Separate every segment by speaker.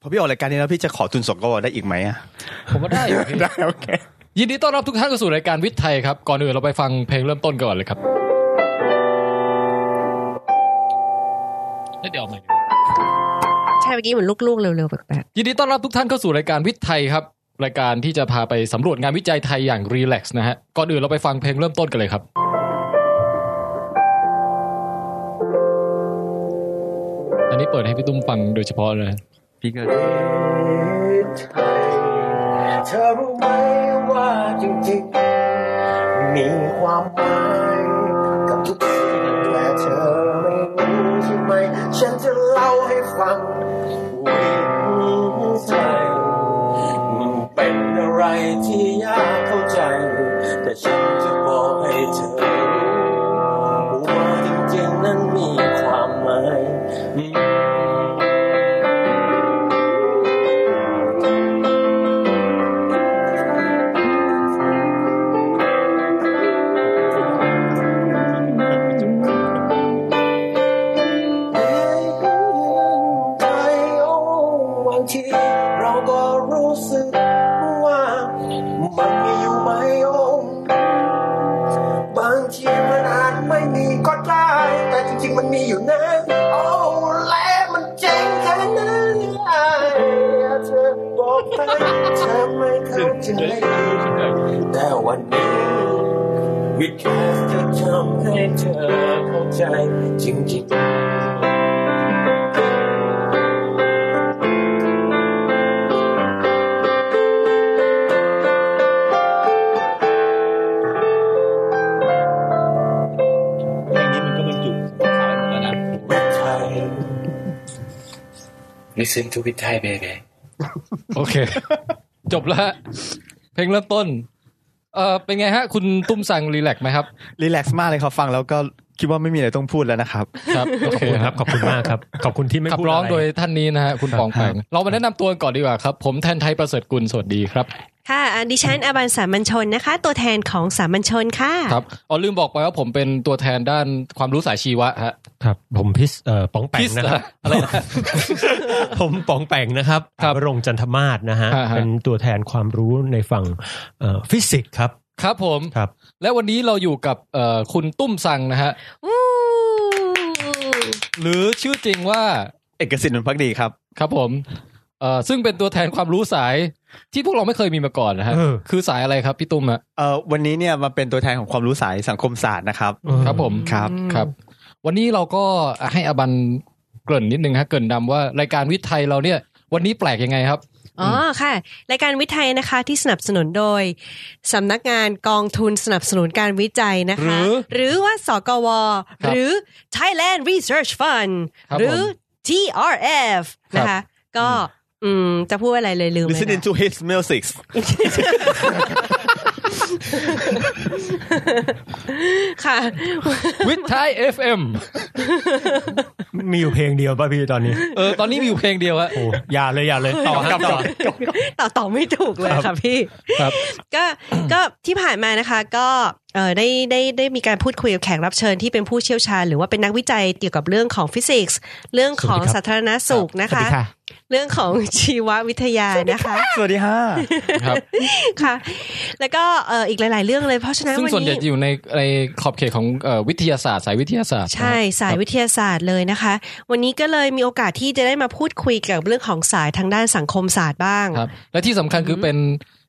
Speaker 1: พอพี่ออกรายการนี้แล้วพี่จะขอทุนสกวได้อีกไหมอะ
Speaker 2: ผมว่า ได้อยู่พี่
Speaker 1: ได้โอเค
Speaker 2: ยินดีต้อนรับทุกท่านเข้าสู่รายการวิทย์ไทยครับ ก่อนอื่นเราไปฟังเพลงเริ่มต้นก่อนเลยครับแล้วเดี๋ยวเอาใหม่ดีกว่า
Speaker 3: ใช่เมื่อกี้เหมือนลูกๆเร็วๆแปลก
Speaker 2: ยินดีต้อนรับทุกท่านเข้าสู่รายการวิทย์ไทยครับ รายการที่จะพาไปสำรวจงานวิจัยไทยอย่างรีแลกซ์นะฮะ ก่อนอื่นเราไปฟังเพลงเริ่มต้นกันเลยครับ อันนี้เปิดให้พี่ตุ้มฟังโดยเฉพาะเลย
Speaker 1: พี่ก็
Speaker 4: ไทยเธอรู้ไหมว่าจริงๆ มีความหมายกับทุกสิ่งและเธอไม่รู้ใช่ไหม ฉันจะเล่าให้ฟังวิถีไทยมันเป็นอะไรที่ยากเข้าใจ แต่ฉันจะบอกให้เธอรู้ว่าจริงๆ นั้นมีความหมาย เรื่องไทยโอ้บางทีเราก็รู้สึกว่า มันมีอยู่ไหมโอ้บางทีมันอาจไม่มีก็ได้ แต่จริงๆมันมีอยู่นะโอ้และมันเจ๋งแค่นั้นไอ้เธอบอกไปเธอไม่เข้าใจแต่วันนี้ วิดแคสจะทำให้เธอเข้าใจจริงๆ
Speaker 5: เรื่องนี้มันก็บรรจุสารหมดแล้วนะ
Speaker 4: with time. Listen to with time, baby.
Speaker 2: โอเค จบแล้วฮะเพลงเริ่มต้น เอ่อ เป็นไงฮะ คุณตุ้มสั่งรีแลกซ์ไหมครับ
Speaker 1: รีแลกซ์มากเลยครับฟังแล้วก็คิดว่าไม่มีอะไรต้องพูดแล้วนะครับ
Speaker 2: ครับ โอ
Speaker 6: ขอบ
Speaker 2: เค
Speaker 6: คุณ
Speaker 2: ค
Speaker 6: ค
Speaker 2: รั
Speaker 6: รับ บ ขอบคุณมากครับ ขอบคุณที่ไม่
Speaker 2: ขับ
Speaker 6: พูด
Speaker 2: ร้อง
Speaker 6: อะไร
Speaker 2: โดยท่านนี้นะฮะ คุณปองแปงเรามาแนะนำตัวกันก่อนดีกว่าครับ ผมแทนไทยประเสริฐกุล สวัสดีครับ
Speaker 3: ๆค่ะอันดิฉันอาบันสามัญชนนะคะ ตัวแทนของสามัญชนค่ะ
Speaker 2: ครับอ๋อลืมบอกไปว่าผมเป็นตัวแทนด้านความรู้สายชีวะฮะ
Speaker 6: ครับ ผมพิสเอ่อป๋องแปงนะครับ
Speaker 2: อะไรนะ
Speaker 6: ผมป๋องแปงนะครับ
Speaker 2: ครับ
Speaker 6: วรงจันทมาศนะฮะ
Speaker 2: ฮะฮะ
Speaker 6: เป็นตัวแทนความรู้ในฝั่งเอ่อฟิสิกส์ครับ
Speaker 2: ครับผม
Speaker 6: ครับ
Speaker 2: และวันนี้เราอยู่กับเอ่อคุณตุ้มสังนะฮะ
Speaker 3: อู้
Speaker 2: หรือชื่อจริงว่า
Speaker 1: เอกสิทธิ์นนท์พักดีครับ
Speaker 2: ครับผมเอ่อซึ่งเป็นตัวแทนความรู้สายที่พวกเราไม่เคยมีมาก่อนนะฮะ
Speaker 6: เออ
Speaker 2: คือสายอะไรครับพี่ตุ้มอะ
Speaker 1: เอ่อวันนี้เนี่ยมาเป็นตัวแทนของความรู้สายสังคมศาสตร์นะครับ
Speaker 2: ครับผม
Speaker 1: ครับ
Speaker 2: ครับ วันนี้เราก็ให้อบันเกริ่นนิดนึงฮะเกริ่นนำว่ารายการวิทย์ไทยเราเนี่ย วันนี้แปลกยังไงครับ
Speaker 3: อ๋อค่ะรายการวิทย์ไทยนะคะที่สนับสนุนโดยสำนักงานกองทุนสนับสนุนการวิจัยนะคะ
Speaker 2: หรือ
Speaker 3: หรือว่าสกว
Speaker 2: ครับ
Speaker 3: หรือ Thailand Research Fund
Speaker 2: ครับ
Speaker 3: หรือ
Speaker 2: ผม
Speaker 3: TRF นะ
Speaker 2: ครั
Speaker 3: คะ
Speaker 2: บ
Speaker 3: ก็อืมจะพูดอะไรเลยลืมเลยนะ
Speaker 1: Listen into his music
Speaker 3: ค่ะ
Speaker 2: วิทย์ไทย FM
Speaker 6: มีอยู่เพลงเดียวป่ะพี่ตอนนี้
Speaker 2: เออตอนนี้มีอยู่เพลงเดียวฮะ
Speaker 6: โอ้อย่าเลยอย่าเลยต่อฮะ
Speaker 2: กลับ
Speaker 6: ต่อ
Speaker 2: กลับ
Speaker 3: ต่อต่อไม่ถูกเลย
Speaker 6: ครับ
Speaker 3: ค่ะพี่
Speaker 2: ครับ
Speaker 3: ก็ก็ที่ผ่านมานะคะก็เอ่อได้ได้ได้มีการพูดคุยกับแขกรับเชิญที่เป็นผู้เชี่ยวชาญ หรือว่าเป็นนักวิจัยเกี่ยวกับเรื่องของฟิสิกส์ เรื่องของ
Speaker 6: สวัสดีครับ
Speaker 3: สาธารณสุขนะคะ เรื่องของชีววิทยานะคะ
Speaker 1: สวัสดีฮะ
Speaker 2: ครับ
Speaker 3: ค่ะ แล้วก็เอ่ออีกหลาย ๆ เรื่องเลยเพราะฉะนั้น
Speaker 2: ซึ่ง
Speaker 3: วัน
Speaker 2: ส่วนใหญ่
Speaker 3: นี้
Speaker 2: จะอยู่ในในขอบเขตของเอ่อวิทยาศาสตร์ สายวิทยาศาสตร์
Speaker 3: ใช่สายวิทยาศาสตร์เลยนะคะ วันนี้ก็เลยมีโอกาสที่จะได้มาพูดคุยเกี่ยวกับเรื่องของสายทางด้านสังคมศาสตร์บ้าง
Speaker 2: ครับ และที่สำคัญคือเป็น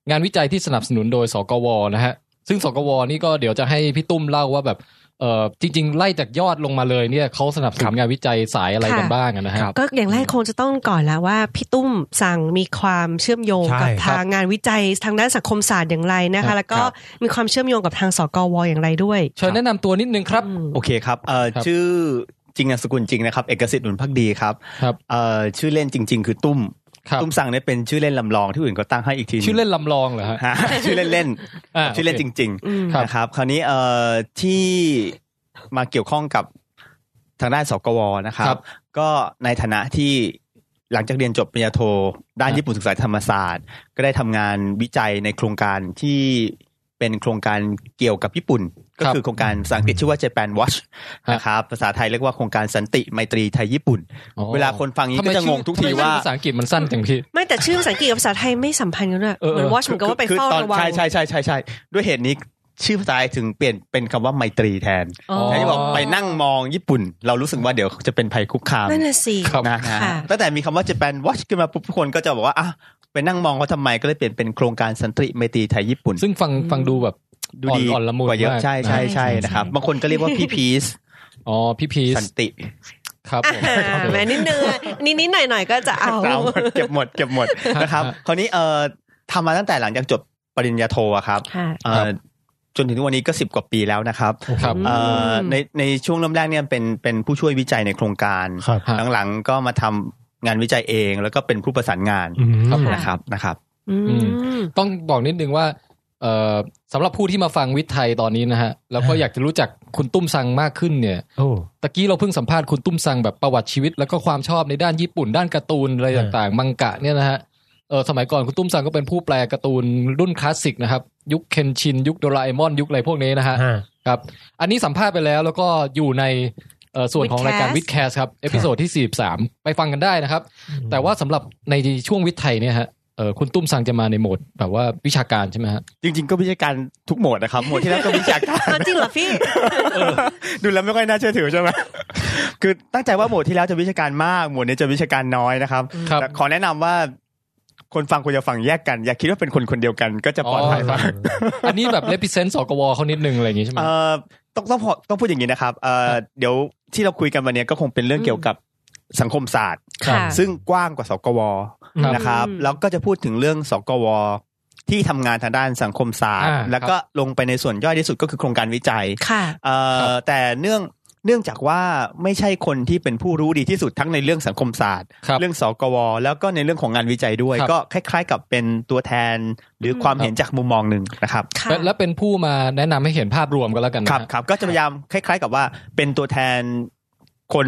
Speaker 2: งานวิจัยที่สนับสนุนโดยสกวนะฮะ ซึ่งสกวนี่ก็เดี๋ยวจะให้พี่ตุ้มเล่าว่าแบบเออจริง ๆ ไล่จากยอดลงมาเลยเนี่ยเขาสนับสนุนงานวิจัยสายอะไรกัน
Speaker 3: ค่ะ
Speaker 2: บ้างอะนะฮะ
Speaker 3: ก็อย่างแรกคงจะต้องก่อนแล้วว่าพี่ตุ้มสั่งมีความเชื่อมโยง
Speaker 6: ใช่
Speaker 3: กับ
Speaker 6: ครับ
Speaker 3: ทางงานวิจัยทางด้านสังคมศาสตร์อย่างไรนะ
Speaker 2: ครั
Speaker 3: คะ
Speaker 2: บ
Speaker 3: แล้วก็
Speaker 2: ครับ
Speaker 3: มีความเชื่อมโยงกับทางสกวอย่างไรด้วย
Speaker 2: เชิญแนะนำตัวนิดนึงครับ
Speaker 3: อืม
Speaker 1: โอเคครับเอ่อ
Speaker 2: ครับ
Speaker 1: ชื่อจริงนามสกุลจริงนะครับเอกสิทธิ์นนท์พักดีครับ
Speaker 2: ครับ
Speaker 1: เอ่อชื่อเล่นจริง ๆ คือตุ้ม
Speaker 2: ครับ
Speaker 1: ตุ้มสั่งเนี่ยเป็นชื่อเล่นลำลองที่อื่นก็ตั้งให้อีกทีหง
Speaker 2: ชื่อเล่นลำลองเหรอฮะ
Speaker 1: ฮะ ชื่อเล่นเล่น
Speaker 2: า
Speaker 1: ชื่อเล่นจ
Speaker 2: โค
Speaker 1: ริง
Speaker 3: อืม
Speaker 2: ครับ
Speaker 1: นะครับ คราวนี้เอ่อที่มาเกี่ยวข้องกับทางด้านสกวนะครั
Speaker 2: ครับ บ
Speaker 1: ก็ในฐานะที่หลังจากเรียนจบปริญญาโท ด้าน
Speaker 2: ครับ
Speaker 1: ญี่ปุ่นศึกษาธรรมศาสตร์ ก็ได้ทำงานวิจัยในโครงการที่เป็นโครงการเกี่ยวกับญี่ปุ่น ก็คือโครงการภาษาอังกฤษชื่อว่า Japan Watch
Speaker 2: ฮะ
Speaker 1: นะครับภาษาไทยเรียกว่าโครงการสันติไมตรีไทยญี่ปุ่น
Speaker 2: อ๋อ
Speaker 1: เวลาคนฟังอย่างนี้ก็จะงงทุกที
Speaker 2: ำไมชื่อ
Speaker 1: ว่า
Speaker 2: ภาษาอังกฤษมันสั้นจังพี่
Speaker 7: ไม่แต่ชื่อภาษาอังกฤษกับภาษาไทยไม่สัมพันธ์กันด้วย
Speaker 2: เออ
Speaker 7: เหมือน
Speaker 2: เออ
Speaker 7: วอชเหมือนกับว่าไป
Speaker 1: คือ
Speaker 7: เฝ้า
Speaker 1: ตอน
Speaker 7: ระวัง
Speaker 1: ใช่ใช่ใช่ใช่ใช่ด้วยเหตุนี้ชื่อภาษาไทยถึงเปลี่ยนเป็นคำว่าไมตรีแทน
Speaker 7: อ๋อ
Speaker 1: แทนที่บอกไปนั่งมองญี่ปุ่น เรารู้สึกว่าเดี๋ยวจะเป็นภัยคุกคาม
Speaker 7: นั่นน่ะสิ
Speaker 2: ครับ
Speaker 1: นะฮะ
Speaker 7: ค่ะ
Speaker 1: ตั้งแต่มีคำว่า Japan Watch ขึ้นมาปุ๊บทุกคนก็จะบอกว่าอ่ะไปนั่งมองเขาทำไมก็เลยเปลี่ยนเป็นโครงการสันติไมตรีไทยญี่ปุ่น
Speaker 2: ซึ่งฟังฟังดูแบบ
Speaker 1: ดู
Speaker 2: อ่อน
Speaker 1: ดี
Speaker 2: อ่อนละมุน
Speaker 1: กว่าเยอะ
Speaker 2: มาก
Speaker 1: ใช่ใช่ใช่
Speaker 7: ใช่
Speaker 1: นะครับบางคนก็เรียกว่าพี่พีซ
Speaker 2: อ๋อพี่พีช
Speaker 1: สันติ
Speaker 2: ครับผม
Speaker 7: อ่าแหม่นิดนึงนิดนิดหน่อยหน่อยๆก็จะเอา
Speaker 1: เรา เก็บหมดเก็บหมดนะครับคราวนี้เอ่อทำมาตั้งแต่หลังจากจบปริญญาโทอะครับ
Speaker 7: ค่ะ
Speaker 1: เอ่อจนถึงทุกวันนี้ก็สิบกว่าปีแล้วนะครับ
Speaker 2: ครับ
Speaker 1: เอ่อ
Speaker 7: อืม
Speaker 1: ในในช่วงเริ่มแรกเนี่ยเป็นเป็นผู้ช่วยวิจัยในโครงการ
Speaker 6: ครับ
Speaker 2: ฮะ
Speaker 1: หลังๆก็มาทำงานวิจัยเอง แล้วก็เป็นผู้ประสานงาน
Speaker 6: อืม
Speaker 2: ครับผม
Speaker 1: นะครับนะครับ
Speaker 7: อืม
Speaker 2: อื ต้องบอกนิดนึงว่าเอ่อสำหรับผู้ที่มาฟังวิทย์ไทยตอนนี้นะฮะ แล้วก็
Speaker 6: ฮะ
Speaker 2: อยากจะรู้จักคุณตุ้มซังมากขึ้นเนี่ย
Speaker 6: โอ้
Speaker 2: ตะกี้เราเพิ่งสัมภาษณ์คุณตุ้มซังแบบประวัติชีวิต แล้วก็ความชอบในด้านญี่ปุ่น ด้านการ์ตูนอะไร
Speaker 6: เออ
Speaker 2: ต่างๆ มังกะเนี่ยนะฮะเออสมัยก่อนคุณตุ้มซังก็เป็นผู้แปลการ์ตูนรุ่นคลาสสิกนะครับ ยุคเคนชิน ยุคโดราเอมอน ยุคอะไรพวกนี้นะฮะ
Speaker 6: ฮะ
Speaker 2: ครับ อันนี้สัมภาษณ์ไปแล้วแล้วก็อยู่ในเอ่อส่วนของ
Speaker 7: Withcast
Speaker 2: รายการวิดแคสครับ เอพิโซดที่ 43 ไปฟังกันได้นะครับ แต่ว่าสำหรับในช่วงวิทย์ไทยเนี่ยฮะเอ่อคุณตุ้มซังจะมาในโหมดแบบว่าวิชาการใช่ไหมฮะ
Speaker 1: จริง ๆ ก็วิชาการทุกโหมดนะครับ โหมดที่แล้วก็วิชาการ
Speaker 7: เอาจริงเหรอพี่
Speaker 1: ดูแล้วไม่ค่อยน่าเชื่อถือใช่ไหม คือตั้งใจว่าหมวดที่แล้วจะวิชาการมาก หมวดนี้จะวิชาการน้อยนะครับ
Speaker 2: ครับ
Speaker 1: แต่ขอแนะนำว่า คนฟังควรจะฟังแยกกัน อย่าคิดว่าเป็นคนคนเดียวกันก็จะปลอดภัยมาก
Speaker 2: อันนี้แบบเลพิเซนต์สกวเขานิดนึงอะไรอย่างงี้ใช่ไหม
Speaker 1: เอ่อต้องต้องพอต้องพูดอย่างนี้นะครับเอ่อเดี๋ยวที่เราคุยกันวันนี้ก็คงเป็นเรื่องเกี่ยวกับสังคมศาสตร์
Speaker 2: ครับ
Speaker 7: ค่ะ
Speaker 1: ซึ่งกว้างกว่าสกว
Speaker 2: ครับ
Speaker 1: นะครับ
Speaker 7: อืม
Speaker 1: แล้วก็จะพูดถึงเรื่องสกวที่ทำงานทางด้านสังคมศาสตร์
Speaker 2: อ่า
Speaker 1: แล้วก็ลงไปในส่วนย่อยที่สุดก็คือโครงการวิจัย
Speaker 7: ค่ะ
Speaker 1: เอ่อแต่เนื่องเนื่องจากว่าไม่ใช่คนที่เป็นผู้รู้ดีที่สุดทั้งในเรื่องสังคมศาสตร์
Speaker 2: ครับ
Speaker 1: เรื่องสกว แล้วก็ในเรื่องของงานวิจัยด้วย
Speaker 2: ครับ
Speaker 1: ก็คล้ายๆ กับเป็นตัวแทนหรือความเห็นจากมุมมองหนึ่งนะครับ
Speaker 7: ค่ะ
Speaker 2: และและเป็นผู้มาแนะนำให้เห็นภาพรวมกันแล้วกันนะ
Speaker 1: ค
Speaker 2: ฮะ
Speaker 1: รับครับก็จะพยายามคล้าย ๆ กับว่าเป็นตัวแทนคน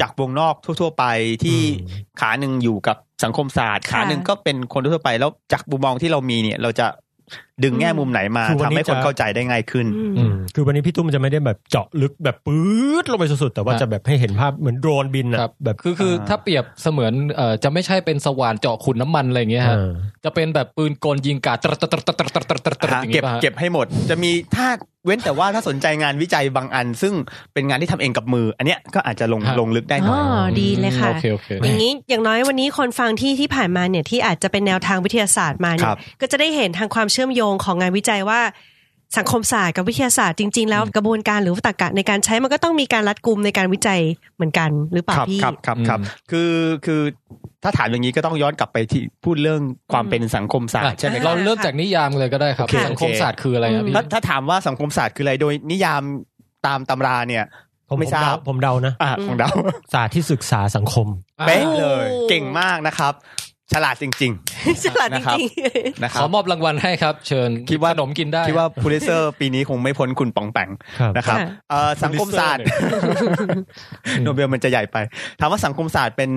Speaker 1: จากวงนอกทั่ว ๆ ไปที่
Speaker 6: อืม
Speaker 1: ขาหนึ่งอยู่กับสังคมศาสตร์
Speaker 7: ค่ะ
Speaker 1: ขาหนึ่งก็เป็นคนทั่วๆไปแล้วจากมุมมองที่เรามีเนี่ย เราจะดึงแง่มุมไหนมาทำให้คนเข้าใจได้ง่ายขึ้น
Speaker 6: อืมคือวันนี้พี่ตุ้มจะไม่ได้แบบเจาะลึกแบบปื๊ดลงไปสุดๆ แต่ว่า
Speaker 2: ฮะ
Speaker 6: จะแบบให้เห็นภาพเหมือนโดรนบิน
Speaker 2: ครั
Speaker 6: อะ
Speaker 2: บ
Speaker 6: แบบ
Speaker 2: คือคือถ้าเปรียบเสมือนเอ่อจะไม่ใช่เป็นสว่านเจาะขุนน้ำมันอะไรอย่างเงี้ยฮะ
Speaker 6: อ่า
Speaker 2: จะเป็นแบบปืนกลยิงกาดตรดตรดตรดตรดตรดตรดตรดตรดอย่าง
Speaker 1: เก็บ
Speaker 2: งี้ป่ะฮะ
Speaker 1: เก็บให้หมด จะมีถ้าเว้นแต่ว่าถ้าสนใจงานวิจัยบางอัน ซึ่งเป็นงานที่ทำเองกับมือ อันเนี้ยก็อาจจะลง
Speaker 2: ฮะ
Speaker 1: ลงลึกได้หน่อย
Speaker 7: อ๋อ ดีเลยค่ะ
Speaker 2: โอเคโอเค
Speaker 7: อย่างนี้อย่างน้อยวันนี้คนฟังที่ที่ผ่านมาเนี่ยที่อาจจะเป็นแนวทางวิทยาศาสตร์มาเนี่
Speaker 1: ครั
Speaker 7: ย
Speaker 1: บ
Speaker 7: ก็จะได้เห็นทางความเชื่อมโยงของงานวิจัยว่า สังคมศาสตร์กับวิทยาศาสตร์จริง ๆ แล้วกระบวนการหรือว่าตรรกะในการใช้มันก็ต้องมีการรัดกุมในการวิจัยเหมือนกันหรือเปล่า
Speaker 1: ครับ
Speaker 7: พี่
Speaker 1: ครับครับครับ
Speaker 2: อืม
Speaker 1: คือคือถ้าถามอย่างนี้ก็ต้องย้อนกลับไปที่พูดเรื่องความเป็นสังคมศาสตร์ใช่ไหม
Speaker 7: อ่ะ
Speaker 1: ค
Speaker 2: เรา
Speaker 1: รับ
Speaker 2: เริ่มจากนิยามเลยก็ได้ครับ
Speaker 1: โอเค
Speaker 2: สังคมศาสตร์คืออะไรครับพี่
Speaker 1: ถ้าถ้าถามว่าสังคมศาสตร์คืออะไรโดยนิยามตามตำราเนี่ย
Speaker 6: ผม
Speaker 1: ไม่
Speaker 6: ผม
Speaker 1: ทราบ
Speaker 6: เดาผมเดานะ
Speaker 1: อ่ะของเรา
Speaker 6: ศาสตร์ที่ศึกษาสังคม
Speaker 1: เป๊ะเลย
Speaker 7: โอ้
Speaker 1: เก่งมากนะครับ ฉลาดจริง
Speaker 7: ฉลา ดจ
Speaker 1: นะครับ
Speaker 7: ริง
Speaker 1: ๆนะค
Speaker 2: ข
Speaker 1: รั
Speaker 2: อบ มอบรางวัลให้ครับ เชิญ
Speaker 1: คิดว่า
Speaker 2: ขนมกินได้
Speaker 1: คิดว่าพูลิเซอร์ปี นี้คงไม่พ้นคุณปองแปง
Speaker 6: ครับ
Speaker 1: นะครับเอ่อสังคมศาสตร์ โนเบลมันจะใหญ่ไป ถามว่าสังคมศาสตร์เป็น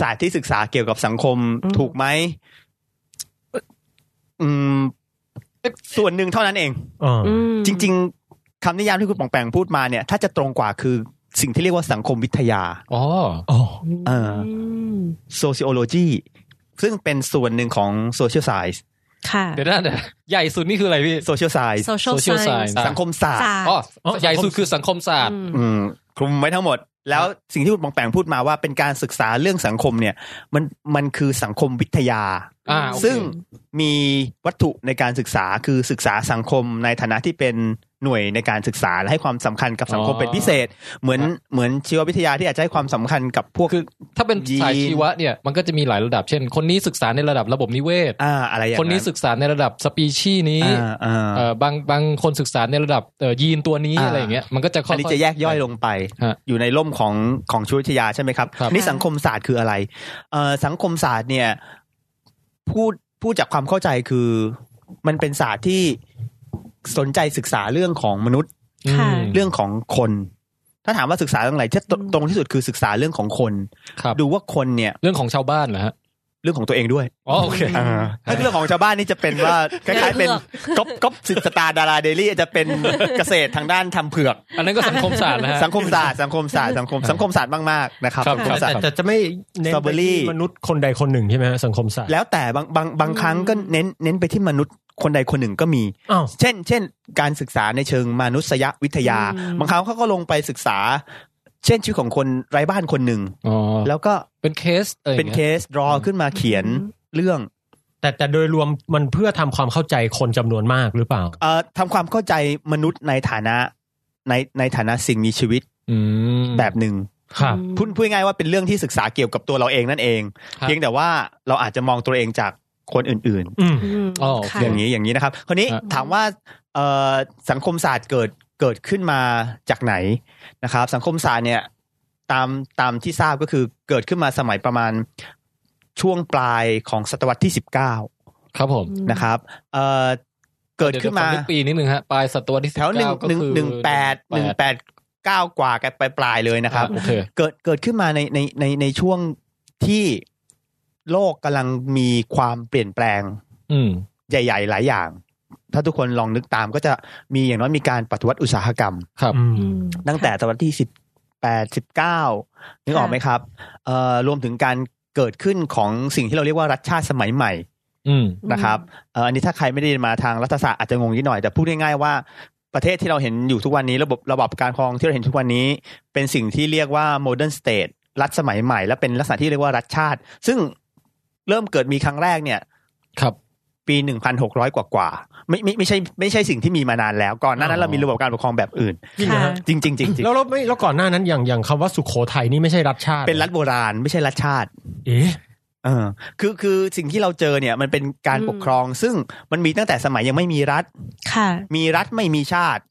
Speaker 1: ศาสตร์ที่ศึกษาเกี่ยวกับสังคมถูกไหมอืมส่วนหนึ่งเท่านั้นเอง
Speaker 6: อ่า
Speaker 7: ๆอืม
Speaker 1: จริง ๆคำนิยามที่คุณปองแปงพูดมาเนี่ย ถ้าจะตรงกว่าคือสิ่งที่เรียกว่าสังคมวิทยา
Speaker 2: อ๋อ
Speaker 6: อ๋อ
Speaker 1: เอ่อ
Speaker 7: อืม
Speaker 1: sociology ซึ่งเป็นส่วนหนึ่งของ social science
Speaker 7: ค่ะ
Speaker 2: เดี๋ยวนะเดี๋ยวใหญ่สุดนี่คืออะไรพี่
Speaker 1: social science
Speaker 7: social
Speaker 2: social
Speaker 7: science
Speaker 2: science
Speaker 1: สังคมศาสตร์
Speaker 7: ศาสตร์
Speaker 2: อ๋อ
Speaker 6: อ๋อ
Speaker 2: ใหญ่สุดคือสังคมศาสตร์
Speaker 7: อืม
Speaker 1: อืมคลุมไว้ทั้งหมด แล้วสิ่งที่คุณปองแปงพูดมาว่าเป็นการศึกษาเรื่องสังคมเนี่ย มันมันคือสังคมวิทยา
Speaker 2: อ่าโอเค
Speaker 1: ซึ่งมีวัตถุในการศึกษาคือศึกษาสังคมในฐานะที่เป็นหน่วยในการศึกษา และให้ความสำคัญกับสังคม
Speaker 2: อ๋อ
Speaker 1: เป็นพิเศษ เหมือนเหมือนชีววิทยาที่อาจจะให้ความสำคัญกับพวก
Speaker 2: คือถ้าเป็น
Speaker 1: ยีน
Speaker 2: สายชีวะเนี่ยมันก็จะมีหลายระดับ เช่น คนนี้ศึกษาในระดับระบบนิเวศ
Speaker 1: อ่าอะไรอย่าง
Speaker 2: คนนี้ศึกษาในระดับสปีชีส์นี้
Speaker 1: อ่าอ่า
Speaker 2: เอ่อบางบางคนศึกษาในระดับเอ่อยีนตัวนี้อะไรอย่างเงี้ยมันก็จะค่
Speaker 1: อั
Speaker 2: อน
Speaker 1: นี้
Speaker 2: ย
Speaker 1: จะแยกย่อยลงไป
Speaker 2: ฮะ
Speaker 1: อยู่ในร่มของของชีววิทยาใช่ไหมครับ
Speaker 2: ครับ
Speaker 1: อันนี่สังคมศาสตร์คืออะไรเอ่อสังคมศาสตร์เนี่ยพูดพูดจากความเข้าใจคือ มันเป็นศาสตร์ที่สนใจศึกษาเรื่องของมนุษย์
Speaker 2: อืม
Speaker 7: ค่ะ
Speaker 1: เรื่องของคน ถ้าถามว่าศึกษาเรื่องอะไรที่ตร
Speaker 7: อืม
Speaker 1: ตรงที่สุดคือศึกษาเรื่องของคน
Speaker 2: ครับ
Speaker 1: ดูว่าคนเนี่ย
Speaker 2: เรื่องของชาวบ้านนะฮะ
Speaker 1: เรื่องของตัวเองด้วย
Speaker 2: อ๋อโอเค
Speaker 1: อ่าถ้าเรื่องของชาวบ้านนี่จะเป็นว่า คล้ายๆ เป็นก๊อปก๊อปสิทธิ์สตาร์ดาราเดลี่อาจจะเป็นเกษตรทางด้านทำเผือก
Speaker 2: อันนั้นก็สังคมศาสตร์นะฮะ
Speaker 1: สังคมศาสตร์สังคมศาสตร์สังคมสังคมศาสตร์มากๆนะครับ
Speaker 2: ครับ
Speaker 1: สังคมศาสต
Speaker 6: แต่
Speaker 1: ร์
Speaker 6: แต่จะไม่เน้นไป
Speaker 1: Strawberry
Speaker 6: ที่มนุษย์คนใดคนหนึ่งใช่ไหมฮะสังคมศาสตร์
Speaker 1: แล้วแต่บางบางบางครั้งก็เน้นเน้นไปที่มนุษย์คนใดคนหนึ่งก็มี
Speaker 6: อ้าว
Speaker 1: เช่น เช่น การศึกษาในเชิงมนุษยวิทยา
Speaker 7: อืม
Speaker 1: บางครั้งเขาก็ลงไปศึกษา เช่นชีวิตของคนไร้บ้านคนหนึ่ง
Speaker 2: อ๋อ
Speaker 1: แล้วก็
Speaker 2: เป็นเคสอะไรอ
Speaker 1: เป็น
Speaker 2: ย่าง
Speaker 1: เค
Speaker 2: เงี้ย
Speaker 1: สรอขึ้นมาเขียนเรื่อง
Speaker 6: แต่แต่โดยรวมมันเพื่อทำความเข้าใจคนจำนวนมากหรือเปล่า
Speaker 1: เอ่อทำความเข้าใจมนุษย์ในฐานะในในฐานะสิ่งมีชีวิต
Speaker 2: อืม
Speaker 1: แบบหนึ่ง
Speaker 6: ครับ
Speaker 1: พูดพูดง่ายๆว่าเป็นเรื่องที่ศึกษาเกี่ยวกับตัวเราเองนั่นเอง
Speaker 2: ครับ
Speaker 1: เพียงแต่ว่าเราอาจจะมองตัวเองจากคนอื่น ๆ
Speaker 6: อืม
Speaker 7: ม
Speaker 2: อ๋อโอเค
Speaker 7: ค่ะ
Speaker 1: อย่างนี้อย่างนี้นะครับคราวนี้
Speaker 2: ฮะ
Speaker 1: ถามว่าเอ่อสังคมศาสตร์เกิดเกิดขึ้นมาจากไหนนะครับ สังคมศาสตร์เนี่ยตามตามที่ทราบก็คือเกิดขึ้นมาสมัยประมาณช่วงปลายของศตวรรษที่ 19
Speaker 2: ครับผม
Speaker 1: นะครับเอ่อเกิด
Speaker 2: ยว
Speaker 1: ขึ้นมา
Speaker 2: ขอนึกปีนิดนึงฮะปลายศตวรรษที่
Speaker 1: แถวหนึ่ง
Speaker 2: 19ก็
Speaker 1: หนึ่ง
Speaker 2: คือ
Speaker 1: หนึ่งแปดหนึ่งแปดเก้ากว่ากันไปปลายเลยนะครับ
Speaker 2: อ่าโอเค
Speaker 1: เกิดเกิดขึ้นมาในในในในช่วงที่โลกกำลังมีความเปลี่ยนแปลง
Speaker 2: อืม
Speaker 1: ใหญ่ๆ หลายอย่าง ถ้าทุกคนลองนึกตามก็จะมีอย่างน้อยมีการปฏิวัติอุตสาหกรรม
Speaker 2: ครับ
Speaker 6: อืม
Speaker 1: ตั้งแต่ศตวรรษที่สิบแปดสิบเก้านึกออกไหมครับเอ่อรวมถึงการเกิดขึ้นของสิ่งที่เราเรียกว่ารัฐชาติสมัยใหม่
Speaker 2: อืม
Speaker 1: นะครับเอ่ออันนี้ถ้าใครไม่ได้เรียนมาทางรัฐศาสตร์อาจจะงงนิดหน่อย แต่พูดง่ายๆว่าประเทศที่เราเห็นอยู่ทุกวันนี้ ระบบระบอบการปกครองที่เราเห็นทุกวันนี้ เป็นสิ่งที่เรียกว่าโมเดิร์นสเตทรัฐสมัยใหม่ และเป็นลักษณะที่เรียกว่ารัฐชาติ ซึ่งเริ่มเกิดมีครั้งแรกเนี่ย
Speaker 2: ครับ
Speaker 1: ปี 1,600 กว่ากว่าๆไม่ไม่ไม่ใช่ไม่ใช่สิ่งที่มีมานานแล้ว ก่อนหน้านั้น
Speaker 2: อ๋อ
Speaker 1: เรามีระบบการปกครองแบบอื่น
Speaker 6: จริงเหรอฮะ
Speaker 1: จริงจริงจริง
Speaker 6: แล้วเราไม่แล้วก่อนหน้านั้นอย่างอย่างคำว่าสุโขทัยนี่ไม่ใช่รัฐชาติ
Speaker 1: เป็นรัฐโบราณไม่ใช่รัฐชาติ
Speaker 6: เอ๊ะ
Speaker 1: เออคือคือสิ่งที่เราเจอเนี่ยมันเป็นการ
Speaker 7: อืม
Speaker 1: ปกครอง ซึ่งมันมีตั้งแต่สมัยยังไม่มีรัฐ
Speaker 7: ค่ะ
Speaker 1: มีรัฐไม่มีชาติ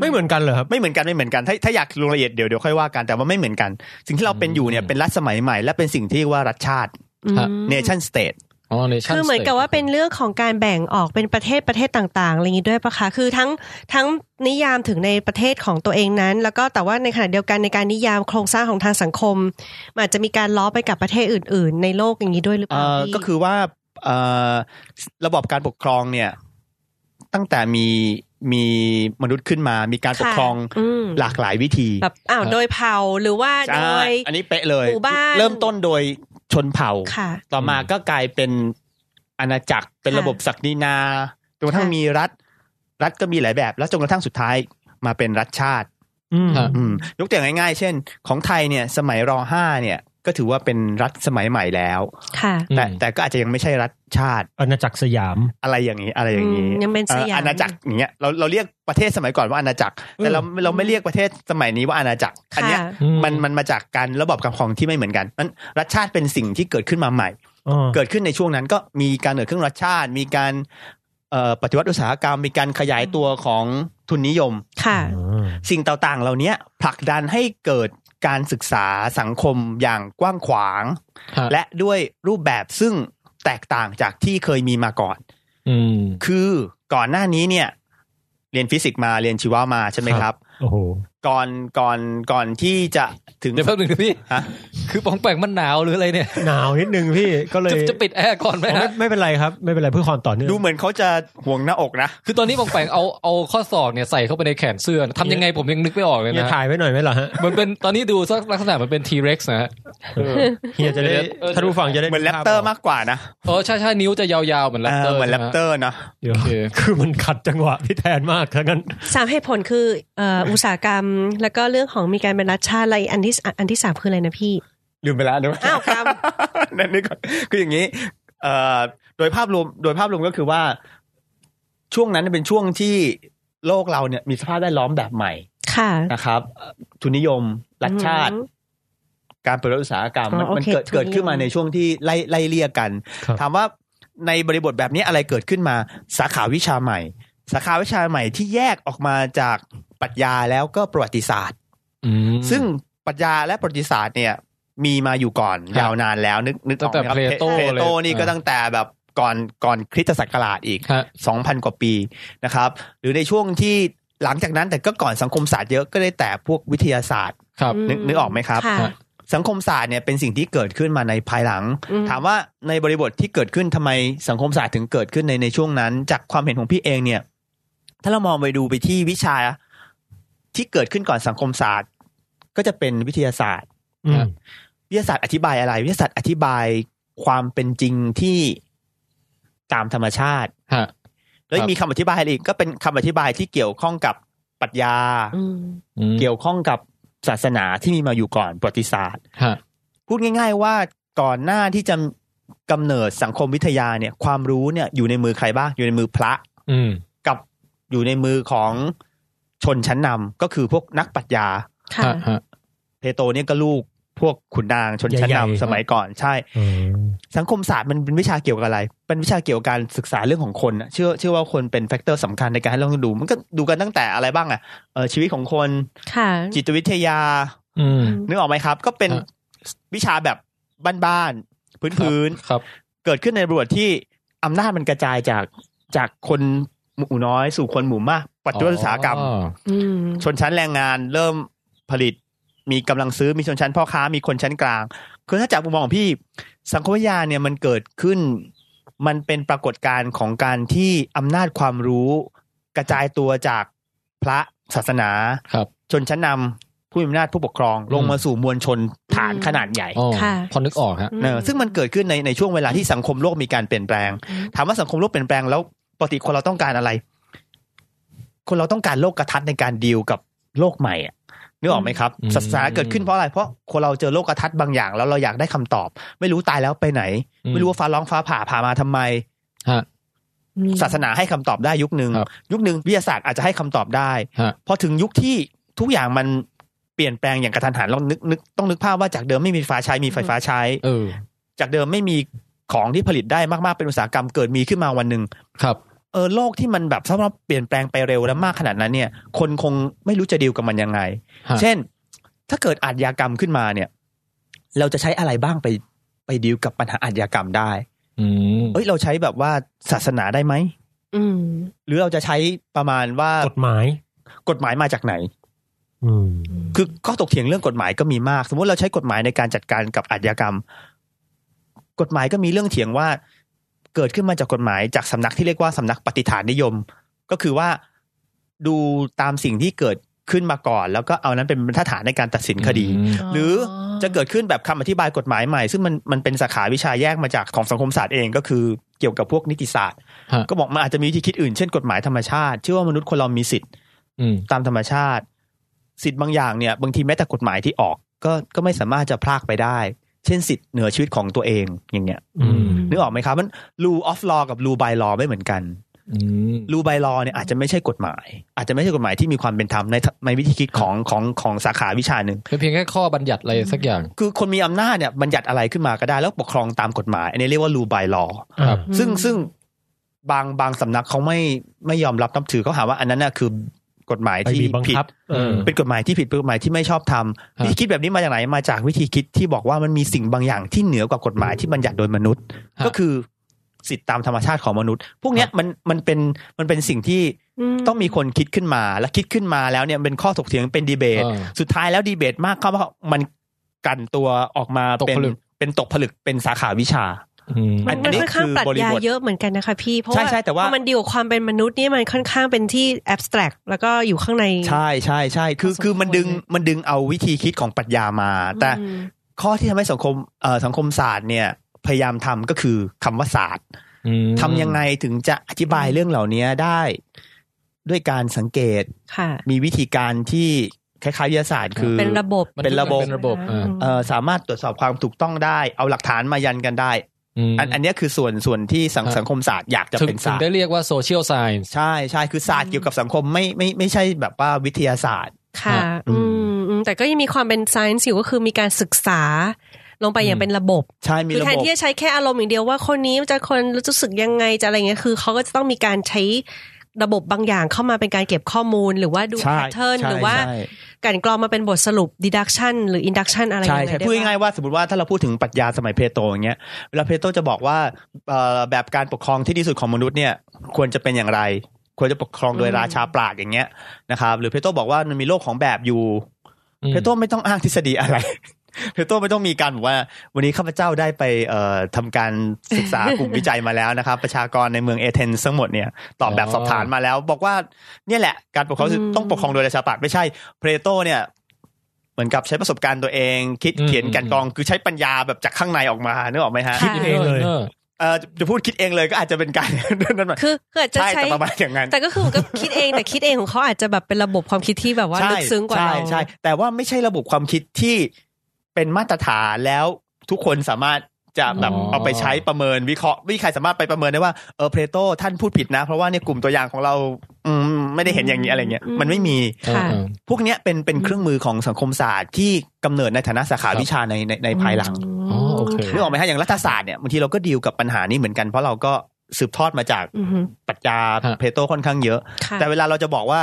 Speaker 6: ไม่เหมือนกันเหรอครับ
Speaker 1: ไม่เหมือนกันไม่เหมือนกัน ถ้าถ้าอยากลงรายละเอียดเดี๋ยวเดี๋ยวค่อยว่ากันแต่ว่าไม่เหมือนกัน สิ่งที่เราเป็นอยู่เนี่ยเป็นรัฐสมัยใหม่ และเป็นสิ่งที่เรียกว่ารัฐชาติ
Speaker 7: อืม
Speaker 1: nation state
Speaker 2: อ๋อในชั้น
Speaker 7: คือเหมือนกับว่าเป็นเรื่องของการแบ่งออกเป็นประเทศประเทศต่างๆอะไรอย่างนี้ด้วยปะคะ คือทั้งทั้งนิยามถึงในประเทศของตัวเองนั้น แล้วก็แต่ว่าในขณะเดียวกันในการนิยามโครงสร้างของทางสังคมมันอาจจะมีการล้อไปกับประเทศอื่น ๆ ในโลกอย่างนี้ด้วยหรือเป
Speaker 1: เอ่
Speaker 7: ล่า
Speaker 1: อ
Speaker 7: พี่
Speaker 1: ก็คือว่าเอ่อระบบการปกครองเนี่ยตั้งแต่มีมีมนุษย์ขึ้นมา มีการปกครอง
Speaker 7: ะอืม
Speaker 1: หลากหลายวิธี
Speaker 7: แบบอ้าว
Speaker 2: ครับ
Speaker 7: โดยเผ่าหรือว่าโด
Speaker 1: อ่าย อันนี้เป๊ะเลย
Speaker 7: หมู่บ้าน
Speaker 1: เริ่มต้นโดยชนเผ่า
Speaker 7: ค่ะ
Speaker 1: ต่อมาก็กลายเป็นอาณาจักรเป็น
Speaker 7: ค่ะ
Speaker 1: ระบบศักดินาจนกระทั่ง
Speaker 7: ค่ะ
Speaker 1: มีรัฐ รัฐก็มีหลายแบบ แล้วจนกระทั่งสุดท้ายมาเป็นรัฐชาติ
Speaker 6: อืม
Speaker 2: ฮะ
Speaker 1: อืมยกตัวอย่างง่ายๆ เช่น ของไทยเนี่ยสมัยรห้าเนี่ยก็ถือว่าเป็นรัฐสมัยใหม่แล้ว
Speaker 7: ค่ะ
Speaker 1: แต่แต่ก็อาจจะยังไม่ใช่รัฐชาติ
Speaker 6: อาณาจักรสยาม
Speaker 1: อะไรอย่างนี้อะไรอย่างนี้
Speaker 7: อืมยังเป็นสยาม
Speaker 1: อ่ออาณาจักรอย่างเงี้ยเราเราเรียกประเทศสมัยก่อนว่าอาณาจักร แต่เราเราไม่เรียกประเทศสมัยนี้ว่าอาณาจักรอันเนี้ย
Speaker 7: ค่ะ
Speaker 2: อืม
Speaker 1: มันมันมาจากการระบอบการปกครองที่ไม่เหมือนกันมันรัฐชาติเป็นสิ่งที่เกิดขึ้นมาใหม่ เกิดขึ้นในช่วงนั้นก็มีการเกิดขึ้นรัฐชาติ มีการเอ่อปฏิวัติอุตสาหกรรม มีการขยายตัวของทุนนิยม
Speaker 7: ค่ะ
Speaker 1: สิ่งต่างๆ เหล่านี้ผลักดันให้เกิดการศึกษาสังคมอย่างกว้างขวาง
Speaker 2: ฮะ
Speaker 1: และด้วยรูปแบบซึ่งแตกต่างจากที่เคยมีมาก่อน
Speaker 2: อืม
Speaker 1: คือก่อนหน้านี้เนี่ย เรียนฟิสิกส์มาเรียนชีวะมาใช่ไหมค
Speaker 6: ครั
Speaker 1: รับ
Speaker 6: บ โอ้โห
Speaker 1: ก่อนก่อนก่อนที่จะถึง
Speaker 2: เดี๋ยวแป๊บหนึงนะพี่
Speaker 1: ฮะ
Speaker 2: คือปองแปงมันหนาวหรืออะไรเนี่ย
Speaker 6: หนาวนิดนึงพี่ ก็เลย
Speaker 2: จะจะปิดแอร์ก่อนไหม
Speaker 6: อ๋อไม่
Speaker 2: ฮะ
Speaker 6: ไม่เป็นไรครับ ไม่เป็นไรเพื่อความต่อเนื่อง
Speaker 1: ดูเหมือนเขาจะห่วงหน้าอกนะ
Speaker 2: คือตอนนี้ปองแปงเอาเอาข้อศอกเนี่ยใส่เข้าไปในแขนเสื้อนะทำยังไงผมยังนึกไม่ออกเลย
Speaker 6: เฮีย
Speaker 2: นะ
Speaker 6: ถ่ายไว้หน่อยไหมล่ะฮะ
Speaker 2: มันเป็นตอนนี้ดูสักลักษณะมันเป็นทีเร็กซ์นะฮะ
Speaker 6: เฮียจะได้
Speaker 2: เออ
Speaker 6: ท่านผู้ฟังจะได้
Speaker 1: เหมือนแรปเตอร์มากกว่านะ
Speaker 2: เออใช่ใช่นิ้วจะยาวๆเหมือนแรปเตอร์
Speaker 1: เหมือนแรปเตอร์นะ
Speaker 6: เดี๋ยวคือมันขัดจังหวะพี่แทนมากทั้งนั้น
Speaker 7: สามเหตุผลคือเอ่ออุตสาหกรรม แล้วก็เรื่องของมีการเป็นรัฐชาติอะไรอันที่อันที่สามคืออะไรนะพี่
Speaker 1: ลืมไปแล้วเดี๋ยว
Speaker 7: อ้าวครับ
Speaker 1: นั่นนี่ก่อนคืออย่างนี้เอ่อโดยภาพรวมโดยภาพรวมก็คือว่า ช่วงนั้นเป็นช่วงที่โลกเราเนี่ยมีสภาพแวดล้อมแบบใหม่
Speaker 7: ค่ะ
Speaker 1: นะครับทุนนิยมรัฐชาติ
Speaker 7: อืม
Speaker 1: การปฏิวัติอุตสาหกรรมมัน
Speaker 7: อ๋อโอเค
Speaker 1: มันเกิด
Speaker 7: ถูก
Speaker 1: เกิดขึ้นมาในช่วงที่ไล่ไล่เลี่ยกัน
Speaker 6: ครับ
Speaker 1: ถามว่าในบริบทแบบนี้อะไรเกิดขึ้นมาสาขาวิชาใหม่ สาขาวิชาใหม่ที่แยกออกมาจากปรัชญาแล้วก็ประวัติศาสตร์
Speaker 2: อืม
Speaker 1: ซึ่งปรัชญาและประวัติศาสตร์เนี่ยมีมาอยู่ก่อน
Speaker 2: ครับ
Speaker 1: ยาวนานแล้วนึกนึกออกไหมครับ
Speaker 2: ตั้งแต่เพลโต
Speaker 1: เพลโต
Speaker 2: เลย
Speaker 1: นี่ก็
Speaker 2: อ่า
Speaker 1: ตั้งแต่แบบก่อนก่อนคริสตศักราชอีก
Speaker 2: ฮะ
Speaker 1: 2,000 กว่าปีนะครับ หรือในช่วงที่หลังจากนั้นแต่ก็ก่อนสังคมศาสตร์เยอะก็ได้แต่พวกวิทยาศาสตร์
Speaker 2: ครับ
Speaker 7: อืม
Speaker 1: นึกนึกออกไหมครับ
Speaker 7: ค่ะ
Speaker 2: ฮะ
Speaker 1: สังคมศาสตร์เนี่ยเป็นสิ่งที่เกิดขึ้นมาในภายหลัง
Speaker 7: อืม
Speaker 1: ถามว่าในบริบทที่เกิดขึ้นทำไมสังคมศาสตร์ถึงเกิดขึ้นในในช่วงนั้น จากความเห็นของพี่เองเนี่ย ถ้าเรามองไปดูไปที่วิชาที่เกิดขึ้นก่อนสังคมศาสตร์ ก็จะเป็นวิทยาศาสตร์
Speaker 6: อืม
Speaker 1: วิทยาศาสตร์อธิบายอะไร วิทยาศาสตร์อธิบายความเป็นจริงที่ตามธรรมชาติ
Speaker 2: ฮะ
Speaker 1: แล้ว
Speaker 2: ครับ
Speaker 1: มีคำอธิบายอะไรอีกก็เป็นคำอธิบายที่เกี่ยวข้องกับปรัชญา
Speaker 7: อืม
Speaker 2: อืม
Speaker 1: เกี่ยวข้องกับศาสนาที่มีมาอยู่ก่อนประวัติศาสตร์
Speaker 2: ฮะ
Speaker 1: พูดง่าย ๆ ว่าก่อนหน้าที่จะกำเนิดสังคมวิทยาเนี่ย ความรู้เนี่ยอยู่ในมือใครบ้างอยู่ในมือพระ
Speaker 2: อืม
Speaker 1: กับอยู่ในมือของชนชั้นนำก็คือพวกนักปรัชญา
Speaker 7: ค่ะ
Speaker 2: ฮะฮะ
Speaker 1: เพโตรเนี่ยก็ลูกพวกขุนนางชนชั้นนำสมัยก่อนใช่
Speaker 6: อืม
Speaker 1: สังคมศาสตร์มันเป็นวิชาเกี่ยวกับอะไร เป็นวิชาเกี่ยวกับการศึกษาเรื่องของคนน่ะเชื่อเชื่อว่าคนเป็นแฟกเตอร์สำคัญในการให้เราดู มันก็ดูกันตั้งแต่อะไรบ้างอะเอ่ะชีวิตของคน
Speaker 7: ค่ะ
Speaker 1: จิตวิทยา
Speaker 2: อืม
Speaker 1: นึกออกไหมครับ ก็เป็น
Speaker 2: ฮะ
Speaker 1: วิชาแบบบ้านๆพื้น
Speaker 2: ครับ
Speaker 1: ๆเกิดขึ้นในบริบทที่อำนาจมันกระจายจากจากคนหมู่น้อย สู่คนหมู่มากปัจจุบันอุตสาหกรรม
Speaker 2: อ๋อ
Speaker 7: อืม
Speaker 1: ชนชั้นแรงงานเริ่มผลิต มีกำลังซื้อมีชนชั้นพ่อค้ามีคนชั้นกลาง คือถ้าจากมุมมองของพี่ สังคมวิทยาเนี่ยมันเกิดขึ้น มันเป็นปรากฏการณ์ของการที่อำนาจความรู้ กระจายตัวจากพระศาสนา
Speaker 2: ครับ
Speaker 1: ชนชั้นนำผู้มีอำนาจผู้ปกครอง ลงมาสู่มวลชนฐาน
Speaker 7: อืม
Speaker 1: ขนาดใหญ่
Speaker 2: อ๋อ
Speaker 7: ค่ะ
Speaker 2: พอนึกออกฮะ
Speaker 1: เนอะซึ่งมันเกิดขึ้นในในช่วงเวลาที่สังคมโลกมีการเปลี่ยนแปลง
Speaker 7: อืม
Speaker 1: ถามว่าสังคมโลกเปลี่ยนแปลงแล้วปกติคนเราต้องการอะไร คนเราต้องการโลกกระทัดในการดีลกับโลกใหม่อะนึกออกไหมครับ
Speaker 2: อืม
Speaker 1: ศาสนาเกิดขึ้นเพราะอะไร เพราะคนเราเจอโลกกระทัดบางอย่าง แล้วเราอยากได้คำตอบ ไม่รู้ตายแล้วไปไหน ไม่รู้ว่าฟ้าร้องฟ้าผ่าผ่ามาทำไม
Speaker 2: ฮะ
Speaker 7: อืม
Speaker 1: ศาสนาให้คำตอบได้ยุคหนึ่ง
Speaker 2: ครับ
Speaker 1: ยุคหนึ่งวิทยาศาสตร์อาจจะให้คำตอบได้
Speaker 2: ฮะ
Speaker 1: พอถึงยุคที่ทุกอย่างมันเปลี่ยนแปลงอย่างกระทันหันเรานึกนึกต้องนึกภาพว่าจากเดิมไม่มีไฟฟ้าใช้มีไฟฟ้าใช้
Speaker 2: เออ
Speaker 1: จากเดิมไม่มีของที่ผลิตได้มากๆเป็นอุตสาหกรรมเกิดมีขึ้นมาวันหนึ่ง
Speaker 2: ครับ
Speaker 1: เออโลกที่มันแบบสภาพเปลี่ยนแปลงไปเร็วและมากขนาดนั้นเนี่ย คนคงไม่รู้จะดีลกับมันยังไง
Speaker 2: ฮะ
Speaker 1: เช่น ถ้าเกิดอาชญากรรมขึ้นมาเนี่ย เราจะใช้อะไรบ้างไปไปดีลกับปัญหาอาชญากรรมได้
Speaker 2: อืม
Speaker 1: เอ้ยเราใช้แบบว่าศาสนาได้ไหม
Speaker 7: อืม
Speaker 1: หรือเราจะใช้ประมาณว่าก
Speaker 6: ฎหมาย
Speaker 1: กฎหมายมาจากไหน
Speaker 6: อืม
Speaker 1: คือข้อตกเถียงเรื่องกฎหมายก็มีมาก สมมติเราใช้กฎหมายในการจัดการกับอาชญากรรม กฎหมายก็มีเรื่องเถียงว่า เกิดขึ้นมาจากกฎหมายจากสำนักที่เรียกว่าสำนักปฏิฐานนิยม ก็คือว่าดูตามสิ่งที่เกิดขึ้นมาก่อน แล้วก็เอานั้นเป็นบรรทัดฐานในการตัดสินคดี หรือจะเกิดขึ้นแบบคำอธิบายกฎหมายใหม่ ซึ่งมันมันเป็นสาขาวิชาแยกมาจากของสังคมศาสตร์เองก็คือเกี่ยวกับพวกนิติศาสตร์
Speaker 2: ฮะ
Speaker 1: ก็บอกมันอาจจะมีวิธีคิดอื่นเช่นกฎหมายธรรมชาติเชื่อว่ามนุษย์คนเรามีสิทธิ
Speaker 2: อืม
Speaker 1: ตามธรรมชาติ สิทธิ์บางอย่างเนี่ยบางทีแม้แต่กฎหมายที่ออก ก็ก็ไม่สามารถจะพรากไปได้ เช่นสิทธิ์เหนือชีวิตของตัวเองอย่างเงี้ย
Speaker 2: อืม
Speaker 1: นึกออกไหมครับมัน rule of law กับ rule by law ไม่เหมือนกัน
Speaker 2: อืม
Speaker 1: rule by law เนี่ยอาจจะไม่ใช่กฎหมาย อาจจะไม่ใช่กฎหมายที่มีความเป็นธรรมในในวิธีคิดของของของสาขาวิชาหนึ่ง
Speaker 2: เป็นเพียงแค่ข้อบัญญัติอะไรสักอย่าง
Speaker 1: คือคนมีอำนาจเนี่ยบัญญัติอะไรขึ้นมาก็ได้ แล้วปกครองตามกฎหมาย อันนี้เรียกว่า rule by law
Speaker 2: ครับ
Speaker 7: อืม
Speaker 1: ซึ่งซึ่งบางบางสำนักเขาไม่ไม่ยอมรับนับถือเขาหาว่าอันนั้นน่ะคือกฎหมาย
Speaker 6: ไป
Speaker 1: ที่
Speaker 6: บีบบัง
Speaker 1: ผิด
Speaker 6: คับเออ
Speaker 1: เป็นกฎหมายที่ผิดเป็นกฎหมายที่ไม่ชอบทำวิธีคิดแบบนี้มาจากไหนมาจากวิธีคิดที่บอกว่ามันมีสิ่งบางอย่างที่เหนือกว่ากฎหมายที่บัญญัติโดยมนุษย์
Speaker 2: ฮะ
Speaker 1: ก็คือสิทธิตามธรรมชาติของมนุษย์ พวกเนี้ยมันมันเป็นมันเป็นสิ่งที่ต้องมีคนคิดขึ้นมา และคิดขึ้นมาแล้วเนี่ยเป็นข้อถกเถียงเป็นดีเบต
Speaker 2: เออ
Speaker 1: สุดท้ายแล้วดีเบตมากเข้าเพราะมันกันตัวออกมา
Speaker 2: ตก
Speaker 1: เป็น
Speaker 2: ผลึก
Speaker 1: เป็นตกผลึกเป็นสาขาวิชา
Speaker 2: อืม
Speaker 7: มัน
Speaker 1: อั
Speaker 7: มัน
Speaker 1: นนี้
Speaker 7: ค่อนข้าง
Speaker 1: คือ
Speaker 7: ปรัชญา
Speaker 1: บริบท
Speaker 7: เยอะเหมือนกันนะคะพี่ เพราะ
Speaker 1: ใช่ใช่แต่ว่า
Speaker 7: พอมันดีลกับความเป็นมนุษย์เนี่ยมันค่อนข้างเป็นที่ abstract แล้วก็อยู่ข้างใน
Speaker 1: ใช่ใช่ใช่คือ
Speaker 7: พอสมควร
Speaker 1: คือมันดึง
Speaker 7: เลย
Speaker 1: มันดึงเอาวิธีคิดของปรัชญามา แต่
Speaker 7: อืม
Speaker 1: ข้อที่ทำให้สังคมเอ่อสังคมศาสตร์เนี่ยพยายามทำก็คือคำว่าศาสตร์ ทำยังไงถึงจะอธิบายเรื่องเหล่านี้ได้ ด้วยการสังเกต
Speaker 7: ค่ะ
Speaker 1: มีวิธีการที่คล้ายๆวิทยาศาสตร์คือ
Speaker 7: เป็นระบบ
Speaker 2: มัน
Speaker 1: เป็นระบบ
Speaker 2: เป็นระบบอ่า
Speaker 1: เอ่อสามารถตรวจสอบความถูกต้องได้ เอาหลักฐานมายันกันได้
Speaker 2: ม
Speaker 1: อันอันเนี้ยคือส่วนส่วนที่สัง
Speaker 2: อ่ะ
Speaker 1: สังคมศาสตร์อยากจะ
Speaker 2: ถึง
Speaker 1: เป็น
Speaker 2: ถึง
Speaker 1: ศาสต
Speaker 2: ได้
Speaker 1: ร์
Speaker 2: เรียกว่าโซเชียลไซน์
Speaker 1: ใช่ใช่คือศาสตร์เกี่ยวกับสังคมไม่ไม่ไม่ใช่แบบว่าวิทยาศาสตร์
Speaker 7: ค่ะ
Speaker 2: อื
Speaker 7: อื
Speaker 2: ม
Speaker 7: มอืมแต่ก็ยังมีความเป็น science อยู่ก็คือมีการศึกษา ลงไปอย่างเป็นระบบ
Speaker 1: ใช่มี
Speaker 7: คือ
Speaker 1: ระ
Speaker 7: แทน
Speaker 1: บบ
Speaker 7: ที่จะใช้แค่อารมณ์อย่างเดียวว่าคนนี้จะคนรู้สึกยังไงจะอะไรเงี้ยคือเขาก็จะต้องมีการใช้ระบบบางอย่างเข้ามาเป็นการเก็บข้อมูล หรือว่าดู
Speaker 1: ใช่
Speaker 7: แพทเทิร์น
Speaker 1: ใช่
Speaker 7: หรือว่า
Speaker 1: ใช่
Speaker 7: กลันกรองมาเป็นบทสรุป deduction หรือ induction อะไรอย่าง
Speaker 1: ใช่
Speaker 7: เงี้ย
Speaker 1: ใช่
Speaker 7: ได้
Speaker 1: พูด
Speaker 7: บ้
Speaker 1: ง่ายๆว่าสมมติว่าถ้าเราพูดถึงปรัชญาสมัยเพโตรอย่างเงี้ยเวลาเพโตรจะบอกว่าเอ่อแบบการปกครองที่ดีสุดของมนุษย์เนี่ยควรจะเป็นอย่างไร ควรจะปกครองโดย
Speaker 7: อืม
Speaker 1: ราชาปราดอย่างเงี้ยนะครับหรือเพโตรบอกว่ามันมีโลกของแบบอยู่ เพโตรไม่ต้องอ้างทฤษฎีอะไร คือต้องไม่ต้องมีการบอกว่า วันนี้ข้าพเจ้าได้ไปเอ่อทำการศึกษากลุ่มวิจัยมาแล้วนะครับ ประชากรในเมืองเอเธนส์ทั้งหมดเนี่ยตอบแบบ
Speaker 2: อ๋อ
Speaker 1: สอบถานมาแล้ว บอกว่าเนี่ยแหละการปกครอง
Speaker 7: อืม
Speaker 1: ต้องปกครองโดยประชาธิปาตย์ไม่ใช่เพลโตเนี่ย เหมือนกับใช้ประสบการณ์ตัวเอง คิดเขียนกลันกรองคือใช้ปัญญาแบบจากข้างในออกมานึกออกไหมฮะ
Speaker 6: คิดเองเลย
Speaker 1: เอ่อจะพูดคิดเองเลยก็อาจจะเป็นการ นั่นหน่อย
Speaker 7: คือคืออาจจะ
Speaker 1: ใช่
Speaker 7: ใช้
Speaker 1: แต่ประมาณอย่างนั้น
Speaker 7: แต่ก็คือก็คิดเองแต่คิดเองของเขาอาจจะแบบเป็นระบบความคิดที่แบบว่า
Speaker 1: ใช่
Speaker 7: ลึกซึ้งกว่าเรา
Speaker 1: ใช่ใช่แต่ว่าไม่ใช่ระบบความคิดที่เป็นมาตรฐานแล้วทุกคนสามารถจะแบบ
Speaker 2: อ๋อ
Speaker 1: เอาไปใช้ประเมินวิเคราะห์ไม่มีใครสามารถไปประเมินได้ว่าเออเพลโตท่านพูดผิดนะ เพราะว่าเนี่ยกลุ่มตัวอย่างของเราอืมไม่ได้เห็นอย่างนี้อะไรเงี้ยมันไม่มี
Speaker 7: ค่ะ
Speaker 1: พวกเนี้ยเป็นเป็นเครื่องมือของสังคมศาสตร์ที่กำเนิดในฐานะสาขาวิชาในในในภายหลัง
Speaker 2: อ๋อโอเค
Speaker 1: นึกออกไหมฮะอย่างรัฐศาสตร์เนี่ยบางทีเราก็ดีลกับปัญหานี้เหมือนกันเพราะเราก็สืบทอดมาจาก
Speaker 7: อือฮึ
Speaker 1: ปรัชญา
Speaker 2: ฮะ
Speaker 1: เพลโตค่อนข้างเยอะ
Speaker 7: ค่ะ
Speaker 1: แต่เวลาเราจะบอกว่า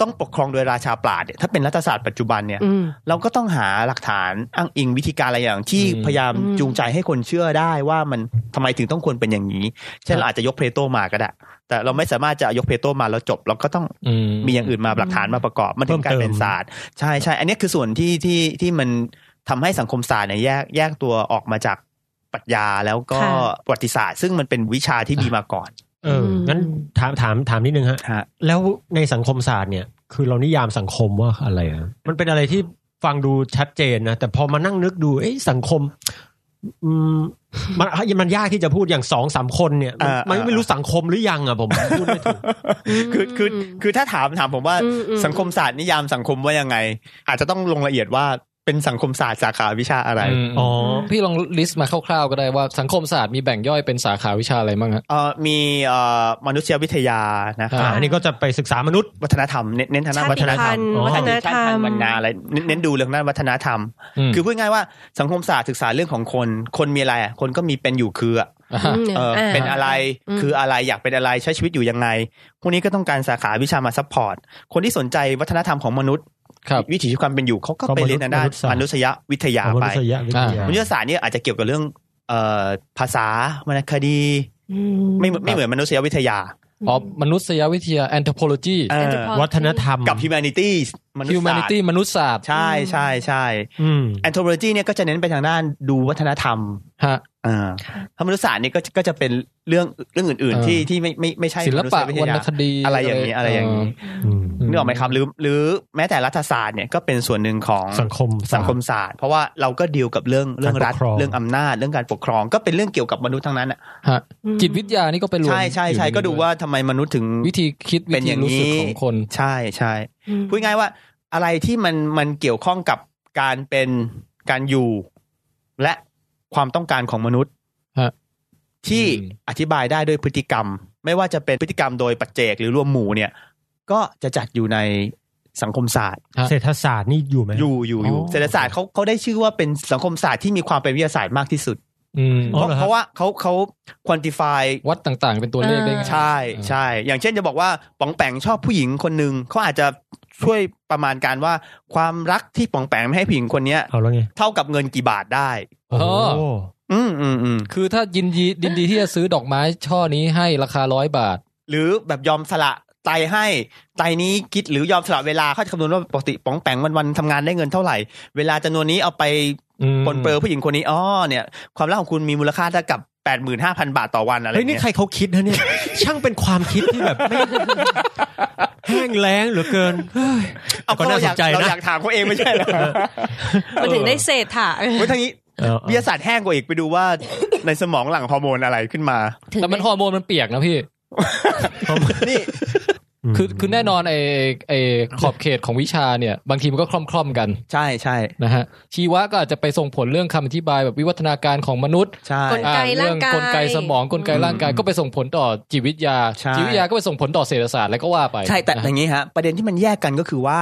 Speaker 1: ต้องปกครองโดยราชาปราดเนี่ยถ้าเป็นรัฐศาสตร์ปัจจุบันเนี่ย
Speaker 7: อืม
Speaker 1: เราก็ต้องหาหลักฐานอ้างอิงวิธีการอะไรอย่างที่
Speaker 2: อืม
Speaker 1: พยายาม
Speaker 7: อืม
Speaker 1: จูงใจให้คนเชื่อได้ว่ามันทำไมถึงต้องควรเป็นอย่างนี้ เช่น
Speaker 2: ครับ
Speaker 1: เราอาจจะยกเพลโตมาก็ได้ แต่เราไม่สามารถจะยกเพลโตมาแล้วจบ เราก็ต้องมีอย่างอื่นมาหลักฐานมาประกอบมันถึงกลายเป็นศาสตร์ใช่ใช่อันนี้คือส่วนที่ที่ที่มันทำให้สังคมศาสตร์เนี่ยแยกแยกตัวออกมาจากปรัชญาแล้วก็ประวัติศาสตร์ ซึ่งมันเป็นวิชาที่มีมาก่อน
Speaker 6: เอองั้นถามถามถามนิดนึงฮะ
Speaker 1: ฮะ
Speaker 6: แล้วในสังคมศาสตร์เนี่ย คือเรานิยามสังคมว่าอะไรอะมันเป็นอะไรที่ฟังดูชัดเจนนะ แต่พอมานั่งนึกดู เอ้สังคม อืมมันมันยากที่จะพูดอย่างสองสามคนเนี่ยมัน
Speaker 1: อ่า
Speaker 6: มัน
Speaker 1: อ่า
Speaker 6: ไม่รู้สังคมหรือยังอ่ะผมพูดไม่ถูก
Speaker 1: คือคือคือถ้าถามถามผมว่า
Speaker 7: อืมอืม
Speaker 1: สังคมศาสตร์นิยามสังคมว่ายังไง อาจจะต้องลงละเอียดว่าเป็นสังคมศาสตร์สาขาวิชาอะไร
Speaker 6: อ๋อ
Speaker 2: พี่ลองลิสต์มาคร่าวๆก็ได้ว่าสังคมศาสตร์มีแบ่งย่อยเป็นสาขาวิชาอะไรบ้างฮะ
Speaker 1: เอ่อมีเอ่อมนุษยวิทยานะค
Speaker 6: อ่า
Speaker 1: รับ
Speaker 6: อันนี้ก็จะไปศึกษามนุษย์
Speaker 1: วัฒนธรรมเน้นเน้นทางด้านวัฒนธรรม
Speaker 6: อ๋อ
Speaker 7: วัฒนธรรม
Speaker 1: วรรณาอะไรเน้นเน้นดูเรื่องด้านวัฒนธรรม
Speaker 2: อืม
Speaker 1: คือพูดง่ายๆว่าสังคมศาสตร์ศึกษาเรื่องของคน คนมีอะไรอะคนก็มีเป็นอยู่คืออะ
Speaker 2: อ่าฮะ
Speaker 7: ม
Speaker 1: เออ
Speaker 7: อ่า
Speaker 1: เป็นอะไร
Speaker 7: อืม
Speaker 1: คืออะไรอยากเป็นอะไรใช้ชีวิตอยู่ยังไงพวกนี้ก็ต้องการสาขาวิชามาซัพพอร์ตคนที่สนใจวัฒนธรรมของมนุษย์
Speaker 2: ครับ
Speaker 1: วิถีชีวิตความเป็นอยู่เขาก็
Speaker 6: ก็
Speaker 1: ไปเรียน
Speaker 6: ม
Speaker 1: ทาง
Speaker 6: นุษย์
Speaker 1: ด้าน
Speaker 6: มนุษยศาสตร์
Speaker 1: มนุษยวิทยา
Speaker 6: ของม
Speaker 1: ไป
Speaker 6: นุษยวิทยา
Speaker 1: มนุษยศาสตร์เนี่ยอาจจะเกี่ยวกับเรื่องเอ่อภาษาวรรณคดี
Speaker 7: อื
Speaker 1: ไม่เหมือนไม่เหมือนมนุษยวิทยา
Speaker 2: อ๋อมนุษยวิทยา anthropology
Speaker 1: เออ
Speaker 7: Anthropology
Speaker 6: วัฒนธรรม
Speaker 1: กับ humanities มนุษยศาสต
Speaker 2: humanity
Speaker 1: ร์
Speaker 2: มนุษยศาสตร์
Speaker 1: ใช่ใช่ใช่
Speaker 6: อืม
Speaker 1: anthropology เนี่ยก็จะเน้นไปทางด้านดูวัฒนธรรม
Speaker 2: ฮะ
Speaker 1: อ่าถ้ามนุษยศาสตร์เนี่ยก็จะก็จะเป็นเรื่องเรื่องอื่น
Speaker 2: เออ
Speaker 1: ๆ ที่ที่ไม่ไม่ไม่ใช่
Speaker 2: ศิลปะ
Speaker 1: มนุษยว
Speaker 2: ร
Speaker 1: วิท
Speaker 2: รณ
Speaker 1: ยา
Speaker 2: คดี
Speaker 1: อะไรอย่างนี้อะไรอย่างนี้
Speaker 6: อืม
Speaker 1: นึกออกไหมครับหรือหรือแม้แต่รัฐศาสตร์เนี่ยก็เป็นส่วนหนึ่งของ
Speaker 6: สังคมศาสตร์
Speaker 1: สังคมศาสตร์เพราะว่าเราก็ดีลกับเรื่องเรื่องรัฐ
Speaker 6: การปกครอง
Speaker 1: เรื่องอำนาจเรื่องการปกครองก็เป็นเรื่องเกี่ยวกับมนุษย์ทั้งนั้นอะ
Speaker 2: ฮะจิตวิทยานี่ก็ไปรวม
Speaker 1: ใช่ใช่ใช่
Speaker 2: อยู่นนี้
Speaker 1: ก็ดูว่าทำไมมนุษย์ถึง
Speaker 2: วิธีคิดวิ
Speaker 1: เป็นอ
Speaker 2: ธี
Speaker 1: ย่างนี้
Speaker 2: รู้สึกของคน
Speaker 1: ใช่ใช่
Speaker 7: อืม
Speaker 1: พูดง่ายว่าอะไรที่มันมันเกี่ยวข้องกับการเป็นการอยู่ และความต้องการของมนุษย์
Speaker 2: ฮะ
Speaker 1: ที่
Speaker 2: อืม
Speaker 1: อธิบายได้ด้วยพฤติกรรม ไม่ว่าจะเป็นพฤติกรรมโดยปัจเจกหรือรวมหมู่เนี่ย ก็จะจัดอยู่ในสังคมศาสตร์
Speaker 2: ฮะ
Speaker 6: เศรษฐศาสตร์นี่อยู่ไหม
Speaker 1: อยู่อยู่อยู่
Speaker 2: อ๋อ
Speaker 1: เศรษฐศาสตร์เขาเขาได้ชื่อว่าเป็นสังคมศาสตร์ที่มีความเป็นวิทยาศาสตร์มากที่สุด
Speaker 2: อืม
Speaker 1: เพ
Speaker 6: อ๋อ
Speaker 1: ราะ
Speaker 6: เหรอฮะ
Speaker 1: เพราะว่าเขาเขาควอนติฟาย
Speaker 2: วัดต่างๆ เป็นตัวเลขได้ไง
Speaker 1: ใช่ใช่ อย่างเช่นจะบอกว่าป๋องแปงชอบผู้หญิงคนหนึ่งเขาอาจจะช่วยประมาณการว่า ความรักที่ป๋องแปงให้ผู้หญิงคนเนี้ย
Speaker 6: เอาแล้วไง
Speaker 1: เท่ากับเงินกี่บาทได้
Speaker 6: โอ้โห
Speaker 2: อ๋อ
Speaker 1: อืมอืมอืม
Speaker 2: คือถ้ายินดียินดีที่จะซื้อดอกไม้ช่อนี้ให้ราคาร้อยบาท
Speaker 1: หรือแบบยอมสละไตให้ไตนี้คิดหรือยอมสละเวลาเขาจะคำนวณว่าปกติป๋องแปงวันๆทำงานได้เงินเท่าไหร่ เวลาจำนวนนี้เอาไป
Speaker 2: อืม
Speaker 1: ปนเปื้อผู้หญิงคนนี้อ๋อเนี่ยความรักของคุณมีมูลค่าเท่ากับแปดหมื่นห้าพันบาทต่อวันอะไร
Speaker 6: เฮ้ยนี่
Speaker 1: เงี้ย
Speaker 6: ใครเขาคิดนะเนี่ย ช่างเป็นความคิดที่แบบไม่ แห้งแล้งเหลือเกิน
Speaker 1: เอา
Speaker 6: ก็
Speaker 1: เขา
Speaker 6: น่า
Speaker 1: อ
Speaker 6: ส
Speaker 1: ยาน ก
Speaker 6: ใจนะ
Speaker 1: เราอยากถามเขาเองไม่ใช่เหรอ
Speaker 7: มันถึงได้เศษถ่ะ
Speaker 1: เว้ยทางนี้
Speaker 6: เออ
Speaker 1: วิทยาศาสตร์แห้งกว่าอีกไปดูว่า ในสมองหลั่งฮอร์โมนอะไรขึ้นมา
Speaker 7: ถึง
Speaker 2: แต่มันฮ
Speaker 7: ได้
Speaker 2: อร์โมนมันเปียกนะพี่
Speaker 1: นี่
Speaker 2: คือคือแน่นอนไอไอขอบเขตของวิชาเนี่ย บางทีมันก็คล่อมคล่อมๆกัน
Speaker 1: ใช่ใช่
Speaker 2: นะฮะชีวะก็อาจจะไปส่งผลเรื่องคำอธิบายแบบวิวัฒนาการของมนุษย์
Speaker 1: ใช่
Speaker 7: กลไก
Speaker 2: อ่า
Speaker 7: ร่า
Speaker 2: เรื่อง ง
Speaker 7: กาย
Speaker 2: กลไกสมองกลไกร่างกาย
Speaker 1: อืม
Speaker 2: ก็ไปส่งผลต่อจิตวิทยา
Speaker 1: ใช่
Speaker 2: จิตวิทยาก็ไปส่งผลต่อเศรษฐศาสตร์แล้วก็ว่าไป
Speaker 1: ใช่แต่
Speaker 2: นะ
Speaker 1: อ
Speaker 2: ฮะ
Speaker 1: ย่างนี้ฮะ ประเด็นที่มันแยกกันก็คือว่า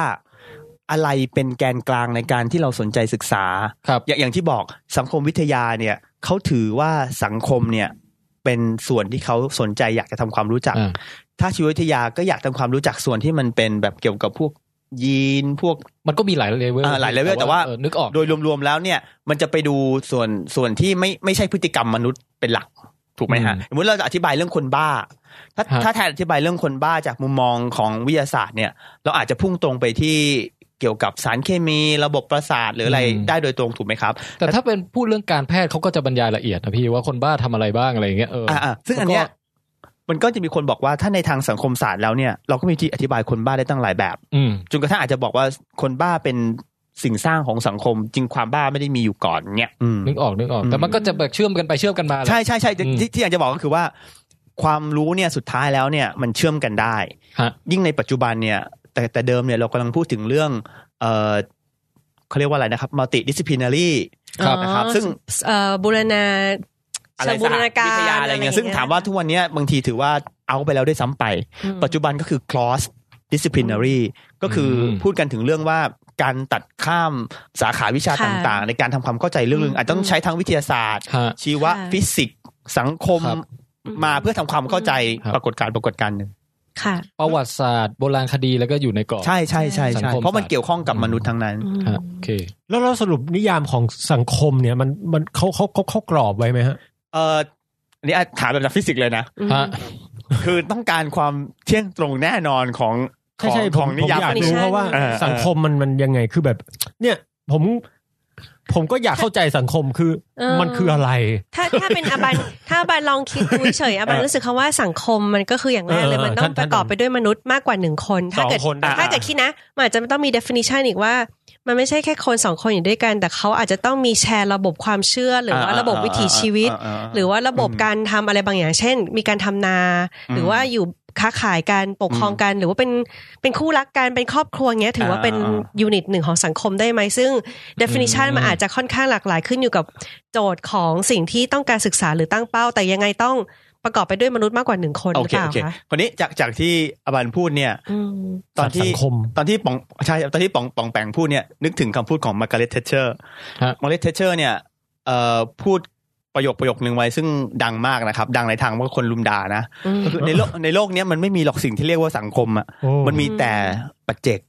Speaker 1: อะไรเป็นแกนกลางในการที่เราสนใจศึกษา
Speaker 2: ครับ
Speaker 1: อย่างอย่างที่บอกสังคมวิทยาเนี่ยเขาถือว่าสังคมเนี่ย เป็นส่วนที่เขาสนใจอยากจะทำความรู้จัก
Speaker 2: อ่า
Speaker 1: ถ้าชีววิทยาก็อยากทำความรู้จักส่วนที่มันเป็นแบบเกี่ยวกับพวกยีนพวก
Speaker 2: มันก็มีหลายเลเวล
Speaker 1: อ่าหลาย level แต่ว่า
Speaker 2: ออนึกออก
Speaker 1: โดยรวมๆแล้วเนี่ยมันจะไปดูส่วนส่วนที่ไม่ไม่ใช่พฤติกรรมมนุษย์เป็นหลักถูกไหมฮะ
Speaker 2: อืม
Speaker 1: สมมติเราจะอธิบายเรื่องคนบ้า ถ้า
Speaker 2: ฮะ
Speaker 1: ถ้าแทนอธิบายเรื่องคนบ้าจากมุมมองของวิทยาศาสตร์เนี่ย เราอาจจะพุ่งตรงไปที่ เกี่ยวกับสารเคมีระบบประสาทหรืออะไร
Speaker 2: อืม
Speaker 1: ได้โดยตรงถูกไหมครับ
Speaker 2: แต่ถ้าเป็นพูดเรื่องการแพทย์เขาก็จะบรรยายละเอียดนะพี่ว่าคนบ้าทำอะไรบ้างอะไรอย่างเงี้ยเอออ
Speaker 1: อ่าๆซึ่งอันเนี้ย
Speaker 2: แล้วก็
Speaker 1: มันก็จะมีคนบอกว่าถ้าในทางสังคมศาสตร์แล้วเนี่ยเราก็มีที่อธิบายคนบ้าได้ตั้งหลายแบบ
Speaker 2: อืม
Speaker 1: จนกระทั่งอาจจะบอกว่าคนบ้าเป็นสิ่งสร้างของสังคม จริงความบ้าไม่ได้มีอยู่ก่อนเนี่ยอืม
Speaker 2: นึกออกนึกออก แต่มัน
Speaker 1: อืม
Speaker 2: ก็จะแบบเชื่อมกันไปเชื่อมกันมาแหละ
Speaker 1: ใช่ใช่ใช่
Speaker 2: อืม
Speaker 1: ที่ที่อยากจะบอกก็คือว่า ความรู้เนี่ยสุดท้ายแล้วเนี่ยมันเชื่อมกันได้
Speaker 2: ฮะ
Speaker 1: ยิ่งในปัจจุบันเนี่ย แต่แต่เดิมเนี่ยเรากำลังพูดถึงเรื่องเออเขาเรียกว่าอะไรนะครับ multidisciplinary
Speaker 2: ครับ
Speaker 1: นะครับ
Speaker 7: อ๋อ
Speaker 1: ซึ่ง
Speaker 7: เอ่อบูรณา
Speaker 1: อะ
Speaker 7: เชิ
Speaker 1: ไรง
Speaker 7: บูรณาการ
Speaker 1: วิทยาอะไรเงี้ยซึ่งถามว่าทุกวันเนี้ยบางทีถือว่าเอาไปแล้วด้วยซ้ำไป
Speaker 7: อืม
Speaker 1: ปัจจุบันก็คือ cross disciplinary ก็คืออ
Speaker 2: ม
Speaker 1: พูดกันถึงเรื่องว่าการตัดข้ามสาขาวิชา
Speaker 7: ค่ะ
Speaker 1: ต่างๆ ในการทำความเข้าใจเรื่องหนึง
Speaker 7: อืม
Speaker 1: อาจต้องใช้ทั้งวิทยาศาสตร์
Speaker 2: ฮะ
Speaker 1: ชีวะ
Speaker 7: ค่ะ
Speaker 1: ฟิสิกส์ สังคม
Speaker 2: ครับ
Speaker 1: มาเพื่อทำความเข้าใจ
Speaker 2: ครับ
Speaker 1: ปรากฏการณ์ปรากฏการณ์หนึ่ง
Speaker 7: ค่ะ
Speaker 2: ประวัติศาสตร์โบราณคดีแล้วก็อยู่ในกรอบ
Speaker 1: ใช่ใช่ใช่
Speaker 2: สัง
Speaker 1: ใช่
Speaker 2: คม
Speaker 1: เพราะมัน
Speaker 2: ศาสตร์
Speaker 1: เกี่ยวข้องกับมนุษย์ทั้งนั้น
Speaker 2: ฮะโอเค
Speaker 6: แล้วเราสรุปนิยามของสังคมเนี่ยมันมันเขาเขาเขาเขากรอบไว้ไหมฮะ
Speaker 1: เอออันนี้อาจถามแบบนักฟิสิกส์เลยนะ
Speaker 2: ฮะ
Speaker 1: คือต้องการความเที่ยงตรงแน่นอนของของ
Speaker 6: ใช่ใช่
Speaker 1: ข
Speaker 6: ผ
Speaker 1: อ
Speaker 6: ม
Speaker 1: งนิ
Speaker 6: ผม
Speaker 1: ยาม
Speaker 6: อยาก
Speaker 7: นิ
Speaker 6: รู้
Speaker 7: ยาม
Speaker 6: เพราะว่า
Speaker 1: เออ
Speaker 6: สังคมมันมันยังไงคือแบบ เนี่ยผมผมก็อยากเข้าใจสังคมคือ
Speaker 7: เออ
Speaker 6: มันคืออะไร
Speaker 7: ถ้าถ้า เป็นอาบัน ถ้าอาบันลองคิดดูเฉยอาบันรู้สึกคำว่าสังคมมันก็คืออย่างแรกเลย
Speaker 6: เออ
Speaker 7: มันต้องป
Speaker 6: ท่านท่าน
Speaker 7: ระกอบไปด้วยมนุษย์มากกว่าหนึ่งคน ถ้าเกิด
Speaker 6: สองคนได้
Speaker 7: ถ้าเกิดคิดนะมันอาจจะต้องมี definition อีกว่า มันไม่ใช่แค่คนสองคนอยู่ด้วยกัน แต่เขาอาจจะต้องมีแชร์ระบบความเชื่อหรือว่าระบบวิถีชีวิต
Speaker 1: อ่าๆ
Speaker 7: หรือว่าระบบการทำอะไรบางอย่าง เช่น มีการทำนา
Speaker 1: อืม
Speaker 7: หรือว่าอยู่ค้าขายกันปกครองกันหรือว่าเป็นเป็นคู่รักกันเป็นครอบครัวเงี้ย ถือว่าเป็น
Speaker 1: อ่า
Speaker 7: ยูนิตหนึ่งของสังคมได้ไหมซึ่ง definition
Speaker 2: อืม
Speaker 7: มันอาจจะค่อนข้างหลากหลายขึ้นอยู่กับโจทย์ของสิ่งที่ต้องการศึกษาหรือตั้งเป้า แต่ยังไงต้องประกอบไปด้วยมนุษย์มากกว่าหนึ่งคนห
Speaker 1: โอ
Speaker 7: รือเป
Speaker 1: เค
Speaker 7: ล่า
Speaker 1: โอเค
Speaker 7: คะ
Speaker 1: คนนี้จากจากที่อาบันพูดเนี่ย
Speaker 7: อืม
Speaker 1: ตอน
Speaker 6: สั
Speaker 1: ที่
Speaker 6: งคม
Speaker 1: ตอนที่ปองใช่ตอนที่ปองปองแปงพูดเนี่ยนึกถึงคำพูดของมาร์กาเร็ตเทเชอร์
Speaker 2: ฮะ
Speaker 1: มาร์กาเร็ตเทเชอร์เนี่ยเอ่อพูดประโยคประโยคหนึ่งไว้ซึ่งดังมากนะครับ ดังในทางว่าคนลุมด่านะ
Speaker 7: อืม
Speaker 1: ก็ คือในโลกในโลกเนี้ยมันไม่มีหรอกสิ่งที่เรียกว่าสังคมอ่ะมันมีแต่ปัจเจก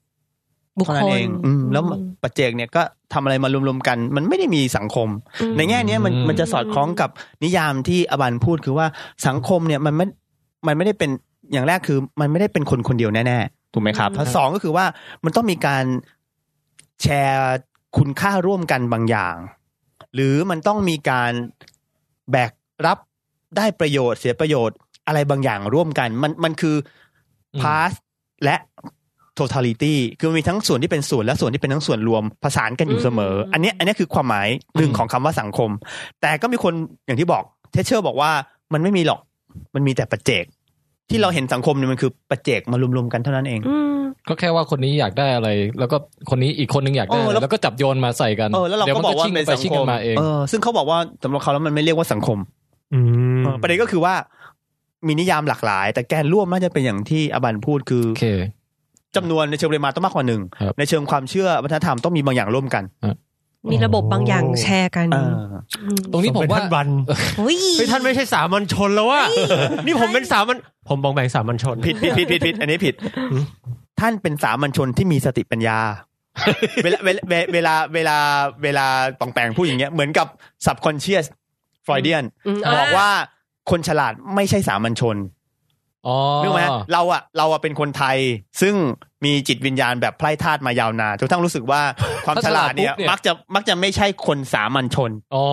Speaker 7: บุค
Speaker 1: เท่า
Speaker 7: คล
Speaker 1: นั้นเองอืมแล้วปัจเจกเนี่ยก็ทำอะไรมารวมๆกัน มันไม่ได้มีสังคม
Speaker 7: อืม
Speaker 1: ในแง่เนี้ยมัน
Speaker 2: อืม
Speaker 1: มันจะสอดคล้องกับนิยามที่อบันพูดคือว่าสังคมเนี่ยมันไม่มันไม่ได้เป็นอย่างแรกคือ มันไม่ได้เป็นคนคนเดียวแน่ๆถูกไหมครับ
Speaker 7: อืม
Speaker 1: แล้วสองก็คือว่ามันต้องมีการแชร์คุณค่าร่วมกันบางอย่าง หรือมันต้องมีการแบกรับได้ประโยชน์เสียประโยชน์อะไรบางอย่างร่วมกัน มันมันคือ
Speaker 2: อืม
Speaker 1: past และ totality คือมันมีทั้งส่วนที่เป็นส่วนและส่วนที่เป็นทั้งส่วนรวมผสานกันอยู่เสมออ
Speaker 7: ม
Speaker 1: อันเนี้ยอันเนี้ยคือความหมายหนึ่ง
Speaker 2: อืม
Speaker 1: ของคำว่าสังคม แต่ก็มีคนอย่างที่บอกเทเชอร์บอกว่ามันไม่มีหรอก มันมีแต่ปัจเจก ที่เราเห็นสังคมเนี่ยมันคือปัจเจกมารวมๆกันเท่านั้นเอง
Speaker 7: อืม
Speaker 2: ก็แค่ว่าคนนี้อยากได้อะไร แล้วก็คนนี้อีกคนนึงอยากได้อะไร
Speaker 1: เออแล้ว
Speaker 2: แล้วก็จับโยนมาใส่กัน
Speaker 1: เออแล้วเรา
Speaker 2: ดี๋ย
Speaker 1: ก็
Speaker 2: มัน
Speaker 1: บอกว่า
Speaker 2: ชิ่ง
Speaker 1: เป็น
Speaker 2: ไป
Speaker 1: สัง
Speaker 2: ชิ่ง
Speaker 1: ค
Speaker 2: กั
Speaker 1: ม
Speaker 2: นมาเอง
Speaker 1: เออซึ่งเขาบอกว่าสำหรับเขาแล้วมันไม่เรียกว่าสังคม
Speaker 6: อืม
Speaker 1: เออประเด็นก็คือว่ามีนิยามหลากหลาย แต่แกนร่วมน่าจะเป็นอย่างที่อบันพูดคือ
Speaker 2: โอเค
Speaker 1: จำนวนในเชิงปริมาณต้องมากกว่าหนึ่ง
Speaker 2: ครับ
Speaker 1: ในเชิงความเชื่อวัฒนธรรมต้องมีบางอย่างร่วมกัน
Speaker 7: มีระบบบางอย่างแชร์กัน
Speaker 1: เออ
Speaker 7: ม
Speaker 2: ตรงนี้ผมว่า
Speaker 6: ท่านวัน
Speaker 7: อุ้ย
Speaker 6: เฮ้ยท่านไม่ใช่สามัญชนแล้วว่านี่ผมเป็นสามัญผมบองแบ่งสามัญชน
Speaker 1: ผิดผิดผิดผิดผิดอันนี้ผิด
Speaker 6: หือ
Speaker 1: ท่านเป็นสามัญชนที่มีสติปัญญา เวลาเวลาเวลาเวลาเวลาปองแปงพูดอย่างเงี้ยเหมือนกับ subconscious Freudian
Speaker 7: อืม
Speaker 1: บอกว่าคนฉลาดไม่ใช่สามัญชน
Speaker 2: อ๋อ
Speaker 1: นึกไหมเราอะเราอะเป็นคนไทย ซึ่งมีจิตวิญญาณแบบไพร่ทาสมายาวนานจนกระทั้งรู้สึก ว่าความฉลาดเนี่ยมักจะมักจะไม่ใช่คนสามัญชน
Speaker 2: อ๋อ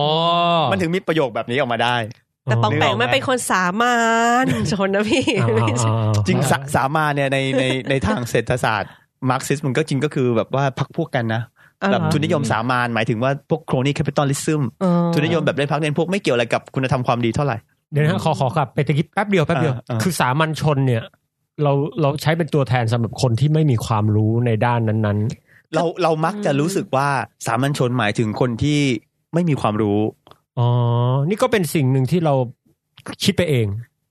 Speaker 1: มันถึงมีประโยคแบบนี้ออกมาได้
Speaker 7: แต่ปองแป
Speaker 1: นึกอง อกไหม
Speaker 7: มันเป็นคนสามัญชนนะพี่
Speaker 6: อ่าอ่าอ่า
Speaker 1: จริงสาสามาเนี่ยในในในทางเศรษฐศาสตร์มาร์กซิสมันก็จริงก็คือแบบว่าพักพวกกันนะ
Speaker 7: เอาเห
Speaker 1: แบ
Speaker 7: รอบ
Speaker 1: ทุนนิยมสามานหมายถึงว่าพวกโครนีแคปิตอลิซึม
Speaker 7: เออ
Speaker 1: ทุนนิยมแบบเล่นพักเล่นพวกไม่เกี่ยวอะไรกับคุณธรรมความดีเท่าไหร่
Speaker 6: เดี๋ยวนะฮะขอขอกลับไปตะกี้แป๊บเดียวแป๊บเดียว
Speaker 1: อ่าอ่า
Speaker 6: คือสามัญชนเนี่ย เราเราใช้เป็นตัวแทนสำหรับคนที่ไม่มีความรู้ในด้านนั้น
Speaker 1: เราเรามักจะรู้สึกว่าสามัญชนหมายถึงคนที่ไม่มีความรู้
Speaker 6: ๆ อ๋อ นี่ก็เป็นสิ่งหนึ่งที่เราคิดไปเอง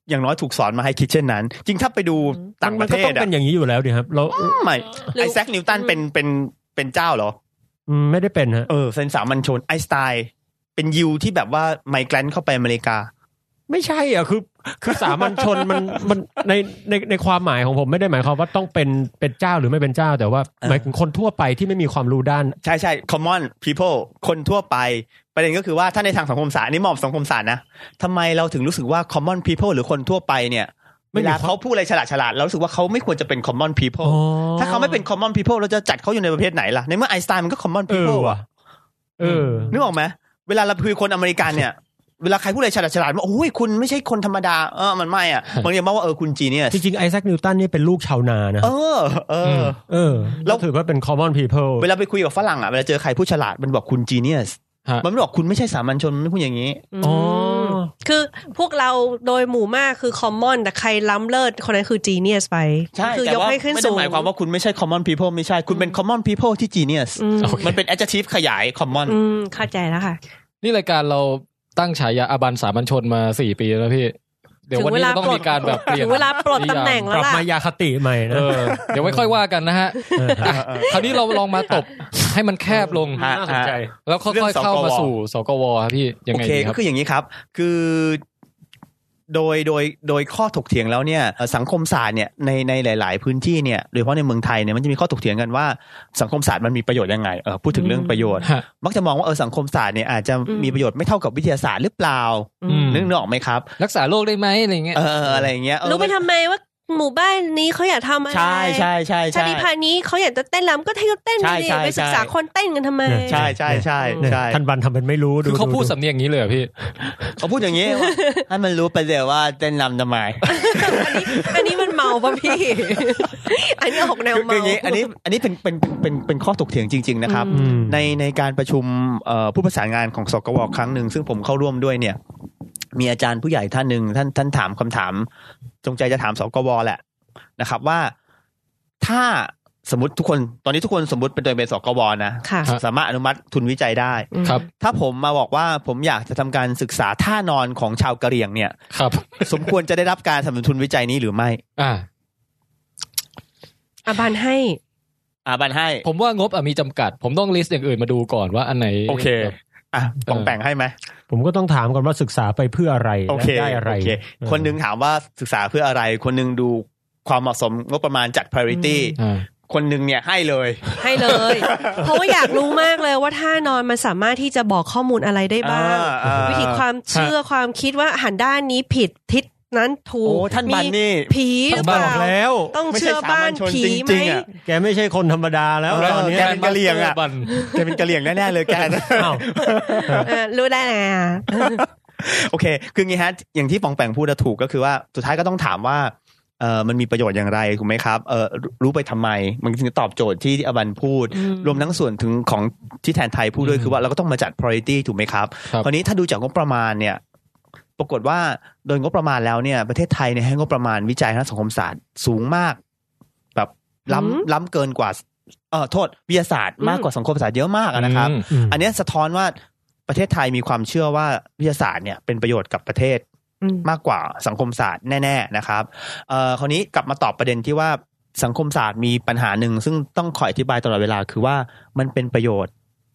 Speaker 1: อย่างน้อยถูกสอนมาให้คิดเช่นนั้น จริงถ้าไปดู
Speaker 7: อืม
Speaker 1: ต่างป
Speaker 6: มั
Speaker 1: ระ
Speaker 6: ก็
Speaker 1: เท
Speaker 6: ต้อ
Speaker 1: ศ
Speaker 6: ง
Speaker 1: อะ
Speaker 6: เป็นอย่างนี้อยู่แล้วดิครับเรา
Speaker 1: ไม่
Speaker 7: หรือ
Speaker 1: ไอแซคนิวตันเป็นเป็นเป็นเจ้าเหรอ
Speaker 6: อืมไม่ได้เป็นฮะ
Speaker 1: เออเป็นสามัญชนไอสไตล์เป็นยิวที่แบบว่าไมเกรนเข้าไปอเมริกา
Speaker 6: ไม่ใช่อ่ะคือ คือสามัญชนมันมันในในในความหมายของผมไม่ได้หมายความว่าต้องเป็นเป็นเจ้าหรือไม่เป็นเจ้า แต่ว่า
Speaker 1: อ่า
Speaker 6: หมายถึงคนทั่วไปที่ไม่มีความรู้ด้าน
Speaker 1: ใช่ใช่ common people คนทั่วไป ประเด็นก็คือว่าถ้าในทางสังคมศาสตร์อันนี่มองสังคมศาสตร์นะทำไมเราถึงรู้สึกว่า common people หรือคนทั่วไปเนี่ย เวลาเขาพูดอะไรฉลาดฉลาดๆเรารู้สึกว่าเขาไม่ควรจะเป็น common
Speaker 6: อ๋อ
Speaker 1: people ถ้าเขาไม่เป็น common people เราจะจัดเขาอยู่ในประเภทไหนล่ะ ในเมื่อไอน์สไตน์มันก็ common
Speaker 6: เออ
Speaker 1: people
Speaker 6: ว่ะ
Speaker 1: อะ
Speaker 6: เออ
Speaker 1: นึกออกไหมเวลาเราคุยคนอเมริกันเนี่ย เวลาใครพูดอะไรฉลาดฉลาดๆว่าโอ้ยคุณไม่ใช่คนธรรมดาเออมันไม่อ่ะบางทีมาว่าเออคุณจีเนี่ย
Speaker 6: จริงๆไอแซคนิวตันนี่เป็นลูกชาวนานะ
Speaker 1: เออ เออ
Speaker 6: เออ
Speaker 1: แล้
Speaker 6: แล้ว วถือว่าเป็น common people
Speaker 1: เวลาไปคุยกับฝรั่งอ่ะเวลาเจอใครพูดฉลาดมันบอกคุณจีเนียส
Speaker 2: ฮะ
Speaker 1: มันไม่บอกคุณไม่ใช่สามัญชนมันไม่พูดอย่างนี้
Speaker 7: ม
Speaker 6: อ๋อ
Speaker 7: คือพวกเราโดยหมู่มากคือคอมมอนแต่ใครล้ำเลิศคนนั้นคือจีเนียสไป
Speaker 1: ใช่
Speaker 7: คื
Speaker 1: แต่
Speaker 7: ยก
Speaker 1: ว่า
Speaker 7: ให้ขึ้น
Speaker 1: ไม่ได้
Speaker 7: สูง
Speaker 1: หมายความว่าคุณไม่ใช่ common people ไม่ใช่คุณเป็น common people ที่ genius
Speaker 7: อืม
Speaker 2: โอเค
Speaker 1: มันเป็น adjective ขยาย common
Speaker 7: อืมเข้าใจแล้วค่ะ
Speaker 2: นี่รายการเราตั้งฉายาอาบันสามัญชนมาสี่ปีแล้วพี่ เดี๋ยววัน
Speaker 7: ถึง
Speaker 2: นี้
Speaker 7: เวลา
Speaker 2: เราต้องมีการแบบเปลี่ยน
Speaker 7: ถึงเวลาปลดตำแหน่ง
Speaker 2: นิย
Speaker 6: กลับ
Speaker 7: แล้วล่ะ
Speaker 6: มายาคติใหม่
Speaker 2: าม
Speaker 6: นะ
Speaker 2: เออเดี๋ยวไว้ค่อยว่ากันนะฮะอ่ะคราวนี้เราลองมาตบให้มันแคบลง
Speaker 1: ฮะ
Speaker 6: น่าสนใจ
Speaker 2: แล้วค่อยๆเข้ามาสู่สกวครับพี่ยัง
Speaker 1: โอ
Speaker 2: ไง
Speaker 1: เค
Speaker 2: ดีค
Speaker 1: ก็
Speaker 2: รับ
Speaker 1: คืออย่างนี้ครับ คือโดยโดยโดยข้อถกเถียงแล้วเนี่ยเอ่อสังคมศาสตร์เนี่ยในในหลาย ๆ พื้นที่เนี่ยโดยเฉพาะในเมืองไทยเนี่ยมันจะมีข้อถกเถียงกันว่าสังคมศาสตร์มันมีประโยชน์ยังไงเออพูดถึงเรื่องประโยชน์
Speaker 2: ฮะ
Speaker 1: มักจะมองว่าเออสังคมศาสตร์เนี่ยอาจจะมีประโยชน์ไม่เท่ากับวิทยาศาสตร์หรือเปล่า
Speaker 2: อืม
Speaker 1: นึกออกไหมครับ
Speaker 2: รักษาโรคได้ไหมอะไรเงี้ย
Speaker 1: เอออะไรอย่างเงี้ยเออ
Speaker 7: รู้ไปทำไมว่าหมู่บ้านนี้เขาอยากทำอะไร
Speaker 1: ใช่ใช่ใช่
Speaker 7: ชา
Speaker 1: ใช่
Speaker 7: ติพันธุ์นี้เขาอยากจะเต้นรำก็ให้เขาเต้นไป
Speaker 1: ใช่
Speaker 7: ดิ
Speaker 1: ใช่
Speaker 7: ไปศึกษา
Speaker 1: ใช่
Speaker 7: คนเต้นกันทำไม
Speaker 1: ใช่ใช่ใช่ใช่
Speaker 6: ท่านบันทำเป็นไม่รู้ดู
Speaker 2: คือเขาพูด
Speaker 6: ดู
Speaker 2: สำเนียงอย่างนี้เลยเหรอพี่
Speaker 1: เขาพูดอย่างนี้ ว่า ให้มันรู้ไปเลยว่าเต้นรำทำไม
Speaker 7: อันนี้มันเมาป่ะ พี่ อันนี้ออกแนว
Speaker 1: คือ
Speaker 7: เมา
Speaker 1: อย่างนี้อันนี้อันนี้เป็นเป็นเป็นเป็นข้อถกเถียงจริง ๆ นะครับ
Speaker 7: อื
Speaker 6: อืม
Speaker 1: ในในการประชุมเอ่อผู้ประสานงานของสกวครั้งหนึ่งซึ่งผมเข้าร่วมด้วยเนี่ย มีอาจารย์ผู้ใหญ่ท่านหนึ่งท่านท่านถามคำถาม จงใจจะถามสกวแหละนะครับว่าถ้าสมมติทุกคนตอนนี้ทุกคนสมมติเป็นตัวเองเป็นสกวนะ
Speaker 7: ค่ะ
Speaker 1: สามารถอนุมัติทุนวิจัยได้
Speaker 2: ครับ
Speaker 1: ถ้าผมมาบอกว่าผมอยากจะทำการศึกษาท่านอนของชาวกะเหรี่ยงเนี่ย
Speaker 2: ครับ
Speaker 1: สมควรจะได้รับการสนับสนุนทุนวิจัยนี้หรือไม่
Speaker 2: อ่า
Speaker 7: อาบานให้
Speaker 1: อ่าบันให้
Speaker 2: ผมว่างบอ่ะมีจำกัด ผมต้องลิสต์อย่างอื่นมาดูก่อนว่าอันไหน
Speaker 1: โอเค อ่ะปองแปงให้ไหม
Speaker 6: ผมก็ต้องถามก่อนว่าศึกษาไปเพื่ออะไร
Speaker 1: โอเค
Speaker 6: และได้อะไร
Speaker 1: โอเคคนหนึงถามว่าศึกษาเพื่ออะไร คนหนึงดูความเหมาะสมงบประมาณจัด priority
Speaker 2: อ่า
Speaker 1: คนหนึงเนี่ยให้เลย
Speaker 7: ให้เลย เพราะว่าอยากรู้มากเลยว่าท่านอนมันสามารถที่จะบอกข้อมูลอะไรได้บ้าง
Speaker 1: อ่าอ่า
Speaker 7: วิธีความเชื่อความคิดว่าหันด้านนี้ผิดทิศนั้นถู
Speaker 1: โอ้
Speaker 7: ก
Speaker 1: ท่านบัน
Speaker 7: มี
Speaker 1: นี่
Speaker 7: ผีหรือเป
Speaker 6: บ
Speaker 7: ล่า
Speaker 6: อกแล้ว
Speaker 7: ต้อง
Speaker 1: ไม่ใช่
Speaker 7: เชื่อบ้าน
Speaker 1: สามัญชน
Speaker 7: ผีไหม
Speaker 1: จริงๆอะ
Speaker 6: แกไม่ใช่คนธรรมดาแล้ว
Speaker 1: เออ
Speaker 6: ตอนเนี้
Speaker 1: แก
Speaker 6: ย
Speaker 1: เป็นกะเหรี่ยงอะ
Speaker 2: บัน
Speaker 1: แกเป็นกะเหลี่ยงแน่ๆเลยแก
Speaker 6: อ้าว
Speaker 7: เออรู้ได้ไงอะ
Speaker 1: โอเค คืองี้ฮะ อย่างที่ปองแปงพูดอะถูกก็คือว่า สุดท้ายก็ต้องถามว่า เออมันมีประโยชน์อย่างไรถูกไหมครับ เออรู้รู้ไปทำไม มันถึงตอบโจทย์ที่อบันพูด
Speaker 7: อืม
Speaker 1: รวมทั้งส่วนถึงของที่แทนไทยพูดด้วยคือว่าเราก็ต้องมาจัด priority ถูกไหมครับ
Speaker 2: ครับ
Speaker 1: คราวนี้ถ้าดูจากงบประมาณเนี่ย ปรากฏว่าโดยงบประมาณแล้วเนี่ย ประเทศไทยเนี่ยให้งบประมาณวิจัยทางสังคมศาสตร์สูงมาก แบบล้
Speaker 7: อืม
Speaker 1: ำล้ำเกินกว่า เออโทษวิทยาศาสตร์มากกว่าสังคมศาสตร์เยอะมากอะนะครับ
Speaker 2: อืม
Speaker 1: อันเนี้ยสะท้อนว่าประเทศไทยมีความเชื่อว่าวิทยาศาสตร์เนี่ยเป็นประโยชน์กับประเทศ
Speaker 7: อืม
Speaker 1: มากกว่าสังคมศาสตร์แน่ ๆนะครับเอ่อคราวนี้กลับมาตอบประเด็นที่ว่าสังคมศาสตร์มีปัญหาหนึ่งซึ่งต้องคอยอธิบายตลอดเวลาคือว่ามันเป็นประโยชน์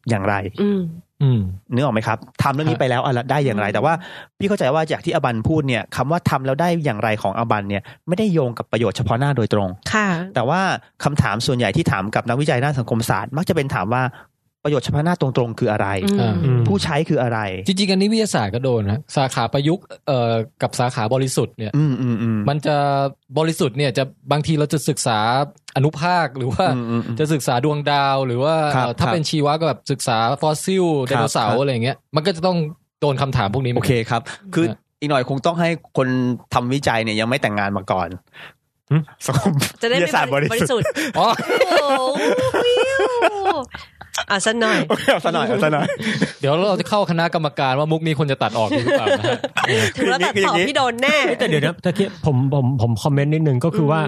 Speaker 1: อย่างไร
Speaker 7: อืม
Speaker 2: อืม
Speaker 1: นึกออกไหมครับทำเรื่องนี้ไปแล้วอะไรได้อย่างไร
Speaker 7: อืม
Speaker 1: แต่ว่าพี่เข้าใจว่าจากที่อบันพูดเนี่ยคำว่าทำแล้วได้อย่างไรของอบันเนี่ยไม่ได้โยงกับประโยชน์เฉพาะหน้าโดยตรง
Speaker 7: ค่ะ
Speaker 1: แต่ว่าคำถามส่วนใหญ่ที่ถามกับนักวิจัยด้านสังคมศาสตร์ มักจะเป็นถามว่าประโยชน์เฉพาะหน้าตรงๆคืออะไร
Speaker 7: อืม
Speaker 2: อ่า
Speaker 6: อืม
Speaker 1: ผู้ใช้คืออะไร
Speaker 2: จริงๆอันนี้วิทยาศาสตร์ก็โดนนะสาขาประยุกต์เอ่อกับสาขาบริสุทธิ์เนี่ย
Speaker 1: อืมอืมอืม
Speaker 2: มันจะบริสุทธิ์เนี่ยจะบางทีเราจะศึกษาอนุภาคหรือว่า
Speaker 1: อืมอืมอืม
Speaker 2: จะศึกษาดวงดาวหรือว่า
Speaker 1: ครับ
Speaker 2: เอ่อถ้า
Speaker 1: ครับ
Speaker 2: เป็นชีวะก็แบบศึกษาฟอสซิลไดโนเสา
Speaker 1: ครั
Speaker 2: ร์
Speaker 1: บ
Speaker 2: อะไรอย่างเงี้ยมันก็จะต้องโดนคำถามพวกนี้หมื
Speaker 1: โอน เค
Speaker 2: กัน
Speaker 1: ครับ คือ
Speaker 2: นะ
Speaker 1: อีกหน่อยคงต้องให้คนทำวิจัยเนี่ยยังไม่แต่งงานมาก่อนสังคม
Speaker 7: จะได้
Speaker 1: วิท
Speaker 7: ไม่
Speaker 1: ยาศาสตร์บริ
Speaker 7: บริ
Speaker 1: สุทธิ์
Speaker 7: สุทธิ์
Speaker 2: อ๋อ
Speaker 7: โอ้โหวิวอ่ะสักหน่อย
Speaker 1: โอเคเอาซะหน่อยเอาซะหน่อย
Speaker 2: เดี๋ยวเราจะเข้าคณะกรรมการว่ามุกนี้ควรจะตัดออกหรือเปล่านะฮะ
Speaker 7: ถึงแล้วตัด
Speaker 1: คืออ
Speaker 7: ต่อง
Speaker 1: ย่านี้
Speaker 7: พี่โดนแน่
Speaker 6: แต่เดี๋ยวนะตะเกียบผมผมผมคอมเมนต์นิดนึงก็คือว่า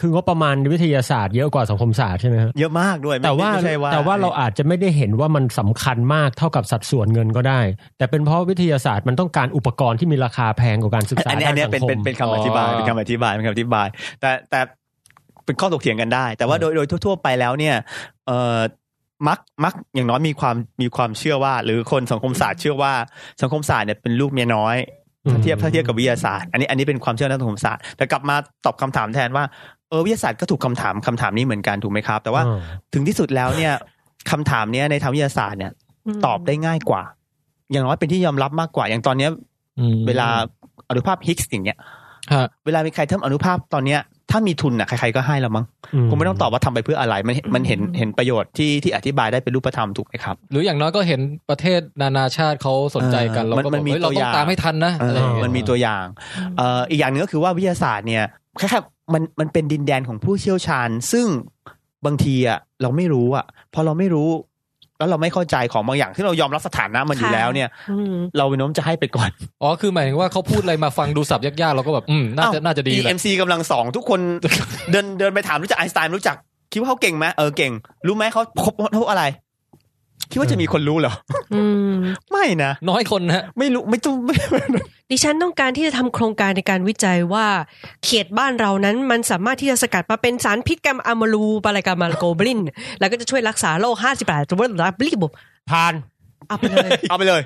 Speaker 6: คืองบประมาณวิทยาศาสตร์เยอะกว่าสังคมศาสตร์ใช่ไหมครับ
Speaker 1: เยอะมากด้วยไม่
Speaker 6: แต่ว่า
Speaker 1: ไม่ใช่ว่า
Speaker 6: แต่ว่าเราอาจจะไม่ได้เห็นว่ามันสำคัญมากเท่ากับสัดส่วนเงินก็ได้ แต่เป็นเพราะวิทยาศาสตร์มันต้องการอุปกรณ์ที่มีราคาแพงกว่าการศึกษา
Speaker 1: อันนี้อั
Speaker 6: ด้าน น
Speaker 1: เนี้ย
Speaker 6: สัง
Speaker 1: เป็น
Speaker 6: คม
Speaker 1: เป็นเป็นคำอธิบาย
Speaker 2: อ๋อ
Speaker 1: เป็นคำอธิบายเป็นคำอธิบาย แต่แต่เป็นข้อถกเถียงกันได้ แต่ว่าโดยโดยทั่ว ๆ ไปแล้วเนี่ย เอ่อมักมักอย่างน้อยมีความมีความเชื่อว่า หรือคนสังคมศาสตร์เชื่อว่าสังคมศาสตร์เนี่ยเป็นลูกเมียน้อย ถ้าเทียบถ้าเทียบกับวิทยาศาสตร์ อันนี้อันนี้เป็นความเชื่อทางสังคมศาสตร์แต่กลับมาตอบคำถามแทนว่าเออวิทยาศาสตร์ก็ถูกคำถามคำถามนี้เหมือนกันถูกไหมครับ แต่ว่า
Speaker 6: อ่า
Speaker 1: ถึงที่สุดแล้วเนี่ยคำถามเนี้ยในทางวิทยาศาสตร์เนี่ย
Speaker 7: ม
Speaker 1: ตอบได้ง่ายกว่า อย่างน้อยเป็นที่ยอมรับมากกว่า อย่างตอนเนี้ย
Speaker 2: อืม
Speaker 1: เวลาอนุภาพฮิกส์อย่างเงี้ย
Speaker 2: ฮะ
Speaker 1: เวลามีใครทำอนุภาพตอนเนี้ยถ้ามีทุนอ่ะใครๆก็ให้แล้วมั้งคงไม่ต้องตอบว่าทำไปเพื่ออะไรมันเห็นมันเห็นเห็นประโยชน์ที่ที่อธิบายได้เป็นรูปธรรมถูกไหมครับ
Speaker 2: หรืออย่างน้อยก็เห็นประเทศนานาชาติเขาสนใจกัน
Speaker 1: เออ
Speaker 2: เราก็
Speaker 1: มั
Speaker 2: บอน ก
Speaker 1: มี
Speaker 2: เฮ้ยเรา
Speaker 1: ตัวอ
Speaker 2: ต้อง
Speaker 1: ย่าง
Speaker 2: ตามให้ทันนะอะไรอย่างเงี้ย
Speaker 1: มันมีตัวอย่างเอ่ออีกอย่างหนึ่งก็คือว่าวิทยาศาสตร์เนี่ยแค่มันมันเป็นดินแดนของผู้เชี่ยวชาญ ซึ่งบางทีอ่ะเราไม่รู้อ่ะพอเราไม่รู้ แล้วเราไม่เข้าใจของบางอย่างที่เรายอมรับสถานะมันอยู่
Speaker 3: ค่ะ
Speaker 1: แล้วเนี่ย
Speaker 3: อืม
Speaker 1: เราไปโน้มจะให้ไปก่อน
Speaker 2: อ๋อ คือหมายถึงว่าเขาพูดอะไรมาฟังดูสับยากๆ เราก็แบบ อืม น่าจะ
Speaker 1: อ้ว
Speaker 2: น่าจะดีแหละ
Speaker 1: EMC กำลังสองทุกคน เดินเดินไปถามรู้จักไอน์สไตน์รู้จัก คิดว่าเขาเก่งไหมเออเก่ง รู้ไหมเขาคบเขาอะไร คิดว่าจะมีคนรู้เหรอ
Speaker 3: อืม
Speaker 1: ไม่นะ
Speaker 2: น้อยคนนะฮะ
Speaker 1: ไม่รู้ไม่ต้องไม่
Speaker 3: ดิฉันต้องการที่จะทำโครงการในการวิจัยว่า เขตบ้านเรานั้นมันสามารถที่จะสกัดมาเป็นสารพิษกัมอะมารูปาลากามาโกบลิน แล้วก็จะช่วยรักษาโรค58ตัวรับบลิบบ
Speaker 6: ผ่าน
Speaker 3: เอาไปเลย
Speaker 1: เอาไปเลย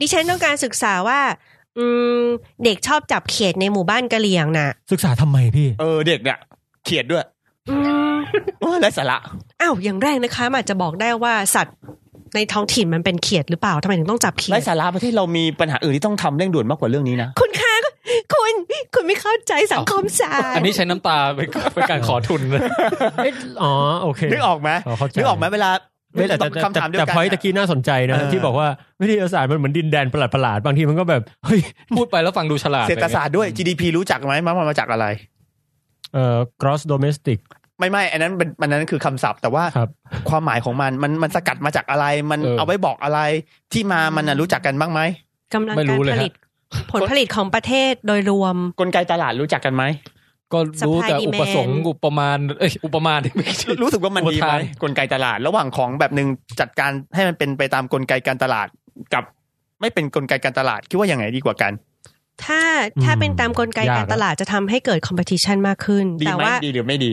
Speaker 3: ดิฉันต้องการศึกษาว่า อืม เด็กชอบจับเขตในหมู่บ้านกะเหลี่ยงน่ะ
Speaker 6: ศึกษาทำไมพี่
Speaker 1: เออเด็กเนี่ยเขียดด้วย
Speaker 3: อืม
Speaker 1: โอ้ยไร้สาระ
Speaker 3: อ้าวอย่างแรกนะคะมันอาจจะบอกได้ว่าสัตว์ในท้องถิ่นมันเป็นเขียดหรือเปล่าทำไมถึงต้องจับเขีย
Speaker 1: ไร้
Speaker 3: ด
Speaker 1: สาระประเทศเรามีปัญหาอื่นที่ต้องทำเร่งด่วนมากกว่าเรื่องนี้นะ
Speaker 3: คุณคะคุณคุณไม่เข้าใจสังคมศาสต
Speaker 2: อัน
Speaker 3: ร์
Speaker 2: นี้ใช้น้ำตาเป็นเป็นการขอทุน นะ
Speaker 6: อ๋อโอเค
Speaker 1: นึกออกไหม
Speaker 6: อ๋อเข้าใจ
Speaker 1: นึกออกไหมเวลาเว
Speaker 6: ไม่
Speaker 1: ลา
Speaker 6: แต่
Speaker 1: ต
Speaker 6: แต่
Speaker 1: อบคำถามเดียว
Speaker 6: แต่
Speaker 1: กัน
Speaker 6: พอยตะกี้น่าสนใจนะ
Speaker 1: เออ
Speaker 6: ที่บอกว่าวิทยาศาสตร์มันเหมือนดินแดนประหลาดๆบางทีมันก็แบบเฮ้ย
Speaker 2: พูดไปแล้วฟังดูฉลาด
Speaker 1: เศรษฐศาสตร์ด้วย GDP รู้จักไหมมันมาจากอะไร
Speaker 6: เอ่อ cross domestic
Speaker 1: ไม่ไม่อันนั้นเป็นอันนั้นคือคำศัพท์ แต่ว่า
Speaker 6: ครับ
Speaker 1: ความหมายของมันมันมันสกัดมาจากอะไร มัน
Speaker 2: เออ
Speaker 1: เอาไว้บอกอะไรที่มามันน่ะรู้จักกันบ้างไหม
Speaker 3: กำลัง
Speaker 2: ไม่รู้
Speaker 3: การ
Speaker 2: เลย
Speaker 3: ผ
Speaker 2: ฮะ
Speaker 3: ลิต ผลผลิตของประเทศโดยรวม
Speaker 1: กลไกตลาดรู้จักกันไหม
Speaker 2: ก็รู้แต่
Speaker 3: Supply
Speaker 2: อุปสงค์
Speaker 3: demand
Speaker 2: อุปมาณเอ้ย อุปมาณนี่ไม่ใช่
Speaker 1: รู้สึกว่ามันดีไหม
Speaker 2: อุปทาน
Speaker 1: กลไกตลาด ระหว่างของแบบหนึ่งจัดการให้มันเป็นไปตามกลไกการตลาดกับ ไม่เป็นกลไกการตลาดคิดว่าอย่างไงดีกว่ากัน
Speaker 3: ถ้าถ้า
Speaker 6: อืม
Speaker 3: เป็นตามกลไก
Speaker 6: ยาก
Speaker 3: การ
Speaker 6: นะ
Speaker 3: ตลาดจะทำให้เกิด competition มากขึ้น
Speaker 1: ดี
Speaker 3: แต่
Speaker 1: ไหม
Speaker 3: ว่า
Speaker 1: ดีหรือไม่ดี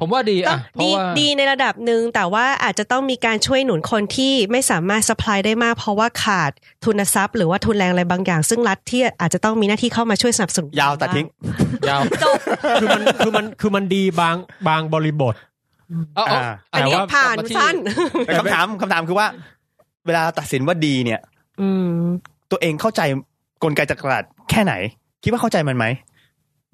Speaker 2: ผมว่าดี
Speaker 3: ก็
Speaker 2: อ่ะ เพ
Speaker 3: ดี
Speaker 2: ราะว่า
Speaker 3: ดีในระดับหนึ่งแต่ว่าอาจจะต้องมีการช่วยหนุนคนที่ไม่สามารถ supply ได้มาก เพราะว่าขาดทุนทรัพย์ หรือว่าทุนแรงอะไรบางอย่าง ซึ่งรัฐที่อาจจะต้องมีหน้าที่เข้ามาช่วยสนับสนุน
Speaker 1: ยาวตัดทิ้ง
Speaker 2: ยาว
Speaker 3: จบ
Speaker 6: คือมันคือมันคือมันดีบางบางบริบท
Speaker 2: เอาเอา
Speaker 1: อ่า
Speaker 3: อันนี้
Speaker 2: แต่ว่
Speaker 3: ผ่าน
Speaker 2: กลับมที่
Speaker 3: สั้น
Speaker 1: แต่คำถามคำถามคือว่า เวลาตัดสินว่าดีเนี่ย
Speaker 3: อืม
Speaker 1: ตัวเองเข้าใจกลไกจักรวาลแค่ไหน คิดว่าเข้าใจมันไหม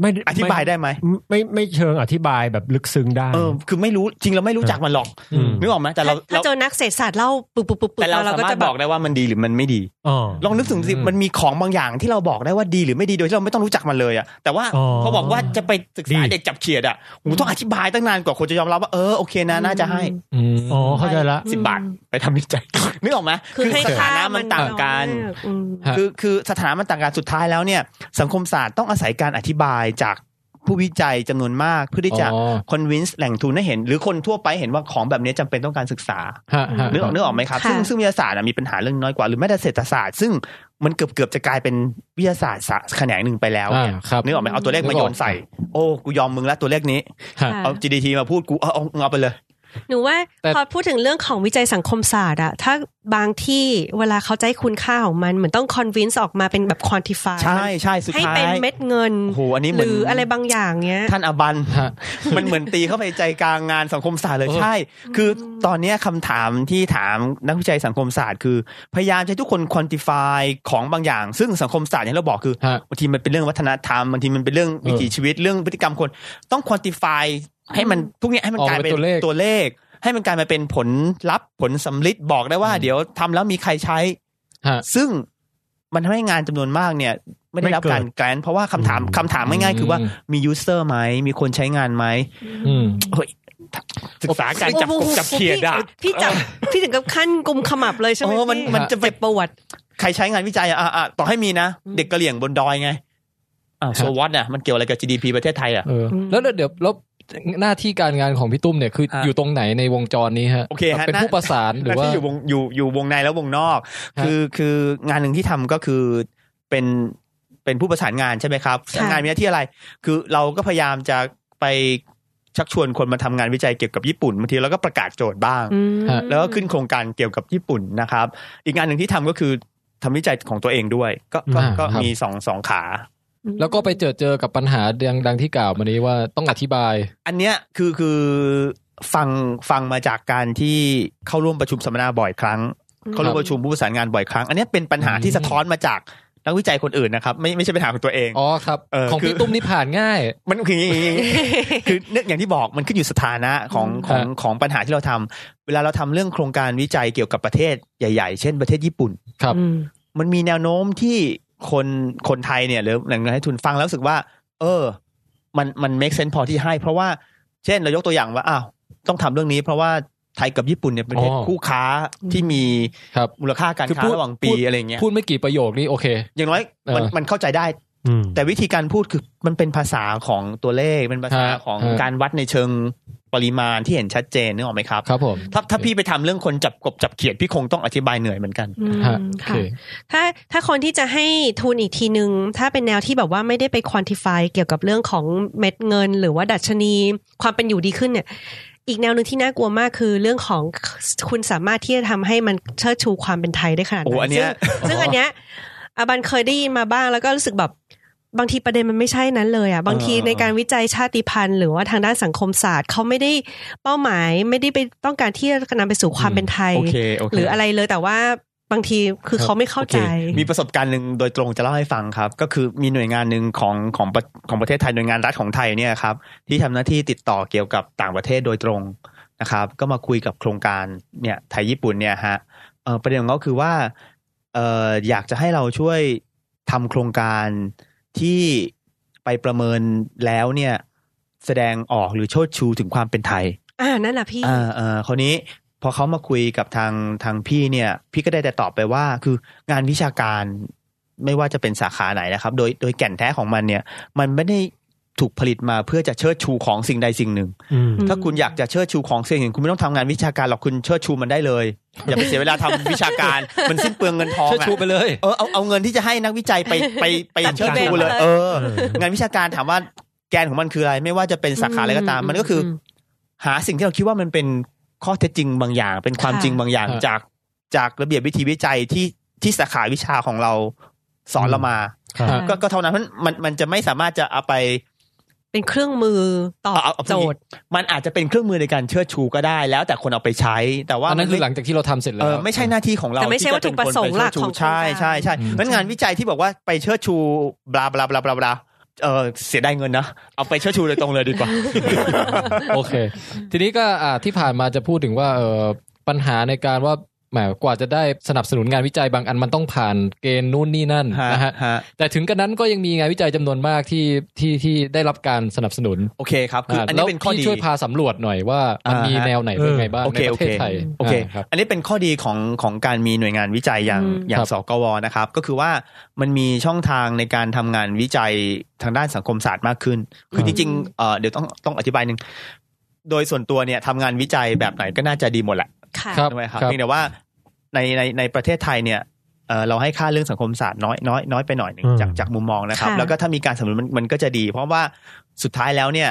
Speaker 6: ไม่
Speaker 1: อธิบายได้ไหม
Speaker 6: ไม่ไม่ไม่เชิงอธิบายแบบลึกซึ้งได้
Speaker 1: เออคือไม่รู้จริงเราไม่รู้จักมันหรอก
Speaker 6: อืม
Speaker 1: นึกออกไหมแต่
Speaker 3: ถ้า
Speaker 1: เรา
Speaker 3: ถ้า
Speaker 1: เรา
Speaker 3: เจอนักเศรษฐศาสตร์เล่าปุ๊บปุ๊บปุ๊บปุ๊บ
Speaker 1: แต่เราสา
Speaker 3: ก็
Speaker 1: มาร
Speaker 3: จะ
Speaker 1: ถ
Speaker 3: แบบบอก
Speaker 1: ได้ว่ามันดีหรือมันไม่ดี
Speaker 6: อ๋อ
Speaker 1: ลองนึกถึงสิ
Speaker 2: อืม
Speaker 1: มันมีของบางอย่างที่เราบอกได้ว่าดีหรือไม่ดีโดยที่เราไม่ต้องรู้จักมันเลยอะแต่ว่า
Speaker 6: อ๋อ
Speaker 1: พอบอกว่าจะไปศึกษา
Speaker 6: ดี
Speaker 1: เด็กจับเขียดอะหูต้องอธิบายตั้งนานกว่าคนจะยอมรับว่าเออโอเคนะน่าจะให้
Speaker 2: อืม
Speaker 6: อ๋อเข้าใจละ
Speaker 1: สิบบาทไปทำวิจัย นึกออกไหม
Speaker 3: คือให้
Speaker 1: ส
Speaker 3: ค่
Speaker 1: ถานะมันต่างกัน
Speaker 3: มากอืม
Speaker 1: คือคือสถานะมันต่างกันสุดท้ายแล้วเนี่ย สังคมศาสตร์ต้องอาศัยการอธิบายจากผู้วิจัยจำนวนมากเพื่อที่จะ
Speaker 2: อ๋อ
Speaker 1: คอนวินส์แหล่งทุนให้เห็น หรือคนทั่วไปเห็นว่าของแบบนี้จำเป็นต้องการศึกษา
Speaker 2: ฮะฮะ
Speaker 1: เนื้ออกเนื้อออกไหมครับ
Speaker 3: ค่ะ
Speaker 1: ซึ่งซึ่งวิทยาศาสตร์อะมีปัญหาเรื่องน้อยกว่าหรือแม้แต่เศรษฐศาสตร์ ซึ่งมันเกือบเกือบจะกลายเป็นวิทยาศาสตร์สาแขนงหนึ่งไปแล้ว
Speaker 2: อ่า
Speaker 1: เนี่ย
Speaker 2: ครับ
Speaker 1: นึกออกไหมเอาตัวเลขมาโยนใส่ โอ้กูยอมมึงแล้วตัวเลขนี้
Speaker 2: ค่ะ
Speaker 1: เอา GDP มาพูดกูเอาเอาเอาไปเลย
Speaker 3: หนูว่า
Speaker 2: แต่
Speaker 3: พอพูดถึงเรื่องของวิจัยสังคมศาสตร์อะถ้าบางที่เวลาเขาใจคุณค่าของมันเหมือนต้องคอนวินส์ออกมาเป็นแบบควอนติฟาย
Speaker 1: ใช่ใช่สุด
Speaker 3: ให้
Speaker 1: ท้าย
Speaker 3: เป็นเม็ดเงิน
Speaker 1: โอ้โหอันนี้
Speaker 3: ห
Speaker 1: เมืน
Speaker 3: รืออะไรบางอย่างเงี้ย
Speaker 1: ท่านอบั น
Speaker 2: ฮะ
Speaker 1: มันเหมือนตีเข้าไปใจกลางงานสังคมศาสตร์เลย
Speaker 2: เออ
Speaker 1: ใช่ คือตอนเนี้ยคำถามที่ถามนักวิจัยสังคมศาสตร์คือ พยายามจะให้ทุกคนควอนติฟายของบางอย่าง ซึ่งสังคมศาสตร์อย่างที่เราบอกคือ
Speaker 2: ฮะ
Speaker 1: บางทีมันเป็นเรื่องวัฒนธรรมบางทีมันเป็นเรื่องวิถีชีวิตเรื่องพฤติกรรมคน ต้องควอนติฟายให้มันพวกเนี้ยให้มัน
Speaker 2: ออก
Speaker 1: ก
Speaker 2: มา
Speaker 1: ลาย
Speaker 2: เป็
Speaker 1: เป็น
Speaker 2: นตัวเลข
Speaker 1: ตัวเลข ให้มันกลายมาเป็นผลลัพธ์ผลสำลิดบอกได้ว่า เดี๋ยวทำแล้วมีใครใช้
Speaker 2: ฮะ
Speaker 1: ซึ่งมันทำให้งานจำนวนมากเนี่ย ไม่ได้รับ
Speaker 6: ไม่เกิด
Speaker 1: การแกรนต์เพราะว่าคำถาม
Speaker 6: อืม
Speaker 1: คำถามง่ายๆคือว่า
Speaker 2: อืม
Speaker 1: มียูเซอร์ไหมมีคนใช้งานไหม
Speaker 2: อืม
Speaker 1: ศึกษาการจับ
Speaker 3: โอ้
Speaker 1: ก
Speaker 3: โห
Speaker 1: บจับเขียดอะ
Speaker 3: พี่พี่จับพี่ถึงกับขั้นกุมขมับเลยใช่ไหม
Speaker 1: โอ้มัน
Speaker 3: พี่
Speaker 1: มันจะไป
Speaker 3: เจ็บปวด
Speaker 1: ใครใช้งานวิจัยอะอ่ะอ่ะต่อให้มีนะ เด็กกระเหลี่ยงบนดอยไงอ่า
Speaker 2: ครั
Speaker 1: โซ
Speaker 2: บ
Speaker 1: วอตน่ะมันเกี่ยวอะไรกับ GDP ประเทศไทยอ่ะ
Speaker 2: เออ
Speaker 3: อืม
Speaker 2: แล้วเดี๋ยวแล้วหน้าที่การงานของพี่ตุ้มเนี่ยคือ
Speaker 1: ฮะ
Speaker 2: อยู่ตรงไหนในวงจรนี้ฮะ
Speaker 1: โอเคฮะ
Speaker 2: เป็น
Speaker 1: นะ
Speaker 2: ผู้ประสานหรือว่า
Speaker 1: ที่อยู่วงอยู่อยู่วงในแล้ววงนอก
Speaker 2: ฮะ
Speaker 1: คือคืองานหนึ่งที่ทำก็คือเป็นเป็นผู้ประสานงานใช่ไหมครับ
Speaker 3: ค่ะ
Speaker 1: งานมีหน้าที่อะไร คือเราก็พยายามจะไปชักชวนคนมาทำงานวิจัยเกี่ยวกับญี่ปุ่นบางทีเราก็ประกาศโจทย์บ้าง
Speaker 3: อืม
Speaker 2: ฮะ
Speaker 1: แล้วก็ขึ้นโครงการเกี่ยวกับญี่ปุ่นนะครับ อีกงานหนึ่งที่ทำก็คือทำวิจัยของตัวเองด้วย ก็ก็
Speaker 2: อ่า
Speaker 1: ก็
Speaker 2: ครับ
Speaker 1: มีสองสองขา
Speaker 2: แล้วก็ไปเจอเจอกับปัญหาดังดังที่กล่าวมานี้ว่าต้องอธิบาย
Speaker 1: อันเนี้ยคือคือฟังฟังมาจากการที่เข้าร่วมประชุมสัมมนาบ่อยครั้ง
Speaker 3: อืม
Speaker 1: เข้าร่วมประชุมผู้ประสานงานบ่อยครั้ง อันเนี้ยเป็นปัญหาที่
Speaker 2: อืม
Speaker 1: สะท้อนมาจาก นักวิจัยคนอื่นนะครับไม่ไม่ใช่ปัญหาของตัวเอง
Speaker 2: อ๋อครับ
Speaker 1: เออ
Speaker 2: ของ
Speaker 1: คือ
Speaker 2: พี่ตุ้มนี่ผ่านง่าย
Speaker 1: มันคืออย่างนี้ คือเนื่องอย่างที่บอกมันขึ้นอยู่สถานะของของของปัญหาที่เราทำเวลาเราทำเรื่องโครงการวิจัยเกี่ยวกับประเทศใหญ่ ๆ เช่นประเทศญี่ปุ่น
Speaker 2: ครับ
Speaker 7: อืม
Speaker 1: มันมีแนวโน้มที่คนคนไทยเนี่ยหรือแหล่งเงินให้ทุนฟังแล้วรู้สึกว่า เออ มันมัน make sense พอที่ให้ เพราะว่าเช่นเรายกตัวอย่างว่าอ้าวต้องทำเรื่องนี้ เพราะว่าไทยกับญี่ปุ่นเนี่ยเป็นประเทศ
Speaker 2: อ๋อ
Speaker 1: คู่ค้าที่มี
Speaker 2: ครับ
Speaker 1: มูลค่าการ
Speaker 2: คือ
Speaker 1: ค้า
Speaker 2: พูด
Speaker 1: ระหว่างปี
Speaker 2: พูด
Speaker 1: อะไรอย่างเงี้ย
Speaker 2: พูดไม่กี่ประโยคนี่โอเค
Speaker 1: อย่างน้อยมัน
Speaker 2: เออ
Speaker 1: มันเข้าใจได้
Speaker 6: อืม
Speaker 1: แต่วิธีการพูดคือมันเป็นภาษาของตัวเลขเป็นภาษา
Speaker 2: ฮะ
Speaker 1: ของ
Speaker 2: ฮะ
Speaker 1: การวัดในเชิงปริมาณที่เห็นชัดเจนนึกออกไหมครับ
Speaker 2: ครับผม
Speaker 1: ถ้าถ้าพี่ไปทำเรื่องคนจับกบจับเขียดพี่คงต้องอธิบายเหนื่อยเหมือนกัน
Speaker 7: อืม
Speaker 2: ฮะโอเค
Speaker 7: ค่ะ ถ้าถ้าคนที่จะให้ทุนอีกทีนึง ถ้าเป็นแนวที่แบบว่าไม่ได้ไปควอนติฟายเกี่ยวกับเรื่องของเม็ดเงิน หรือว่าดัชนีความเป็นอยู่ดีขึ้นเนี่ย อีกแนวหนึ่งที่น่ากลัวมากคือเรื่องของคุณสามารถที่จะทำให้มันเชิดชูความเป็นไทยได้ขนาดไห
Speaker 1: โอ้
Speaker 7: น
Speaker 1: อันเนี้ย
Speaker 7: ซึ่งซึ่งอันเนี้ยอาบันเคยได้ยินมาบ้างแล้วก็รู้สึกแบบบางทีประเด็นมันไม่ใช่นั้นเลยอ่ะบางทีในการวิจัยชาติพันธุ์ หรือว่าทางด้านสังคมศาสตร์เขาไม่ได้เป้าหมายไม่ได้ไปต้องการที่จะนำไปสู่ความเป็นไทย
Speaker 1: โอเคโอเค
Speaker 7: หรืออะไรเลยแต่ว่าบางทีคือเขาไม่เข้าใจ
Speaker 1: โอเคมีประสบการณ์หนึ่งโดยตรงจะเล่าให้ฟังครับ ก็คือมีหน่วยงานหนึ่งของของประของประเทศไทยหน่วยงานรัฐของไทยเนี่ยครับที่ทำหน้าที่ติดต่อเกี่ยวกับต่างประเทศโดยตรงนะครับ ก็มาคุยกับโครงการเนี่ยไทยญี่ปุ่นเนี่ยฮะเอ่อประเด็นของเขาคือว่าเอ่ออยากจะให้เราช่วยทำโครงการที่ไปประเมินแล้วเนี่ยแสดงออกหรือโชดชูถึงความเป็นไทย
Speaker 7: อ่านั่นแหละพี่
Speaker 1: อ่าอ่าคราวนี้พอเขามาคุยกับทางทางพี่เนี่ย พี่ก็ได้แต่ตอบไปว่าคืองานวิชาการไม่ว่าจะเป็นสาขาไหนนะครับ โดยโดยแก่นแท้ของมันเนี่ย มันไม่ได้ถูกผลิตมาเพื่อจะเชิดชูของสิ่งใดสิ่งหนึ่ง
Speaker 6: อืม
Speaker 1: ถ้าคุณอยากจะเชิดชูของสิ่งหนึ่งคุณไม่ต้องทำงานวิชาการหรอกคุณเชิดชูมันได้เลย อย่าไปเสียเวลาทำวิชา การ มันสิ้นเปลืองเงินทอง
Speaker 2: เชิดชู
Speaker 1: อะ
Speaker 2: ไปเลย
Speaker 1: เออเอาเอาเงินที่จะให้นักวิจัยไปไปไป
Speaker 6: ตัด
Speaker 1: เชิดชู
Speaker 6: เงิน
Speaker 1: เลย
Speaker 7: เลย
Speaker 1: เอองานวิชาการถามว่าแกนของมันคืออะไร ไม่ว่าจะเป็นสาขาอะไรก็ตาม
Speaker 7: อืม
Speaker 1: มันก็คืออ
Speaker 7: ม
Speaker 1: หาสิ่งที่เราคิดว่ามันเป็นข้อเท็จจริงบางอย่าง เป็นความ
Speaker 7: ค่ะ
Speaker 1: จริงบางอย่าง
Speaker 2: ค่ะ
Speaker 1: จากจากระเบียบวิธีวิจัยที่ที่สาขาวิชาของเราสอนเรามา
Speaker 6: ครับ
Speaker 7: ค่ะ
Speaker 1: ก็ก็เท่านั้นเพราะมันมันจะไม่สามารถจะเอาไป
Speaker 7: เป็นเครื่องมือตอบ
Speaker 1: เอาเอา
Speaker 7: โจทย์
Speaker 1: มันอาจจะเป็นเครื่องมือในการเชิดชูก็ได้ แล้วแต่คนเอาไปใช้ แต่ว่า
Speaker 2: อันนั้น
Speaker 1: มั
Speaker 2: คือ
Speaker 1: ไม่
Speaker 2: หลังจากที่เราทำเสร็จแล้
Speaker 1: เอ
Speaker 2: ว
Speaker 1: อไม่ใช่หน้าที่ของเรา
Speaker 7: แต่ไม่ใช่
Speaker 1: ที่จ
Speaker 7: วัตถุประสงค์หลักของ
Speaker 1: เป็นคนไปเชิดชูใช่
Speaker 7: โครงการ
Speaker 1: ใช่ใช่
Speaker 2: อืม
Speaker 1: นั้นงานวิจัยที่บอกว่าไปเชิดชูบลาบลาบลาบลาบลาเออเสียดายเงินนะ เอาไปเชิดชูโดยตรงเลยดีกว่า
Speaker 2: โอเค ทีนี้ก็อ่าที่ผ่านมาจะพูดถึงว่าเออปัญหาในการว่าแหมกว่าจะได้สนับสนุนงานวิจัยบางอันมันต้องผ่านเกณฑ์นู่นนี่นั่น
Speaker 1: ฮะ
Speaker 2: นะฮะ
Speaker 1: ฮะ
Speaker 2: แต่ถึงกระนั้นก็ยังมีงานวิจัยจำนวนมากที่ที่ที่ได้รับการสนับสนุน
Speaker 1: โอเคครับคืออัน
Speaker 2: แล้
Speaker 1: นี้
Speaker 2: ว
Speaker 1: เป็นข้อดี
Speaker 2: พี่ช่วยพาสำรวจหน่อยว่ามัน
Speaker 1: อ่ามี
Speaker 2: มีแนวไหนเป็นไงบ้าง
Speaker 1: โอ
Speaker 2: ใน
Speaker 1: เค
Speaker 2: ป
Speaker 1: โอ
Speaker 2: ระ
Speaker 1: เค
Speaker 2: เทศไทย
Speaker 1: โอเค
Speaker 2: าครับ
Speaker 1: อันนี้เป็นข้อดีของของการมีหน่วยงานวิจัยอย่าง
Speaker 7: อืม
Speaker 1: อย่า
Speaker 2: ค
Speaker 1: ง
Speaker 2: รับ
Speaker 1: สกวนะครับ ก็คือว่ามันมีช่องทางในการทำงานวิจัยทางด้านสังคมศาสตร์มากขึ้น คือจริงๆเอ่อเดี๋ยวต้องต้องอธิบายหนึ่งโดยส่วนตัวเนี่ยทำงานวิจัยแบบไหนก็น่าจะดีหมดแหละ
Speaker 7: ค่ะ
Speaker 2: ครับ
Speaker 1: ใช่ไหมครับ
Speaker 2: รับ
Speaker 1: เพียงแต่ว่าในในในประเทศไทยเนี่ยเอ่อเราให้ค่าเรื่องสังคมศาสตร์น้อยน้อยน้อยไปหน่อยหนึ่ง
Speaker 6: อืม
Speaker 1: จากจากมุมมองนะครับ
Speaker 7: ค่ะ
Speaker 1: แล้วก็ถ้ามีการสนับสนุนมันมันก็จะดี เพราะว่าสุดท้ายแล้วเนี่ย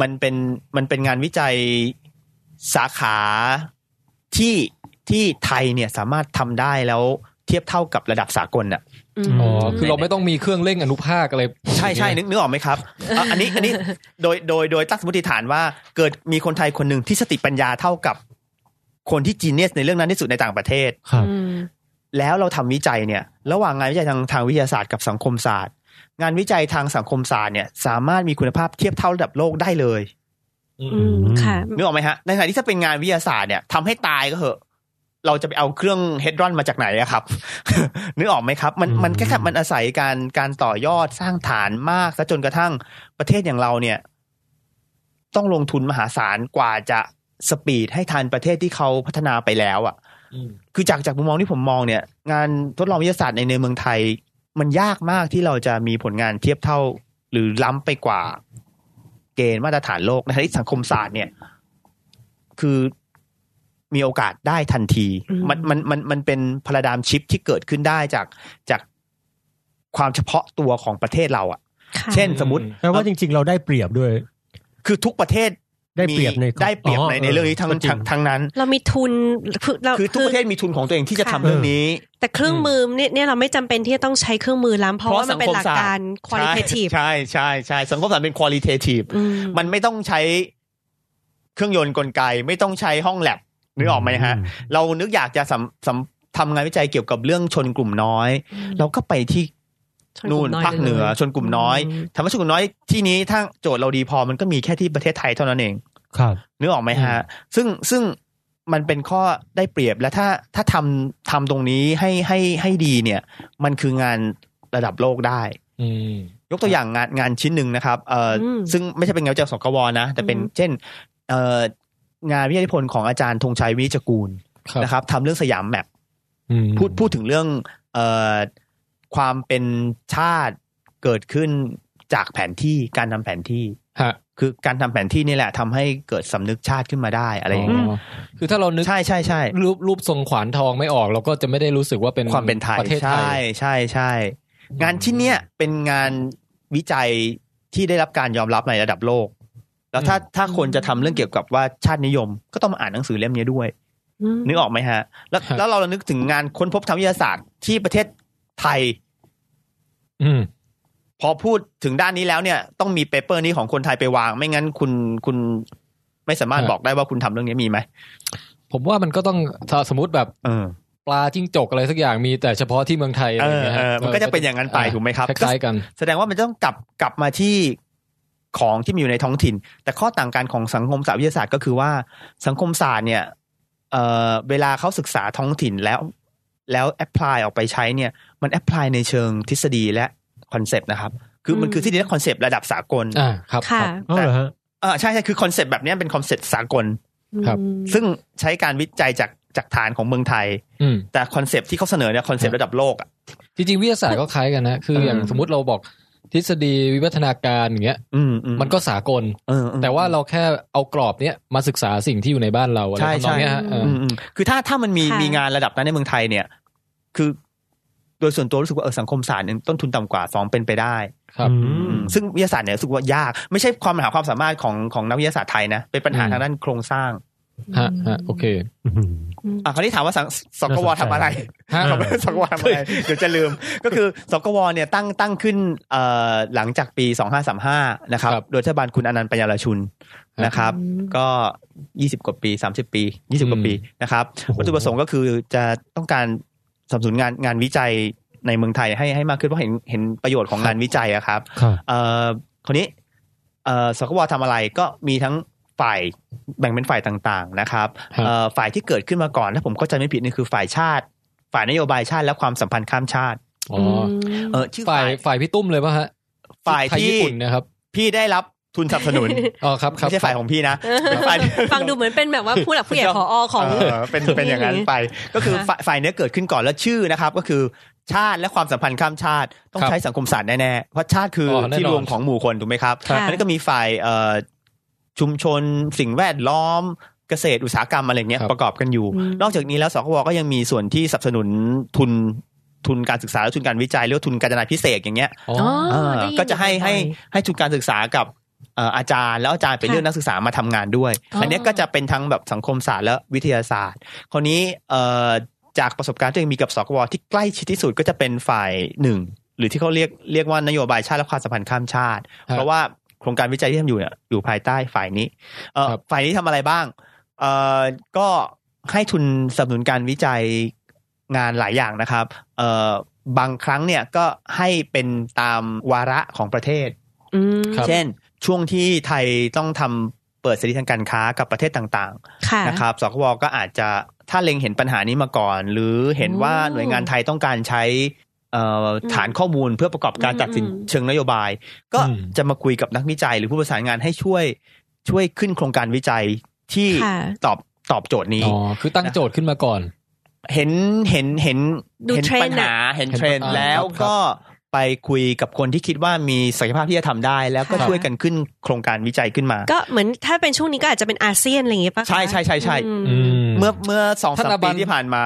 Speaker 1: มันเป็นมันเป็นงานวิจัยสาขาที่ที่ไทยเนี่ยสามารถทำได้แล้วเทียบเท่ากับระดับสากลน่ะ
Speaker 7: อืม
Speaker 2: อ๋อคือเราไม่ต้องมีเครื่องเล่งอนุภาคอะไร
Speaker 1: ใช่ใช่นึกนึกออกไหมครับอ่ะอันนี้อันนี้โดยโดยโดยตั้งสมมติฐานว่าเกิดมีคนไทยคนหนึ่งที่สติปัญญาเท่ากับคนที่จีเนียสในเรื่องนั้นที่สุดในต่างประเทศ
Speaker 6: ครับ
Speaker 1: แล้วเราทำวิจัยเนี่ยระหว่างงานวิจัยทางทางวิทยาศาสตร์กับสังคมศาสตร์ งานวิจัยทางสังคมศาสตร์เนี่ยสามารถมีคุณภาพเทียบเท่าระดับโลกได้เลย
Speaker 7: อืมค่ะ
Speaker 1: นึกออกไหมฮะในขณะที่ถ้าเป็นงานวิทยาศาสตร์เนี่ยทำให้ตายก็เหอะ เราจะไปเอาเครื่องเฮดรอนมาจากไหนอะครับ นึกออกไหมครับ มัน
Speaker 6: อืม
Speaker 1: มันแค่แค่มันอาศัยการการต่อยอดสร้างฐานมากซะจนกระทั่งประเทศอย่างเราเนี่ย ต้องลงทุนมหาศาลกว่าจะสปีดให้ทันประเทศที่เขาพัฒนาไปแล้วอะ คือจากจากมุมมองที่ผมมองเนี่ย งานทดลองวิทยาศาสตร์ในในเมืองไทย มันยากมากที่เราจะมีผลงานเทียบเท่า หรือล้ำไปกว่า เกณฑ์มาตรฐานโลกในทางที่สังคมศาสตร์เนี่ย คือมีโอกาสได้ทันที
Speaker 7: อืม
Speaker 1: มันมันมันมันเป็นพาราดามชิปที่เกิดขึ้นได้จากจากความเฉพาะตัวของประเทศเราอะ่ะ
Speaker 7: ค่ะ
Speaker 1: เช่นสมมติ
Speaker 6: แปลว่าจริง ๆ เราได้เปรียบด้วย
Speaker 1: คือทุกประเทศ
Speaker 6: ได้เปรียบใน
Speaker 1: มีได้เปรียบในในเรื่องนี้ทั้ง
Speaker 6: ก็จริ
Speaker 1: ทั้งทั้งนั้น
Speaker 7: เรามีทุนคือเรา
Speaker 1: คือทุกประเทศมีทุนของตัวเองที่จะทำ
Speaker 7: ค่ะ
Speaker 1: เรื่องนี้
Speaker 7: แต่เครื่องมือเนี่ยเนี่ยเราไม่จำเป็นที่จะต้องใช้เครื่องมือล้ำเพราะว่ามันเป็นหลักการ qualitative
Speaker 1: ใช่ใช่ใช่สังคมศาสตร์เป็น qualitative
Speaker 7: อืม
Speaker 1: มันไม่ต้องใช้เครื่องยนต์กลไก ไม่ต้องใช้ห้องแลบนึกออกไหมฮะ
Speaker 6: อืม
Speaker 1: เรานึกอยากจะสำสำทำงานวิจัยเกี่ยวกับเรื่องชนกลุ่มน้อย เราก็ไปที่
Speaker 3: ชนกลุ่
Speaker 1: นู่
Speaker 3: ม
Speaker 1: น
Speaker 3: น้อย
Speaker 1: ภาคเหนือ
Speaker 3: เลย
Speaker 1: ชนกลุ่มน้อย
Speaker 3: อืม
Speaker 1: ถามว่าชนกลุ่มน้อยที่นี้ถ้าโจทย์เราดีพอมันก็มีแค่ที่ประเทศไทยเท่านั้นเอง
Speaker 6: ครับ
Speaker 1: นึกออกไหมฮะ ซึ่งซึ่งมันเป็นข้อได้เปรียบและถ้าถ้าทำทำตรงนี้ให้ให้ให้ดีเนี่ย มันคืองานระดับโลกได้
Speaker 2: อืม
Speaker 1: ยกตัวอย่างงานงานชิ้นหนึ่งนะครับเอ่ออ
Speaker 3: ม
Speaker 1: ซึ่งไม่ใช่เป็นงานวิจัยของสกวนะ แต่เป็น
Speaker 3: อืม
Speaker 1: เช่นเอ่องานวิทยานิพนธ์ของอาจารย์ธงชัยวิจกูล
Speaker 2: ครับ
Speaker 1: นะครับทำเรื่องสยามแมป
Speaker 6: อืม
Speaker 1: พูดพูดถึงเรื่องเอ่อความเป็นชาติเกิดขึ้นจากแผนที่การทำแผนที่
Speaker 2: ฮะ
Speaker 1: คือการทำแผนที่นี่แหละทำให้เกิดสำนึกชาติขึ้นมาได้อะไรอย่างเงี้ย
Speaker 2: คือถ้าเรานึก
Speaker 1: ใช่ใช่ใช่
Speaker 2: รูปรูปทรงขวานทองไม่ออก เราก็จะไม่ได้รู้สึกว่าเป็น
Speaker 1: ความเป็นไทย
Speaker 2: ประเทศไท
Speaker 1: ใช่
Speaker 2: ย
Speaker 1: ใช่ใช่งานชิ้นเนี้ยเป็นงานวิจัยที่ได้รับการยอมรับในระดับโลก แล้วถ้าถ้าคนจะทำเรื่องเกี่ยวกับว่าชาตินิยม ก็ต้องมาอ่านหนังสือเล่มนี้ด้วย นึกออกไหมฮะ แล้ว
Speaker 2: ครับ
Speaker 1: แล้วเรานึกถึงงานค้นพบทางวิทยาศาสตร์ที่ประเทศไทย
Speaker 2: อืม
Speaker 1: พอพูดถึงด้านนี้แล้วเนี่ย ต้องมีเปเปอร์นี้ของคนไทยไปวาง ไม่งั้นคุณคุณไม่สามารถ
Speaker 2: ครับ
Speaker 1: บอกได้ว่าคุณทำเรื่องนี้มีไหม
Speaker 2: ผมว่ามันก็ต้องถ้าสมมติแบบ
Speaker 1: เออ
Speaker 2: ปลาจิ้งจกอะไรสักอย่างมีแต่เฉพาะที่เมืองไทยอะ
Speaker 1: เอ
Speaker 2: ไรอ
Speaker 1: อย่าง
Speaker 2: เงี้ย
Speaker 1: เอ
Speaker 2: ฮะ
Speaker 1: อมันก็จะเป็นอย่างนั้นไป
Speaker 2: ะ
Speaker 1: ถูกไหมครับ
Speaker 2: คล้ายๆกัน
Speaker 1: แสดงว่ามันต้องกลับกลับมาที่ของที่มีอยู่ในท้องถิ่น แต่ข้อต่างกันของสังคมศาสตร์วิทยาศาสตร์ก็คือว่าสังคมศาสตร์เนี่ยเอ่อเวลาเขาศึกษาท้องถิ่นแล้ว แล้วแอพพลายออกไปใช้เนี่ยมันแอพพลายในเชิงทฤษฎีและคอนเซปต์นะครับ คือมันคือทฤษฎีและคอนเซปต์ระดับสากล
Speaker 2: อ่าครับ
Speaker 3: ค่ะ
Speaker 2: รับ
Speaker 6: อ๋อเหรอฮะ
Speaker 1: เออใช่ใช่คือคอนเซปต์แบบเนี้ยเป็นคอนเซปต์สากล
Speaker 2: ครับ
Speaker 3: อืม
Speaker 1: ซึ่งใช้การวิจัยจากจากฐานของเมืองไทย
Speaker 2: อืม
Speaker 1: แต่คอนเซปต์ที่เขาเสนอเนี่ยคอนเซปต์ระดับโลกอะ
Speaker 2: จริงๆวิทยาศาสตร์ก็คล้ายกันนะ คืออย่าง
Speaker 1: อืม
Speaker 2: สมมติเราบอกทฤษฎีวิวัฒนาการอย่างเงี้ย
Speaker 1: อืมอื
Speaker 2: มันก็สากล
Speaker 1: เออเออ
Speaker 2: แต่ว่าเราแค่เอากรอบเนี้ยมาศึกษาสิ่งที่อยู่ในบ้านเราอะไร
Speaker 1: ใช่
Speaker 2: ทำนองเนี้ยฮะ
Speaker 3: ใช่
Speaker 2: เออ
Speaker 1: อืมอืมคือถ้าถ้ามันมี
Speaker 3: ค่ะ
Speaker 1: มีงานระดับนั้นในเมืองไทยเนี่ย คือ โดยส่วนตัวรู้สึกว่าเออสังคมศาสตร์เนี่ยต้นทุนต่ำกว่าสองเป็นไปได้
Speaker 2: ครับ
Speaker 6: อืม
Speaker 1: ซึ่งวิทยาศาสตร์เนี่ยรู้สึกว่ายาก ไม่ใช่ความหาความสามารถของของนักวิทยาศาสตร์ไทยนะ เป็นปัญหา
Speaker 2: อืม
Speaker 1: ทางด้านโครงสร้าง
Speaker 2: ฮะฮะโอเค
Speaker 1: อ่ะคราวนี้ถามว่าสังสกว
Speaker 6: น่าสน
Speaker 1: ทำ
Speaker 6: ใจ
Speaker 1: อะไร
Speaker 2: ฮะ
Speaker 1: ถามว่า สกวทำอะไรเดี๋ยวจะลืม ก็คือสกวเนี่ยตั้งตั้งขึ้นเอ่อหลังจากปีสองห้าสามห้านะครับ
Speaker 2: ครับ
Speaker 1: โดยรัฐบาลคุณอนันต์ปัญญารชุนนะครับ ก็ยี่สิบกว่าปีสามสิบปียี่สิบกว่าปีนะครับ วัตถุประสงค์ก็คือจะต้องการสนับสนุนงานงานวิจัยในเมืองไทยให้ให้มากขึ้นเพราะเห็นเห็นประโยชน์ของงานวิจัยอะครับ
Speaker 6: ครับ
Speaker 1: เอ่อคนนี้เอ่อสควทำอะไรก็มีทั้งฝ่ายแบ่งเป็นฝ่ายต่างๆนะครับ
Speaker 2: ครับ
Speaker 1: เอ่อฝ่ายที่เกิดขึ้นมาก่อนถ้าผมเข้าใจไม่ผิดนี่คือฝ่ายชาติ ฝ่ายนโยบายชาติและความสัมพันธ์ข้ามชาติ
Speaker 2: อ๋อ
Speaker 1: เออชื่อ
Speaker 2: ฝ่า
Speaker 1: ฝ่าย ย
Speaker 2: ฝ่ายพี่ตุ้มเลยป่ะฮะ
Speaker 1: ฝ่าย
Speaker 2: ไทย
Speaker 1: ที่
Speaker 2: ญี่ปุ่นเนะครับ
Speaker 1: พี่ได้รับทุนสนับสนุน
Speaker 2: อ๋อครับครับ
Speaker 1: ไม่ใช่ฝ่ายของพี่นะฝ่าย
Speaker 3: ฟังดูเหมือนเป็นแบบว่าผู้หลักผู้ใหญ่
Speaker 1: เดี๋ยว
Speaker 3: ผอของ
Speaker 1: เอเป็นเป็นอย่างนั้นไป ก็คือฝ่ายฝ่ายเนี้ยเกิดขึ้นก่อนแล้วชื่อนะครับ ก็คือชาติและความสัมพันธ์ข้ามชาติ ต้อง
Speaker 2: ครับ
Speaker 1: ใช้สังคมศาสตร์แน่ๆเพราะชาติคืออ
Speaker 2: อแน่นอน
Speaker 1: ที่รวมของหมู่คนถูกไหมครับ
Speaker 3: ครับ
Speaker 1: อันนี้ก็มีฝ่ายเอ่อชุมชนสิ่งแวดล้อมเกษตรอุตสาหกรรมอะไรเงี้ย
Speaker 2: ครับ
Speaker 1: ประกอบกันอยู่ นอกจากนี้แล้วสควก็ยังมีส่วนที่สนับสนุนทุนทุนการศึกษาและทุนการวิจัยหรือว่าทุนการจนาพิเศษกอย่างเงี้ย
Speaker 2: อ๋อ
Speaker 3: อ๋อ
Speaker 1: เออ
Speaker 3: ได้ยิน
Speaker 1: ก็จะให้
Speaker 3: บ่อยๆ
Speaker 1: ให้ให้ทุนการศึกษากับเอ่ออาจารย์แล้วอาจารย์ไป
Speaker 3: ค่ะ
Speaker 1: เลือกนักศึกษามาทำงานด้วย
Speaker 3: อ๋ออั
Speaker 1: อันเนี้ยก็จะเป็นทั้งแบบสังคมศาสตร์และวิทยาศาสตร์ คราวนี้เอ่อจากประสบการณ์ที่ตัวเองมีกับสกวที่ใกล้ชิดที่สุดก็จะเป็นฝ่ายหนึ่งหรือที่เขาเรียกเรียกว่านโยบายชาติและความสัมพันธ์ข้ามชาติ
Speaker 2: ครับ
Speaker 1: เพราะว่าโครงการวิจัยที่ทำอยู่เนี่ยอยู่ภายใต้ฝ่ายนี้เอ่อ
Speaker 2: ครับ
Speaker 1: ฝ่ายนี้ทำอะไรบ้างเอ่อก็ให้ทุนสนับสนุนการวิจัยงานหลายอย่างนะครับ เอ่อบางครั้งเนี่ยก็ให้เป็นตามวาระของประเทศ
Speaker 3: อืม
Speaker 2: ครับ
Speaker 1: เช่น ช่วงที่ไทยต้องทำเปิดเสรีทางการค้ากับประเทศต่าง
Speaker 3: ค่ะ
Speaker 1: ๆนะครับสควก็อาจจะถ้าเล็งเห็นปัญหานี้มาก่อน หรือเห็นว่า
Speaker 3: อืม
Speaker 1: หน่วยงานไทยต้องการใช้เอ่ออ
Speaker 3: ม
Speaker 1: ฐานข้อมูลเพื่อประกอบการ
Speaker 3: อืม
Speaker 1: ตัดสิน
Speaker 3: อืม
Speaker 1: เชิงนโยบาย ก็
Speaker 6: อืม
Speaker 1: จะมาคุยกับนักวิจัย หรือผู้ประสานงานให้ช่วยช่วยขึ้นโครงการวิจัยที่
Speaker 3: ค่ะ
Speaker 1: ตอบตอบโจทย์นี้
Speaker 2: อ๋อคือตั้งโจทย์ขึ้นมาก่อน
Speaker 1: เห็นเห็นเห็น
Speaker 3: ดู
Speaker 1: เห็น
Speaker 3: เทรนด์
Speaker 1: ปัญหาเห็น
Speaker 2: เห็น
Speaker 1: เทรนด์
Speaker 2: ปัญหา
Speaker 1: แล้ว
Speaker 2: ครับ
Speaker 1: ก็ไปคุยกับคนที่คิดว่ามีศักยภาพที่จะทำได้ แล้วก็
Speaker 3: ค่ะ
Speaker 1: ช่วยกันขึ้นโครงการวิจัยขึ้นมา
Speaker 3: ก็เหมือนถ้าเป็นช่วงนี้ก็อาจจะเป็นอาเซียนอะไรอย่างเงี้ยป่ะคะ
Speaker 1: ใช่ใช่ใช่ใช่
Speaker 3: อืม
Speaker 1: เมื่อเมื่อสองสา
Speaker 2: ท่านอ
Speaker 1: ม
Speaker 2: บั
Speaker 1: ปี
Speaker 2: น
Speaker 1: ที่ผ่านมา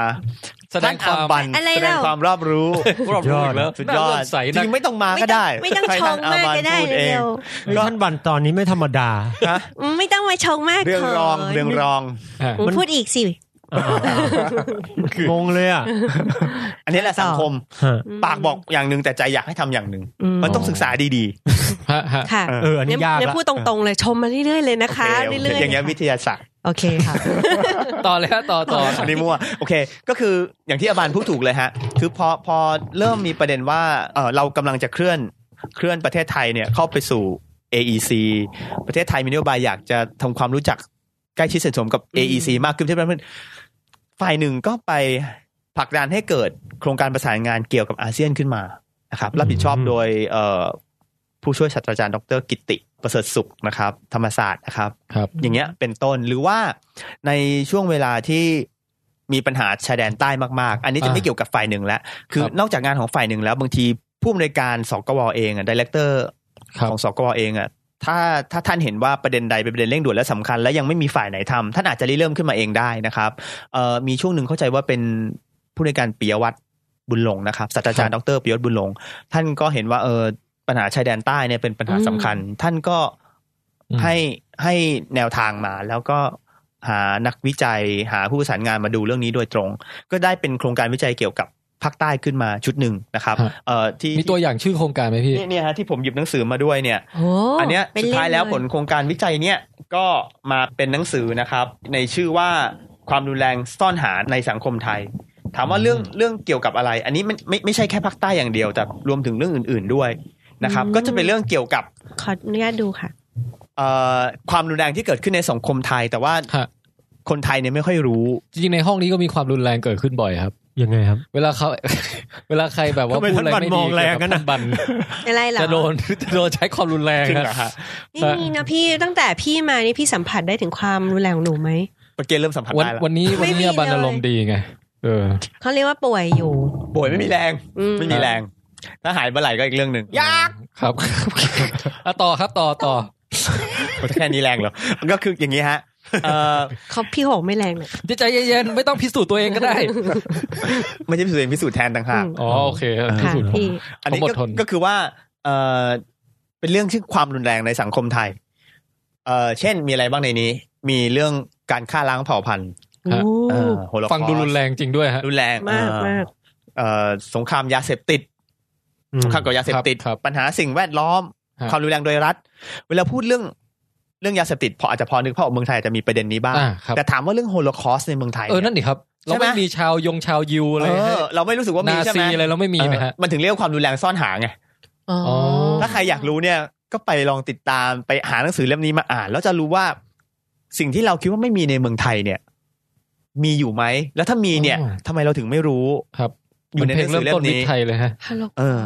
Speaker 2: แสดงควา
Speaker 1: ท่น
Speaker 2: ม
Speaker 1: อบัน
Speaker 3: อะไร
Speaker 1: แสดง
Speaker 3: เล่า
Speaker 1: ความรอบรู้
Speaker 2: รอบรู้อีกแล้ว
Speaker 1: สุดยอ
Speaker 2: น่า
Speaker 1: ด
Speaker 2: เลื่อมใสนะ
Speaker 1: จริงๆไม่ต้องมาก็ได้
Speaker 3: ไม่ต้อง
Speaker 1: ให้
Speaker 3: ช
Speaker 1: ท่
Speaker 3: ง
Speaker 1: นอ
Speaker 3: มาก
Speaker 1: บัน
Speaker 3: ก็ได้
Speaker 1: พูดเอง
Speaker 3: เร็ว
Speaker 6: เฮ้ยท่านบันตอนนี้ไม่ธรรมดา
Speaker 1: นะ
Speaker 3: อืมไม่ต้องมาชงมาก
Speaker 1: เรื่องรอง
Speaker 3: ขิน
Speaker 1: เรื่องรอง
Speaker 2: อ่ะ
Speaker 3: อืม
Speaker 6: มัน
Speaker 3: พูดอีกสิ
Speaker 6: งงเลยอ่ะ
Speaker 1: อันนี้แหละสังคม
Speaker 6: ฮะ
Speaker 1: ปากบอกอย่างหนึ่งแต่ใจอยากให้ทำอย่างหนึ่ง
Speaker 3: อืม
Speaker 1: มันต้องศึกษาดี
Speaker 2: ฮะฮะ
Speaker 3: ค่ะ
Speaker 1: ๆเอ
Speaker 6: เอ
Speaker 1: อ
Speaker 6: ออันนี้ยาก
Speaker 3: เนี่ย
Speaker 6: ละ
Speaker 3: พูดตรงๆเลยชมมาเรื่อยๆเลยนะคะ
Speaker 1: โอเค
Speaker 3: เรื่อยๆ
Speaker 1: อย่างเงี้ย
Speaker 3: ค่ะ
Speaker 1: วิทยาศาสตร์
Speaker 7: โอเคค่ะ
Speaker 2: ต่อเลยฮะต่อต่อ
Speaker 1: อันนี้มั่วโอเค ก็คืออย่างที่อาบานพูดถูกเลยฮะ คือพอพอเริ่มมีประเด็นว่าเออเรากำลังจะเคลื่อนเคลื่อนประเทศไทยเนี่ยเข้าไปสู่ AEC ประเทศไทยมีนโยบายอยากจะทำความรู้จักใกล้ชิดสนิทสนมกับ AEC มากขึ้นเช่นเพื่อนฝ่ายหนึ่งก็ไปผลักดันให้เกิดโครงการประสานงานเกี่ยวกับอาเซียนขึ้นมานะครับรับผิดชอบโดยเอ่อผู้ช่วยศาสตราจารย์ดรกิตติ ประเสริฐสุขนะครับ ธรรมศาสตร์นะครับ
Speaker 2: ครับ
Speaker 1: อย่างเงี้ยเป็นต้นหรือว่าในช่วงเวลาที่มีปัญหาชายแดนใต้มากๆ อันนี้จะ
Speaker 2: อ่า
Speaker 1: ไม่เกี่ยวกับฝ่ายหนึ่งแล้ว คือ
Speaker 2: ครับ
Speaker 1: นอกจากงานของฝ่ายหนึ่งแล้ว บางทีผู้อำนวยการสกวเองอ่ะดีเลกเตอร์
Speaker 2: ครับ
Speaker 1: ของสกวเองอ่ะถ้าถ้าท่านเห็นว่าประเด็นใดเป็นประเด็นเร่งด่วนและสำคัญ และยังไม่มีฝ่ายไหนทำท่านอาจจะริเริ่มขึ้นมาเองได้นะครับเอ่อมีช่วงหนึ่งเข้าใจว่าเป็นผู้อำนวยการปิยวัฒน์บุญหลงนะครับศาสตราจารย์ดรปิยวัฒน์บุญหลง ท่านก็เห็นว่าเออปัญหาชายแดนใต้เนี่ยเป็นปัญหาสำคัญ ท่านก็
Speaker 2: อืม
Speaker 1: ให้ให้แนวทางมา แล้วก็หานักวิจัยหาผู้ประสานงานมาดูเรื่องนี้โดยตรง ก็ได้เป็นโครงการวิจัยเกี่ยวกับภาคใต้ขึ้นมาชุดหนึ่งนะครับ
Speaker 2: ฮะ
Speaker 1: เอ่อที่
Speaker 2: มีตัวอย่างชื่อโครงการไหมพี่
Speaker 1: เนี่ยเนี่ยฮะที่ผมหยิบหนังสือมาด้วยเนี่ย
Speaker 3: โอ้
Speaker 1: อันเนี้ย
Speaker 3: ป็
Speaker 1: สุดท้ายแล้ว
Speaker 3: เม
Speaker 1: ผลโครงการวิจัยเนี่ยก็มาเป็นหนังสือนะครับ ในชื่อว่าความรุนแรงซ่อนหาในสังคมไทย ถามว่าเรื่องเรื่องเกี่ยวกับอะไร อันนี้มันไม่ไม่ใช่แค่ภาคใต้อย่างเดียว แต่รวมถึงเรื่องอื่น ๆด้วยนะครับ ก็จะเป็นเรื่องเกี่ยวกับ
Speaker 3: ขออนุญาตดูค่ะ
Speaker 1: เอ่อความรุนแรงที่เกิดขึ้นในสังคมไทย แต่ว่า
Speaker 2: ฮะ
Speaker 1: คนไทยเนี่ยไม่ค่อยรู้
Speaker 2: จริงๆในห้องนี้ก็มีความรุนแรงเกิดขึ้นบ่อยครับ
Speaker 6: ยังไงครับ
Speaker 2: เวลาเขา เวลาใครแบบว่า
Speaker 6: ทำไม
Speaker 2: พูดอะไร
Speaker 6: ท่านบัน
Speaker 2: ไม่
Speaker 6: ม
Speaker 2: ดี
Speaker 6: องแรงกัน
Speaker 2: เกี่ยวกับ
Speaker 6: นะ
Speaker 2: ท่าบัน
Speaker 3: อะไรเหรอ
Speaker 2: จะโดน จะโดนใช้ความรุนแรง
Speaker 1: จริง
Speaker 2: นะ
Speaker 1: เหรอฮะ
Speaker 3: นี่นะพี่ตั้งแต่พี่มานี่พี่สัมผัสได้ถึงความรุนแรงของหนูไหม
Speaker 1: ประเกณเริ่มสัมผัส
Speaker 2: วัน
Speaker 1: ได้แล้ว
Speaker 2: วันนี้
Speaker 3: ไม่
Speaker 2: วัน
Speaker 3: มี
Speaker 2: นี้บันอารม
Speaker 3: เล
Speaker 2: ณ์
Speaker 3: ย
Speaker 2: ดีไงเออ
Speaker 3: เขาเรียกว่าป่วยอยู่
Speaker 1: ป่วยไม่มีแรง
Speaker 3: อืม
Speaker 1: ไม่มีแรง ถ้าหายเมื่อไหร่ก็อีกเรื่องหนึ่งยาก
Speaker 2: ครับ อ่ะต่อครับต่อต่อ
Speaker 1: แค่นี้แรงเหรอก็คืออย่างนี้ฮะเอ่อ
Speaker 3: เขาพี่โหงไม่แรงเลย
Speaker 2: ใจเย็นๆไม่ต้องพิสูจน์ตัวเองก็ได้
Speaker 1: ไม่ใช่พิสูจน์เองพิสูจน์แทนต่างหาก
Speaker 3: อืม
Speaker 2: อ๋อโอเคครับพิ
Speaker 3: ค่ะ
Speaker 2: สูจน์
Speaker 3: พี่
Speaker 1: อันนี้
Speaker 2: ผมอ
Speaker 1: ก็
Speaker 2: ดทน
Speaker 1: ก็คือว่าเออเป็นเรื่องชื่อความรุนแรงในสังคมไทย เออเช่นมีอะไรบ้างในนี้ มีเรื่องการฆ่าล้างเผ่าพันธุ์
Speaker 3: โอ้
Speaker 1: เอ่อ Holocaust
Speaker 2: ฟังดูรุนแรงจริงด้วยฮะ
Speaker 1: รุนแรง
Speaker 3: มากมาก
Speaker 1: เอ่อสงครามยาเสพติดสงครามเกี่ยวกับยาเสพติด
Speaker 2: ครับครับ
Speaker 1: ปัญหาสิ่งแวดล้อม
Speaker 2: ฮะ
Speaker 1: ความรุนแรงโดยรัฐ เวลาพูดเรื่องเรื่องยาเสพติดพออาจจะพอนึกภาพออกเมืองไทยอาจจะมีประเด็นนี้บ้าง
Speaker 2: อ่าครับ
Speaker 1: แต่ถามว่าเรื่องโฮโลคอสในเมืองไทย
Speaker 2: เออนั่
Speaker 1: เนี่ย
Speaker 2: นดิครับ
Speaker 1: ใช่
Speaker 2: เรา
Speaker 1: ไหม
Speaker 2: ไม่มีชาวยงชาวยิวอะไร
Speaker 1: เอ
Speaker 2: ให้
Speaker 1: อเราไม่รู้สึกว่ามี
Speaker 2: นา
Speaker 1: ใช่ไห
Speaker 2: ซี
Speaker 1: ม
Speaker 2: อะไรเราไม่มีไหมฮะ
Speaker 1: เออมันถึงเรียกว่าความรุนแรงซ่อนหาไง
Speaker 3: อ๋ออ
Speaker 2: อ
Speaker 1: ถ้าใครอยากรู้เนี่ยก็ไปลองติดตามไปหาหนังสือเล่มนี้มาอ่าน แล้วจะรู้ว่าสิ่งที่เราคิดว่าไม่มีในเมืองไทยเนี่ย มีอยู่ไหม แล้วถ้ามีเนี่ย
Speaker 2: อ๋อ
Speaker 1: ทำไมเราถึงไม่รู้
Speaker 2: ครับ
Speaker 1: อยู่ใน
Speaker 2: เหมืเพลง
Speaker 1: หนั
Speaker 2: เริ่
Speaker 1: งสือเล่ม
Speaker 2: มต้น
Speaker 1: นี้
Speaker 2: มิตรไทยเลยฮะ
Speaker 3: ฮัลโหล
Speaker 1: เออ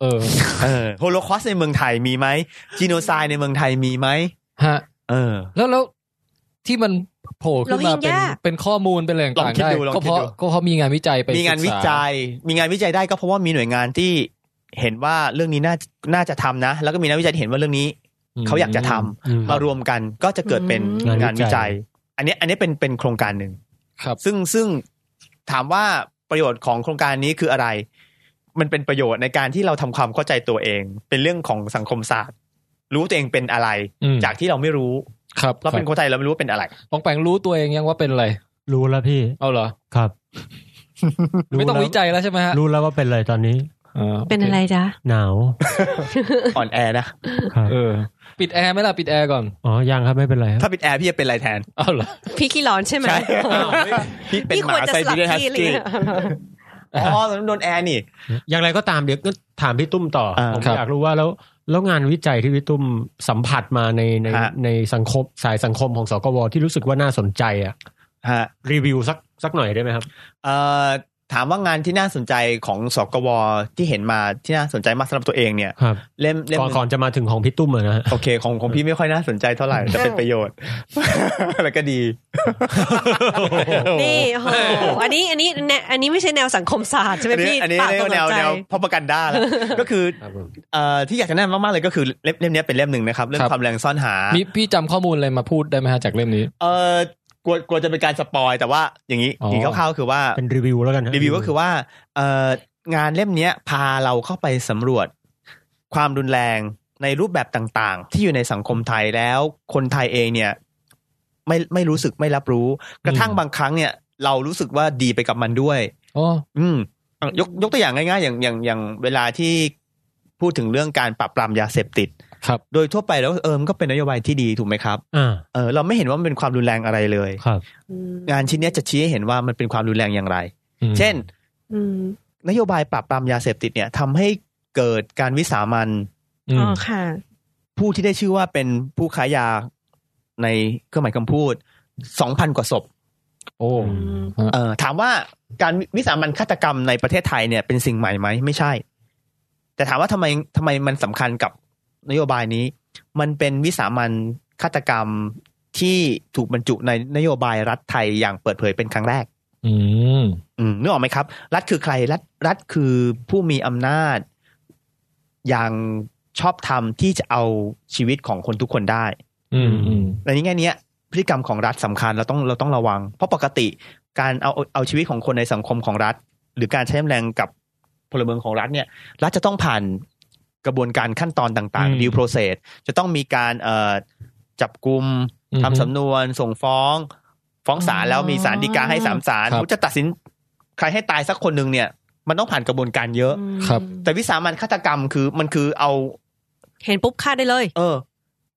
Speaker 2: เออ
Speaker 1: เออโฮโลคอสในเมืองไทยมีไหมจีโนไซด์ในเมืองไทยมีไหม
Speaker 2: ฮะ
Speaker 1: เออ
Speaker 2: แล้วแล้วที่มันโผล่ขึ้นมา
Speaker 3: โรฮิง
Speaker 2: เป็น
Speaker 3: ญา
Speaker 2: เป็นข้อมูลเป็นอะไร
Speaker 1: ลอ
Speaker 2: ต่าง ง
Speaker 1: คิด
Speaker 2: ๆได้
Speaker 1: ดูลอง
Speaker 2: ก็
Speaker 1: คิ
Speaker 2: เพ
Speaker 1: ด
Speaker 2: ราะ
Speaker 1: ดู
Speaker 2: ก็เพราะมีงานวิจัยไป
Speaker 1: มีงาน
Speaker 2: ศึกษ
Speaker 1: วิจัย มีงานวิจัยได้ก็เพราะว่ามีหน่วยงานที่เห็นว่าเรื่องนี้น่าน่าจะทำนะ แล้วก็มีนักวิจัยที่เห็นว่าเรื่องนี้
Speaker 2: ม
Speaker 1: เขาอยากจะทำ
Speaker 6: อืม
Speaker 1: มารวมกันก็จะเกิดเป็น
Speaker 6: อืม
Speaker 1: งานวิ
Speaker 6: งานวิจั
Speaker 1: จัย
Speaker 6: ย
Speaker 1: อันเนี้ยอันเนี้ยเป็นเป็นโครงการหนึ่ง
Speaker 2: ครับ
Speaker 1: ซึ่งซึ่งถามว่าประโยชน์ของโครงการนี้คืออะไร มันเป็นประโยชน์ในการที่เราทำความเข้าใจตัวเอง เป็นเรื่องของสังคมศาสตร์ รู้ตัวเองเป็นอะไร
Speaker 2: อืม
Speaker 1: จากที่เราไม่รู้
Speaker 2: ครับ
Speaker 1: เราเป็น
Speaker 2: ค
Speaker 1: ค
Speaker 2: รั
Speaker 1: นไทยเราไม่รู้ว่าเป็นอะไร
Speaker 2: บปองแปงรู้ตัวเองยังว่าเป็นอะไร
Speaker 6: รู้แล้วพี่
Speaker 2: เอาเหรอ
Speaker 6: ครับ
Speaker 2: ไม่ต้อง
Speaker 6: รู้แล้ว
Speaker 2: วิจัยแล้วใช่ไหมฮะ
Speaker 6: รู้แล้วว่าเป็นอะไรตอนนี้
Speaker 2: เออ
Speaker 3: เป็นอะไรจ๊ะ
Speaker 6: หนาว
Speaker 1: อ่อนแอนะ
Speaker 6: ครับ
Speaker 2: เออ ปิดแอร์ไหมล่ะปิดแอร์ก่อน
Speaker 6: อ๋อยังครับไม่เป็นไรครับ
Speaker 1: ถ้าปิดแอร์พี่จะเป็นอะไรแทน
Speaker 2: เอาเหรอ
Speaker 3: พี่ขี้ร้อนใช่ไหม
Speaker 1: ใช่พี่เป็น
Speaker 3: พี่
Speaker 1: ห
Speaker 3: ควร
Speaker 1: มา
Speaker 3: จะ
Speaker 1: ไซ
Speaker 3: สลั
Speaker 1: บี
Speaker 3: บ
Speaker 1: เรียนฮัส
Speaker 3: ที่อะไร
Speaker 1: กี้
Speaker 3: เงี้ย
Speaker 1: อ๋อมันโดนแอร์นี่
Speaker 6: อย่างไรก็ตามเดี๋ยวก็ถามพี่ตุ้มต่ออา ผม
Speaker 1: ครับ
Speaker 6: อยากรู้ว่าแล้วแล้วงานวิจัยที่พี่ตุ้มสัมผัสมาในใน
Speaker 1: ฮะ
Speaker 6: ในสังคมสายสังคมของสกวที่รู้สึกว่าน่าสนใจอ่ะ
Speaker 1: ฮะ
Speaker 6: รีวิวสักสักหน่อยได้ไหมครับ
Speaker 1: เอ่อถามว่างานที่น่าสนใจของสกวที่เห็นมาที่น่าสนใจมากสำหรับตัวเองเนี่ย
Speaker 6: ครับ
Speaker 1: เล่มเล่ม
Speaker 6: ก่อนก่อนจะมาถึงของพี่ตุ้มอะนะฮะ
Speaker 1: โอเคของของพี่ไม่ค่อยน่าสนใจเท่าไหร่แต่เป็นประโยชน์ แล้วก็ดี
Speaker 3: นี่โอ้โหอันนี้อันนี้แนอันนี้ไม่ใช่แนวสังคมศาสตร์ใช่ไหม
Speaker 1: อันนี้
Speaker 3: พี่
Speaker 1: อันนี้
Speaker 3: ปาก
Speaker 1: เรียก
Speaker 3: ตรง
Speaker 1: ว่าแนว
Speaker 3: ใจ
Speaker 1: แนวพอประกันด้า แล้วก็คือเอ่อที่อยากจะแนะนำมากๆเลยก็คือเล่มเล่มเนี้ยเป็นเล่มหนึ่งนะครับเรื่องความแรงซ่อนหา
Speaker 2: มีพี่จำข้อมูลอะไรมาพูดได้ไหมฮะจากเล่มนี้
Speaker 1: เอ่อกลัวกลัวจะเป็นการสปอยแต่ว่าอย่างนี้
Speaker 2: อ๋อ
Speaker 1: อย่างคร่าวๆคือว่า
Speaker 6: เป็นรีวิวแล้วกันฮะ
Speaker 1: รีวิวก็คือว่าเอ่องานเล่มเนี้ยพาเราเข้าไปสำรวจ ความรุนแรงในรูปแบบต่างๆ ที่อยู่ในสังคมไทยแล้วคนไทยเองเนี่ยไม่ไม่รู้สึกไม่รับรู้ กระทั่ง
Speaker 2: อืม
Speaker 1: บางครั้งเนี่ย เรารู้สึกว่าดีไปกับมันด้วย
Speaker 2: อ๋อ
Speaker 1: อืมอ่ะยกยกตัวอย่างง่ายๆ อย่างอย่างอย่างเวลาที่ พูดถึงเรื่องการปราบปรามยาเสพติด
Speaker 2: ครับ
Speaker 1: โดยทั่วไปแล้วเออมันก็เป็นนโยบายที่ดีถูกไหมครับ
Speaker 6: อ่า
Speaker 1: เออเราไม่เห็นว่ามันเป็นความรุนแรงอะไรเลย
Speaker 6: ครับ
Speaker 1: งานชิ้นเนี้ยจะชี้ให้เห็นว่ามันเป็นความรุนแรงอย่างไร
Speaker 6: อืม
Speaker 1: เช่น
Speaker 7: อืม
Speaker 1: นโยบายปราบปรามยาเสพติดเนี่ยทำให้เกิดการวิสามัน
Speaker 6: อืม
Speaker 7: อ๋อค่ะ
Speaker 1: ผู้ที่ได้ชื่อว่าเป็นผู้ค้ายาในเครื่องหมายคำพูดสองพันกว่าศพ
Speaker 2: โอ้
Speaker 1: เออถามว่าการวิสามันฆาตกรรมในประเทศไทยเนี่ยเป็นสิ่งใหม่ไหมไม่ใช่ แต่ถามว่าทำไมทำไมมันสำคัญกับนโยบายนี้ มันเป็นวิสามันฆาตกรรมที่ถูกบรรจุในนโยบายรัฐไทยอย่างเปิดเผยเป็นครั้งแรก
Speaker 2: อืม
Speaker 1: อืมนึกออกไหมครับ รัฐคือใครรัฐรัฐคือผู้มีอำนาจ อย่างชอบธรรมที่จะเอาชีวิตของคนทุกคนได้
Speaker 2: อืมอืม
Speaker 1: ในนี้แง่เนี้ยพฤติกรรมของรัฐสำคัญเราต้องเราต้องระวัง เพราะปกติการเอาเอาชีวิตของคนในสังคมของรัฐ หรือการใช้กำลังกับพลเมืองของรัฐเนี่ย รัฐจะต้องผ่านกระบวนการขั้นตอนต่างๆ due process จะต้องมีการเอ่อจับกลุ่มทำสำนวน ส่งฟ้อง ฟ้องศาลแล้วมีศาลฎีกาให้สามศาลจะตัดสินใครให้ตายสักคนหนึ่งเนี่ย มันต้องผ่านกระบวนการเยอะ
Speaker 2: ครับ
Speaker 1: แต่วิสามันฆาตกรรมคือมันคือเอา
Speaker 3: เห็นปุ๊บฆ่าได้เลย
Speaker 1: เออ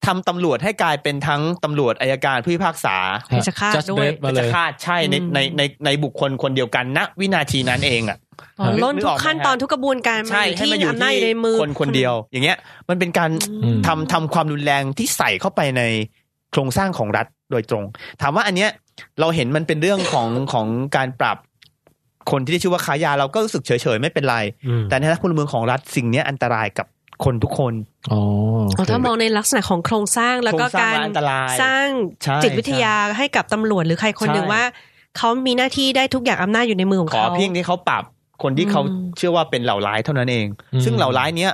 Speaker 1: ทำตำรวจให้กลายเป็นทั้งตำรวจอายการผู้พิพากษา
Speaker 3: เพชรฆาต
Speaker 2: Just
Speaker 3: ด้วย
Speaker 2: Dead มาเล
Speaker 1: จะ
Speaker 2: ย
Speaker 1: ฆาตใช่ใน
Speaker 3: อืม
Speaker 1: ในในในบุคคลคนเดียวกันณวินาทีนั้นเองอ่ะ
Speaker 3: ตอนล้น
Speaker 1: นึก
Speaker 3: ทุ
Speaker 1: ออก กไหม
Speaker 3: ขั้น
Speaker 1: ฮะ
Speaker 3: ตอนทุกกระบวนการมา
Speaker 1: ใช่
Speaker 3: อยู่
Speaker 1: ให้
Speaker 3: ที่
Speaker 1: มันอยู่
Speaker 3: อำนาจ
Speaker 1: ที่
Speaker 3: อยู่ในมือ
Speaker 1: คนคนเดียว อย่างเงี้ย มันเป็นการ
Speaker 2: อืม
Speaker 1: ทำทำความรุนแรงที่ใส่เข้าไปในโครงสร้างของรัฐโดยตรง ถามว่าอันเนี้ยเราเห็นมันเป็นเรื่องของของการปรับคนที่ได้ชื่อว่าค้ายาเราก็รู้สึกเฉยๆไม่เป็นไร
Speaker 6: อืม
Speaker 1: แต่ในทางพลเมืองของรัฐสิ่งเนี้ยอันตรายกับคนทุกคน
Speaker 2: อ๋อ
Speaker 3: อ๋อถ้ามองในลักษณะของโครงสร้างแล้วก็
Speaker 1: โครงส
Speaker 3: กา
Speaker 1: ร้าง
Speaker 3: ร
Speaker 1: และอันตราย
Speaker 3: สร้าง
Speaker 1: ใช่
Speaker 3: จิตวิทยาให้กับตำรวจหรือใครคนหนึ่ง
Speaker 1: ใช่
Speaker 3: ว่าเขามีหน้าที่ได้ทุกอย่างอำนาจอยู่ในมือของ
Speaker 1: ขอ
Speaker 3: เขา
Speaker 1: เพียงที่เขาปรับคนที่เขา
Speaker 3: อืม
Speaker 1: เชื่อว่าเป็นเหล่าร้ายเท่านั้นเอง ซึ่งเหล่าร้ายเนี้ย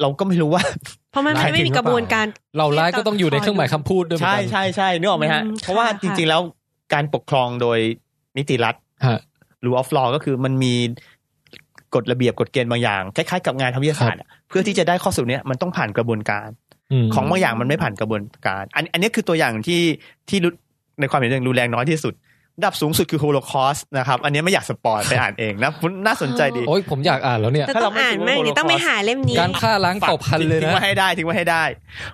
Speaker 1: เราก็ไม่รู้ว่า
Speaker 3: เพราะมันมันไม่มีกระบวนการ
Speaker 2: เราร้ายก็ต้องอยู่ในเครื่องหมายคำพูดด้วยเหมือน
Speaker 1: ใช่
Speaker 2: กัน
Speaker 1: ใช่ใช่นึกออกไหมฮะ
Speaker 3: อืม
Speaker 1: เพราะว่า
Speaker 3: ค่ะ
Speaker 1: จริง ๆ แล้วการปกครองโดยนิติรัฐ
Speaker 2: ฮะ
Speaker 1: หรือ of law ก็คือมันมีกฎระเบียบกฎเกณฑ์บางอย่าง คล้ายๆ กับงานทางวิทยาศาสตร์อะเพื่อที่จะได้ข้อสรุปเนี้ยมันต้องผ่านกระบวนการ
Speaker 2: ม
Speaker 1: ของบางอย่างมันไม่ผ่านกระบวนการ อันอันนี้คือตัวอย่างที่ที่รุนในความเห็นเรื่องรุนแรงน้อยที่สุดระดับสูงสุดคือโฮโลคอสนะครับ อันนี้ไม่อยากสปอยไปอ่านเองนะน่าสนใจดี
Speaker 2: โอ้ยผมอยากอ่านแล้วเนี่ย
Speaker 3: แต่
Speaker 1: ถ้าเราไม่
Speaker 3: อ่าน
Speaker 1: คิดว่
Speaker 3: แม่ง
Speaker 1: โฮโล
Speaker 3: นี่ต้องไป
Speaker 1: คส
Speaker 3: หาเล่มนี้
Speaker 2: การฆ่าล้างเผ่าพันธุ์เลย
Speaker 1: ทิ้ง
Speaker 2: นะ
Speaker 1: ไว้ให้ได้ทิ้งไว้ให้ได้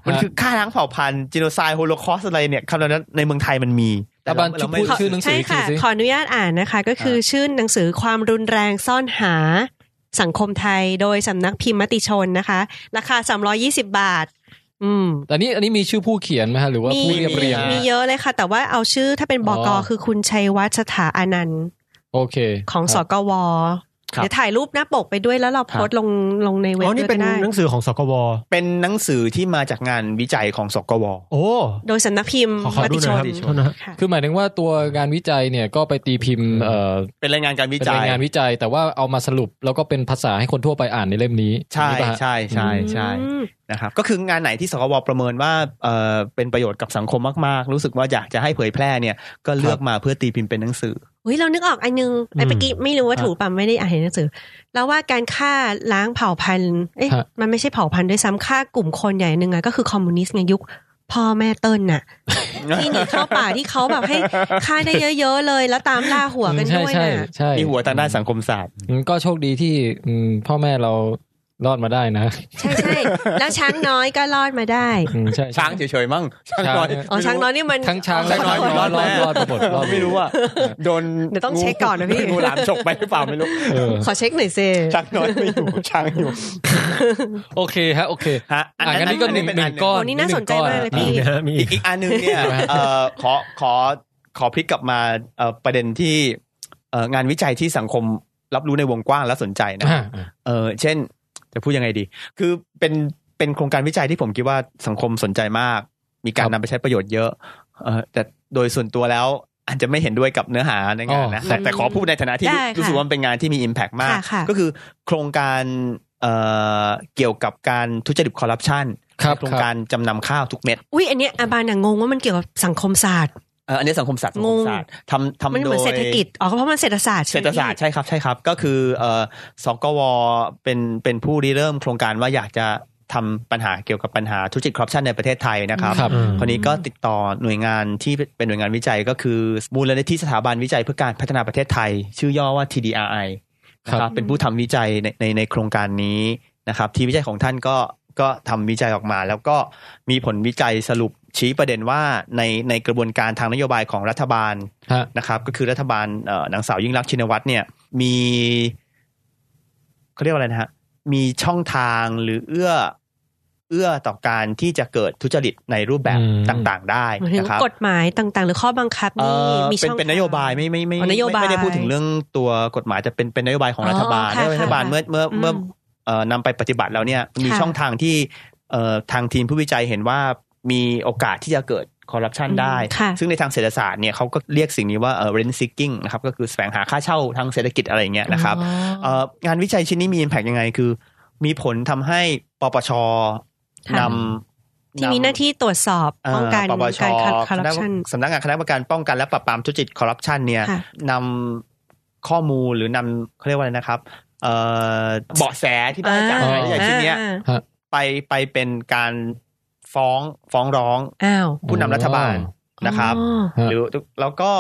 Speaker 1: มัน
Speaker 2: ฮะ
Speaker 1: คือฆ่าล้างเผ่าพันธุ์จีโนไซด์โฮโลคอสอะไรเนี่ยคำเหล่านั้นในเมืองไทยมันมี
Speaker 2: ตาบัน
Speaker 1: เร
Speaker 2: ช่วย
Speaker 1: ไม่
Speaker 2: พูด
Speaker 1: รู้
Speaker 2: ชื่อหนังสื
Speaker 3: ใช่
Speaker 2: ออีกที
Speaker 3: ค่ะ
Speaker 2: สิ
Speaker 3: ขออนุญาตอ่านนะคะ ก็คือชื่อหนังสือความรุนแรงซ่อนหาสังคมไทยโดยสำนักพิมพ์มติชนนะคะ ราคา 320 บาท อืม
Speaker 2: แต่นี่อันนี้มีชื่อผู้เขียนไหมฮะหรือว่าผู้เรียบเรียง
Speaker 3: มีเยอะเลยค่ะ แต่ว่าเอาชื่อถ้าเป็นบก
Speaker 2: อ๋อ
Speaker 3: คือคุณชัยวัฒน์สถาอานันต์
Speaker 2: โอเค
Speaker 3: ของ
Speaker 2: ค
Speaker 3: ส
Speaker 2: รับ
Speaker 3: กวเดี๋ยวถ่ายรูปหน้าปกไปด้วยแล้วเราโพสต์ลงลงในเว็บ
Speaker 6: อ๋อ
Speaker 3: ด้
Speaker 6: นี่
Speaker 3: วย
Speaker 6: เป็น
Speaker 3: ก็ได้
Speaker 6: หนังสือของสกว
Speaker 1: เป็นหนังสือที่มาจากงานวิจัยของสกว
Speaker 6: โอ้
Speaker 3: โดยสำนักพิมพ์
Speaker 6: ขอขอ
Speaker 3: ม
Speaker 6: ดู
Speaker 3: ติ
Speaker 6: ห
Speaker 3: ช
Speaker 6: น่อย
Speaker 3: น
Speaker 6: ครับโทษนะฮะ
Speaker 3: ค่ะ
Speaker 2: คือหมายถึงว่าตัวงานวิจัยเนี่ยก็ไปตีพิมพ์เอ่อ
Speaker 1: เป็นรายงานการวิ
Speaker 2: เป็น
Speaker 1: จั
Speaker 2: ราย
Speaker 1: ย
Speaker 2: งานวิจัย แต่ว่าเอามาสรุปแล้วก็เป็นภาษาให้คนทั่วไปอ่านในเล่มนี้
Speaker 1: ใช่
Speaker 2: นี่ปะฮะ
Speaker 1: ใช่ใช่ใช่
Speaker 3: อืม
Speaker 1: นะครับก็คืองานไหนที่สกวประเมินว่าเอ่อเป็นประโยชน์กับสังคมมาก ๆ รู้สึกว่าอยากจะให้เผยแพร่เนี่ยก็เลือกมาเพื่อตีพิมพ์เป็นหนังสือ
Speaker 3: เฮ้ยเรานึกออกอันนึงไอ้เมื่อกี้ไม่รู้ว่าถูกป่ะไม่ได้อ่านหนังสือ แล้วว่าการฆ่าล้างเผ่าพันธุ์เอ๊ะ
Speaker 2: ฮะ
Speaker 3: มันไม่ใช่เผ่าพันธุ์ด้วยซ้ำฆ่ากลุ่มคนใหญ่หนึ่งอะก็คือคอมมิวนิสต์ในยุคพ่อแม่เติ้ลน่ะ ที่หนีเข้าป่าที่เขาแบบให้ฆ่าได้เยอะๆเลย แล้วตามล่าหัวกัน
Speaker 2: ใช่
Speaker 3: ด้วย
Speaker 2: ใช่
Speaker 3: น่ะ
Speaker 2: ใช่
Speaker 1: มีหัวทางด้านสังคมศาสตร์
Speaker 2: อืมก็โชคดีที่อืมพ่อแม่เรารอดมาได้นะ
Speaker 3: ใช่ใช่แล้วช้างน้อยก็รอดมาได้
Speaker 2: อืมใช่ใช่
Speaker 1: ช้างเฉยๆ มั่งช้างน้อย
Speaker 2: ช้าง
Speaker 3: อ๋อช้างน้อยนี่มัน
Speaker 2: ทั้งช้างและ
Speaker 1: ช้างน้อย ย
Speaker 2: น้อรอด
Speaker 1: รอดแน่
Speaker 2: รอดไปหมดรอด
Speaker 1: ไม่รู้ว่าโดน
Speaker 3: เดี๋ยวต้องเช็คก่อนนะพี่
Speaker 1: งูหลามฉกไปหรือเปล่าไม่รู้
Speaker 2: เออ
Speaker 3: ขอเช็คหน่อยเซ
Speaker 1: ช้างน้อยไม่อยู่ช้างอยู่
Speaker 2: โอเคฮะโอเค
Speaker 1: ฮะอัน
Speaker 2: อ่ะ
Speaker 1: นั้น
Speaker 2: งั้นนี่ก็
Speaker 1: อัน
Speaker 2: ห
Speaker 1: นี้
Speaker 2: นึ่ง
Speaker 1: เป็นอันหนึ่ง
Speaker 2: หนึ่งก้อน
Speaker 3: โอ้นี่น่าสนใจมากเลย
Speaker 6: มี
Speaker 3: พี่
Speaker 6: นะฮะมี
Speaker 1: อีกอีกอันหนึงเนี่ย เอ่อขอขอขอพลิกกลับมาเอ่อประเด็นที่เอ่องานวิจัยที่สังคมรับรู้ในวงกว้างและสนใจนะ
Speaker 2: อ่ะอ่ะ
Speaker 1: เออเช่น จะพูดยังไงดี คือเป็นเป็นโครงการวิจัยที่ผมคิดว่าสังคมสนใจมาก มีการนำไปใช้ประโยชน์เยอะเออแต่โดยส่วนตัวแล้วอาจจะไม่เห็นด้วยกับเนื้อหาในงานนะแต่แต่ขอพูดในฐานะที่
Speaker 3: ได้ค่ะ
Speaker 1: รู้สึกว่ามันเป็นงานที่มี Impact มาก
Speaker 3: ค่ะค่ะ
Speaker 1: ก็คือโครงการเอ่อเกี่ยวกับการทุจริตคอร์รัปชัน
Speaker 2: ครับ
Speaker 1: โครง
Speaker 2: ค
Speaker 1: กา
Speaker 2: รับ
Speaker 1: รจำนำข้าวทุกเม็ด
Speaker 3: อุ้ยอันเนี้ยอาบานน่ะงงว่ามันเกี่ยวกับสังคมศาสตร์
Speaker 1: เอ่ออันนี้สังคมศาสตร์สังคมศาสตร์ทำ
Speaker 3: มัน
Speaker 1: ทำโด
Speaker 3: เหมือย นเศรษฐกิจอ๋อเพราะมันเศรษฐศาสตร์ใช่
Speaker 1: เศร
Speaker 3: ไหม
Speaker 1: ษฐศาสตร์ใช่ครับใช่ครับ ก็คือเอ่อสกวเป็นเป็นผู้ริเริ่มโครงการว่าอยากจะทำปัญหาเกี่ยวกับปัญหาทุจริตคอร์รัปชันในประเทศไทยนะครับ
Speaker 2: ครับ
Speaker 1: คราวนี้ก็ติดต่อหน่วยงานที่เป็นหน่วยงานวิจัยก็คือมูลนิธิสถาบันวิจัยเพื่อการพัฒนาประเทศไทย ชื่อย่อว่า TDRI นะครับเป็นผู้ทำวิจัยในในในโครงการนี้ นะครับ ทีมวิจัยของท่านก็ก็ทำวิจัยออกมา แล้วก็มีผลวิจัยสรุปชี้ประเด็นว่าในในกระบวนการทางนโยบายของรัฐบาล
Speaker 2: ฮะ
Speaker 1: นะครับก็คือรัฐบาลเอ่อนางสาวยิ่งรักษณ์ชินวัตรเนี่ยมีเขาเรียกว่าอะไรนะฮะมีช่องทางหรือเอื้อเอื้อต่อการที่จะเกิดทุจริตในรูปแบบ
Speaker 6: อืม
Speaker 1: ต่างๆ ได้
Speaker 3: หมายถึง
Speaker 1: นะครับ
Speaker 3: กฎหมายต่างๆ หรือข้อบังคับ
Speaker 1: เอ่
Speaker 3: นี่
Speaker 1: อ
Speaker 3: มี
Speaker 1: เป็น
Speaker 3: ช่อง
Speaker 1: เป็น
Speaker 3: ทาง
Speaker 1: นโยบายไม่ไม่ไม่
Speaker 3: อ๋อนโยบาย
Speaker 1: ไม่ได้พูดถึงเรื่องตัวกฎหมายแต่เป็นเป็นนโยบายของรัฐบาล
Speaker 3: อ๋อค่ะ
Speaker 1: รัฐบาล
Speaker 3: ค่ะ
Speaker 1: เมื่อเมื่อเมื่อ
Speaker 3: อืม
Speaker 1: เอ่อนำไปปฏิบัติแล้วเนี่ยมี
Speaker 3: ค่ะ
Speaker 1: ช่องทางที่เอ่อทางทีมผู้วิจัยเห็นว่ามีโอกาสที่จะเกิดคอร์รัปชันได้
Speaker 3: ค่ะ
Speaker 1: ซึ่งในทางเศรษฐศาสตร์เนี่ยเขาก็เรียกสิ่งนี้ว่าเอ่อ rent seeking นะครับก็คือแสวงหาค่าเช่าทางเศรษฐกิจอะไรอย่างเงี้ยนะครับเอ่องานวิจัยชิ้นนี้มี impact ยังไงคือ มีผลทำให้ปปชน
Speaker 3: ค่ะ
Speaker 1: ำ
Speaker 3: ที่มีหน้าที่ตรวจสอบ
Speaker 1: เอ่อ
Speaker 3: ป้องกัน
Speaker 1: ปปช
Speaker 3: การคอร์รัปชัน
Speaker 1: สำนักงานคณะกรรมการป้องกันและปราบปรามทุจริตคอร์รัปชันเนี่ย
Speaker 3: ค่ะ
Speaker 1: นำข้อมูลหรือนำเขาเรียกว่าอะไรนะครับเอ่อเบาะแสที่ได้จากงานวิจัยชิ้นเนี้ย
Speaker 3: อ่า
Speaker 1: ไปไปเป็นการฟ้องฟ้องร้อง
Speaker 3: อ้าว
Speaker 1: ผู้นำรัฐบาลนะครับ
Speaker 3: อ๋อ
Speaker 2: ฮะ
Speaker 1: หรือแล้วก็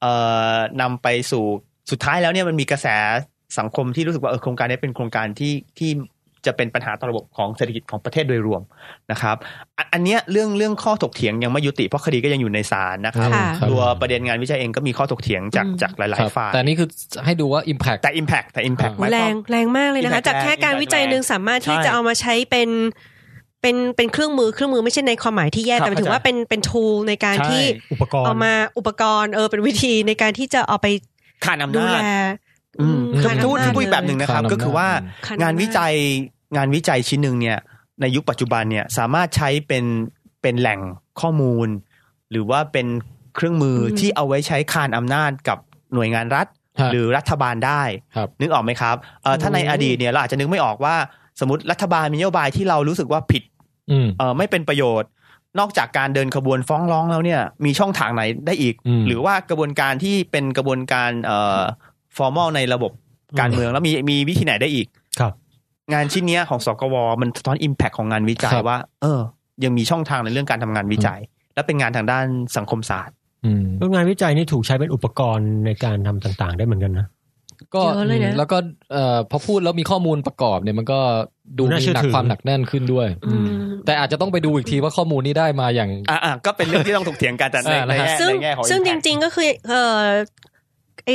Speaker 1: เอ่อนำไปสู่สุดท้ายแล้วเนี่ยมันมีกระแสสังคมที่รู้สึกว่าเออโครงการนี้เป็นโครงการที่ที่จะเป็นปัญหาต่อระบบของเศรษฐกิจของประเทศโดยรวมนะครับอันอันเนี้ยเรื่องเรื่องข้อถกเถียงยังไม่ยุติเพราะคดีก็ยังอยู่ในศาลนะครับ
Speaker 3: ค่ะ
Speaker 1: ตัวประเด็นงานวิจัยเองก็มีข้อถกเถียงจาก
Speaker 3: อืม
Speaker 1: จากหลาย ๆ ฝ่าย
Speaker 2: แต่นี่คือให้ดูว่า Impact
Speaker 1: แต่ Impact แต่ Impact
Speaker 2: อ่า
Speaker 1: หมายค
Speaker 3: แร
Speaker 1: วาม
Speaker 3: งแรงมากเลยนะคะ
Speaker 1: impact
Speaker 3: จากแค่
Speaker 1: แรง
Speaker 3: การ
Speaker 1: impact
Speaker 3: วิจัยหนึ่งสามารถที่
Speaker 1: ใช่
Speaker 3: จะเอามาใช้เป็นเป็นเป็นเครื่องมือเครื่องมือไม่ใช่ในความหมายที่แย่
Speaker 1: ครับ
Speaker 3: แต่หมายถึงว่า
Speaker 1: เข้าใจ
Speaker 3: เป็นเป็นทูในการ
Speaker 1: ใช่
Speaker 3: ที่
Speaker 6: อุปกร
Speaker 3: เอา
Speaker 6: ณ์
Speaker 3: มาอุปกรณ์เออเป็นวิธีในการที่จะเอาไป
Speaker 1: ขานอำ
Speaker 3: ดู
Speaker 1: นาจ
Speaker 3: แล
Speaker 1: อืม
Speaker 3: ข
Speaker 1: คือ
Speaker 3: ด
Speaker 1: พูด
Speaker 3: อำนจ
Speaker 1: พูดอีกแบบหนึ่งนะครับ
Speaker 2: ขานอำนาจ
Speaker 1: ก็คือว่า
Speaker 3: ขดอำจ
Speaker 1: งานวิจัยงานวิจัยชิ้นหนึ่งเนี่ยในยุคปัจจุบันเนี่ยสามารถใช้เป็นเป็นแหล่งข้อมูล หรือว่าเป็นเครื่องมืออ
Speaker 3: ม
Speaker 1: ที่เอาไว้ใช้คานอำนาจกับหน่วยงานรัฐ
Speaker 2: ฮะ
Speaker 1: หรือรัฐบาลได้
Speaker 2: ครับ
Speaker 1: นึกออกไหมครับเอ่อถ้าในอดีตเนี่ยเราอาจจะนึกไม่ออกว่า สมมติรัฐบาลมีนโยบายที่เรารู้สึกว่าผิด
Speaker 2: อืม
Speaker 1: เอ่อไม่เป็นประโยชน์ นอกจากการเดินขบวนฟ้องร้องแล้วเนี่ยมีช่องทางไหนได้อีก
Speaker 2: อืม
Speaker 1: หรือว่ากระบวนการที่เป็นกระบวนการเอ่อ formal ในระบบการเมืองแล้วมีมีวิธีไหนได้อีก
Speaker 6: ครับ
Speaker 1: งานชิ้นเนี้ยของสกวมันสะท้อน Impact ของงานวิจัย
Speaker 2: ครับ
Speaker 1: ว่า เออ ยังมีช่องทางในเรื่องการทำงานวิจัย และเป็นงานทางด้านสังคมศาสตร์
Speaker 2: อืม
Speaker 6: แล้วงานวิจัยนี่ถูกใช้เป็นอุปกรณ์ในการทำต่างๆ ได้เหมือนกันนะ
Speaker 2: ก็
Speaker 3: เยอะเลยนะ
Speaker 2: อืมแล้วก็เอ่อพอพูดแล้วมีข้อมูลประกอบเนี่ยมันก็ดู
Speaker 6: ดูน่า
Speaker 2: มี
Speaker 6: เชื่อ
Speaker 2: หนัก
Speaker 6: ถือ
Speaker 2: ความหนักแน่นขึ้นด้วย
Speaker 3: อืม
Speaker 2: แต่อาจจะต้องไปดูอีกทีว่าข้อมูลนี้ได้มาอย่าง
Speaker 1: อ่าก็เป็นเรื่องที่ต้องถกเถียงกันแต่ใน
Speaker 2: อ่า
Speaker 1: ใน
Speaker 2: นะฮะ
Speaker 1: แง่
Speaker 3: ซึ่ง
Speaker 1: ในแง่ของ
Speaker 3: ซึ่งจ
Speaker 1: impact
Speaker 3: ริง ๆก็คือเออไอ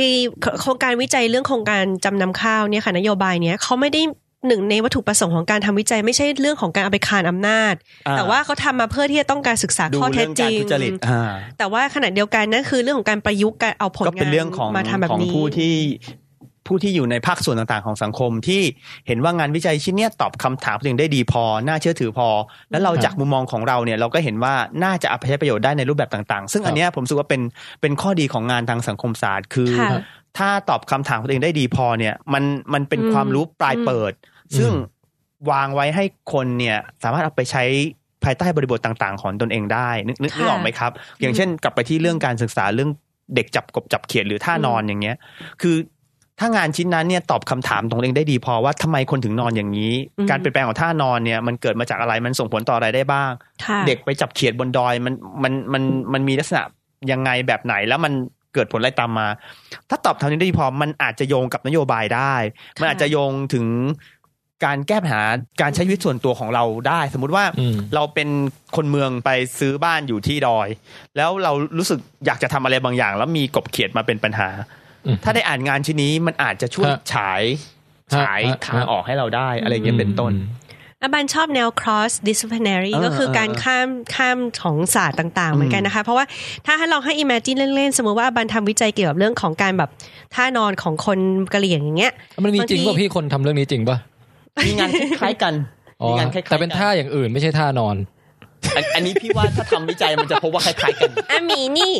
Speaker 3: โครงการวิจัยเรื่องโครงการจำนำข้าวเนี่ยค่ะนโยบายเนี้ยเขาไม่ได้หนึ่งในวัตถุประสงค์ของการทำวิจัย ไม่ใช่เรื่องของการเอาไปคานอำนาจ
Speaker 1: อ่
Speaker 3: แต่ว่าเขาทำมาเพื่อที่จะต้องการศึกษา
Speaker 1: ดู
Speaker 3: ข้อเท็
Speaker 1: เรื่
Speaker 3: จ
Speaker 1: อง
Speaker 3: จ
Speaker 1: การ
Speaker 3: ริง
Speaker 1: ทุจริตอ่า
Speaker 3: แต่ว่าขณะเดียวกันนั่นคือเรื่องของการประยุกต์การเอาผล
Speaker 1: ก็
Speaker 3: งา
Speaker 1: เป็น
Speaker 3: น
Speaker 1: เรื่องของ
Speaker 3: มาทำแบบ
Speaker 1: ของ
Speaker 3: นี้
Speaker 1: ผู้ที่ผู้ที่อยู่ในภาคส่วนต่างๆของสังคมที่เห็นว่างานวิจัยชิ้นเนี้ยตอบคำถามตัวเองได้ดีพอ น่าเชื่อถือพอ แล้วเราจากมุมมองของเราเนี่ยเราก็เห็นว่าน่าจะเอาไปใช้ประโยชน์ได้ในรูปแบบต่างๆ ซึ่งอันเนี้ยผมรู้สึกว่าเป็นเป็นข้อดีของงานทางสังคมศาสตร์คือ
Speaker 3: ค่ะ
Speaker 1: ถ้าตอบคำถามตัวเองได้ดีพอเนี่ยมันมันเป็น
Speaker 3: อืม
Speaker 1: ความรู้ปลายเปิด
Speaker 2: ม
Speaker 1: ซึ่งวางไว้ให้คนเนี่ยสามารถเอาไปใช้ภายใต้บริบทต่าง ๆ ของตนเองได้นึกนึก
Speaker 3: ค่ะ
Speaker 1: นึกออกไหมครับ อย่างเช่นกลับไปที่เรื่องการศึกษาเรื่องเด็กจับกบจับเขียดหรือท่านอนอย่างเงี้ย คือถ้างานชิ้นนั้นเนี่ยตอบคำถามตรงเองได้ดีพอว่าทำไมคนถึงนอนอย่างนี้
Speaker 3: อืม
Speaker 1: การเปลี่ยนแปลงของท่านอนเนี่ยมันเกิดมาจากอะไรมันส่งผลต่ออะไรได้บ้าง
Speaker 3: ค่ะ
Speaker 1: เด็กไปจับเขียดบนดอยมันมันมันมันมีลักษณะยังไงแบบไหนแล้วมันเกิดผลอะไรตามมา ถ้าตอบทางนี้ได้ดีพอมันอาจจะโยงกับนโยบายได้ มันอาจจะโยงถึงการแก้ปัญหาการใช้ชีวิตส่วนตัวของเราได้ สมมุติว่า
Speaker 2: อืม
Speaker 1: เราเป็นคนเมืองไปซื้อบ้านอยู่ที่ดอย แล้วเรารู้สึกอยากจะทำอะไรบางอย่าง แล้วมีกบเขียดมาเป็นปัญหา
Speaker 2: อืม
Speaker 1: ถ้าได้อ่านงานชิ้นนี้มันอาจจะช่วย
Speaker 2: ฮะ
Speaker 1: ฉาย
Speaker 2: ฮะ
Speaker 1: ฉาย
Speaker 2: ฮะ
Speaker 1: ทางออกให้เราได้อะไรอย่างเงี้ยเป็นต้น
Speaker 3: อาบันชอบแนว cross disciplinary
Speaker 1: เออ
Speaker 3: ก็คือ
Speaker 1: เออ
Speaker 3: การข้ามข้ามของศาสตร์ต่างๆ เหมือนกันนะคะ เพราะว่าถ้าให้ลองให้ imagine เล่นๆ สมมติว่าอาบันทำวิจัยเกี่ยวกับเรื่องของการแบบท่านอนของคนกะเหรี่ยงอย่างเงี้ย
Speaker 2: มันมีจริง
Speaker 3: บาง
Speaker 2: ว่า
Speaker 3: ที
Speaker 2: พี่คนทำเรื่องนี้จริงป่ะ
Speaker 1: มีงานคล้ายๆกัน
Speaker 2: อ๋อ
Speaker 1: มีงานคล้ายๆกั
Speaker 2: แต่เป็นท่าอย่างอื่นไม่ใช่ท่านอน
Speaker 1: อันอันนี้พี่ว่าถ้าทำวิจัยมันจะพบว่าคล้ายๆกัน
Speaker 3: อามีนี่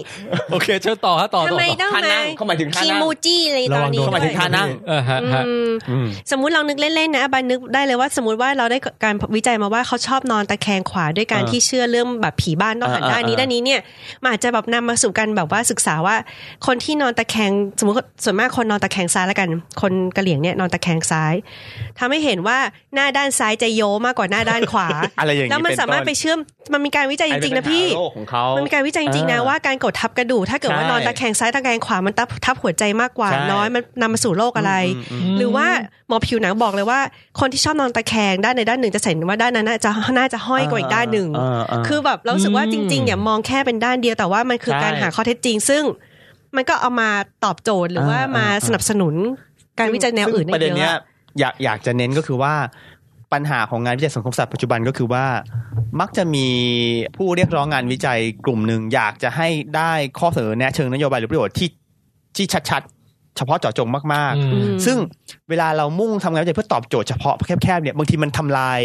Speaker 2: โอเคเชิญต่อฮะต่อ
Speaker 3: ทำ
Speaker 2: ต่อ
Speaker 3: ไม
Speaker 2: ต่อ
Speaker 3: ต้อง
Speaker 1: ท่า
Speaker 3: มา
Speaker 1: นั่งเข้าหมายถึงท่า
Speaker 3: คี
Speaker 1: นั่ง
Speaker 3: มูจิเลยตอนนี้
Speaker 6: ระวัง
Speaker 1: เข้าห
Speaker 6: โดน
Speaker 1: มาย
Speaker 3: ด้
Speaker 1: ถึ
Speaker 3: ว
Speaker 1: ง
Speaker 3: ย
Speaker 1: ท่านั่ง
Speaker 2: เออฮะฮะ
Speaker 3: อืม
Speaker 1: อืม
Speaker 3: สมมุติเรานึกเล่นๆนะบันนึกได้เลยว่าสมมุติว่าเราได้การวิจัยมาว่าเขาชอบนอนตะแคงขวาด้วยการ
Speaker 1: อ่า
Speaker 3: ที่เชื่อเรื่องแบบผีบ้านต้องหัน
Speaker 1: อ่า
Speaker 3: ด้านนี้
Speaker 1: อ่า
Speaker 3: ด้านนี้เนี่ยมันอาจจะแบบนำมาสู่การแบบว่าศึกษาว่า คนที่นอนตะแคงสมมติส่วนมากคนนอนตะแคงซ้ายแล้วกัน คนกะเหลี่ยงเนี่ยนอนตะแคงซ้ายทำให้เห็นว่าหน้าด้านซ้ายจะโยมากกว่าหน้าด้านขวา
Speaker 1: อะไรอย่างนี้
Speaker 3: แล้วมัน
Speaker 1: เป็
Speaker 3: สามารถไป
Speaker 1: ต้
Speaker 3: เชื่อม มันมีการวิจัยจริงๆนะพี่
Speaker 1: ไอ้เป็ปัญหาโลกของเขา
Speaker 3: มั
Speaker 1: มั
Speaker 3: นมีการวิจัยจริงๆนะ
Speaker 1: อ่า
Speaker 3: ว่าการกดทับกระดูกถ้าเกิดว่า
Speaker 1: ใช่
Speaker 3: นอนตะแคงซ้ายตะแคงขวามันทับทับหัวใจมากกว่า
Speaker 1: ใช่
Speaker 3: น้อยมันนำมาสู่โรคอะไร หรือว่าหมอผิวหนังบอกเลยว่า คนที่ชอบนอนตะแคงด้านในด้านหนึ่งจะเห็นว่าด้านนั้นน่ะจะน่าจะห้อยกว่าอีกด้านหนึ่ง คือแบบเรารู้สึกว่าจริงๆอย่ามองแค่เป็นด้านเดียวแต่ว่ามันคือ
Speaker 1: ใช่
Speaker 3: การหาข้อเท็จจริง ซึ่งมันก็เอามาตอบโจทย์หรือว่า
Speaker 1: อ่า
Speaker 3: มา
Speaker 1: อ่า
Speaker 3: สนับสนุนการวิจัยแนวอื่น
Speaker 1: ประเด็น
Speaker 3: ได้เย
Speaker 1: เนี้ย
Speaker 3: อะ
Speaker 1: อยากอยากจะเน้นก็คือว่าปัญหาของงานวิจัยสังคมศาสตร์ปัจจุบันก็คือว่า มักจะมีผู้เรียกร้องงานวิจัยกลุ่มหนึ่งอยากจะให้ได้ข้อเสนอแนะเชิงนโยบายหรือประโยชน์ที่ที่ชัดๆ เฉพาะเจาะจงมาก
Speaker 2: อืม
Speaker 1: ๆ ซึ่งเวลาเรามุ่งทำงานวิจัยเพื่อตอบโจทย์เฉพาะแคบๆเนี่ยบางทีมันทำลาย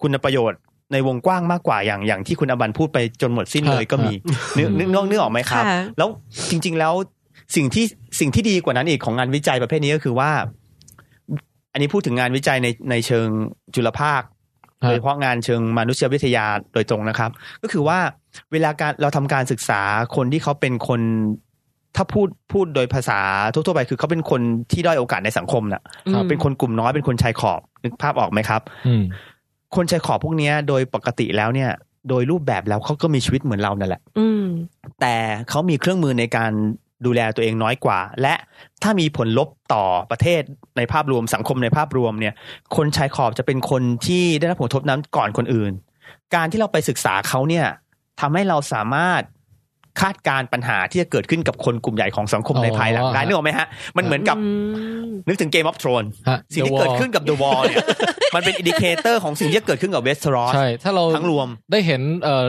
Speaker 1: คุณประโยชน์ในวงกว้างมากกว่าอย่างอย่างที่คุณอบันพูดไปจนหมดสิ้นเลยก็มีนึกนึกนึกนึกออกไหมครับ
Speaker 3: ค่ะ
Speaker 1: แล้วจริง ๆ แล้วสิ่งที่สิ่งที่ดีกว่านั้นอีกของงานวิจัยประเภทนี้ก็คือว่า อันนี้พูดถึงงานวิจัยในในเชิงจุลภาค
Speaker 2: ครับ
Speaker 1: โดยเฉพาะงานเชิงมนุษยวิทยาโดยตรงนะครับ ก็คือว่าเวลาการเราทำการศึกษาคนที่เขาเป็นคน ถ้าพูดพูดโดยภาษาทั่วๆไปคือเขาเป็นคนที่ด้อยโอกาสในสังคมน่ะ
Speaker 2: ครับ
Speaker 1: เป็นคนกลุ่มน้อยเป็นคนชายขอบนึกภาพออกไหมครับ
Speaker 2: อืม
Speaker 1: คนชายขอบพวกเนี้ยโดยปกติแล้วเนี่ย โดยรูปแบบแล้วเขาก็มีชีวิตเหมือนเรานั่นแหละ
Speaker 3: อืม
Speaker 1: แต่เขามีเครื่องมือในการดูแลตัวเองน้อยกว่า และถ้ามีผลลบต่อประเทศในภาพรวมสังคมในภาพรวมเนี่ย คนชายขอบจะเป็นคนที่ได้รับผลกระทบนั้นก่อนคนอื่น การที่เราไปศึกษาเขาเนี่ยทำให้เราสามารถคาดการณ์ปัญหาที่จะเกิดขึ้นกับคนกลุ่มใหญ่ของสังคม
Speaker 2: อ๋อ
Speaker 1: ในภายหลังได้นึกออกไหมฮะ มันเหมือนกับนึกถึงเกมออฟทรอน
Speaker 2: ฮะ
Speaker 1: สิ่งที่เกิดขึ้นกับเดอะวอลเนี่ย มันเป็นอินดิเคเตอร์ของสิ่งที่จะเกิดขึ้นกับเวสต์รอส
Speaker 2: ใช่ ถ้าเรา
Speaker 1: ทั้งรวม
Speaker 2: ได้เห็นเอ่อ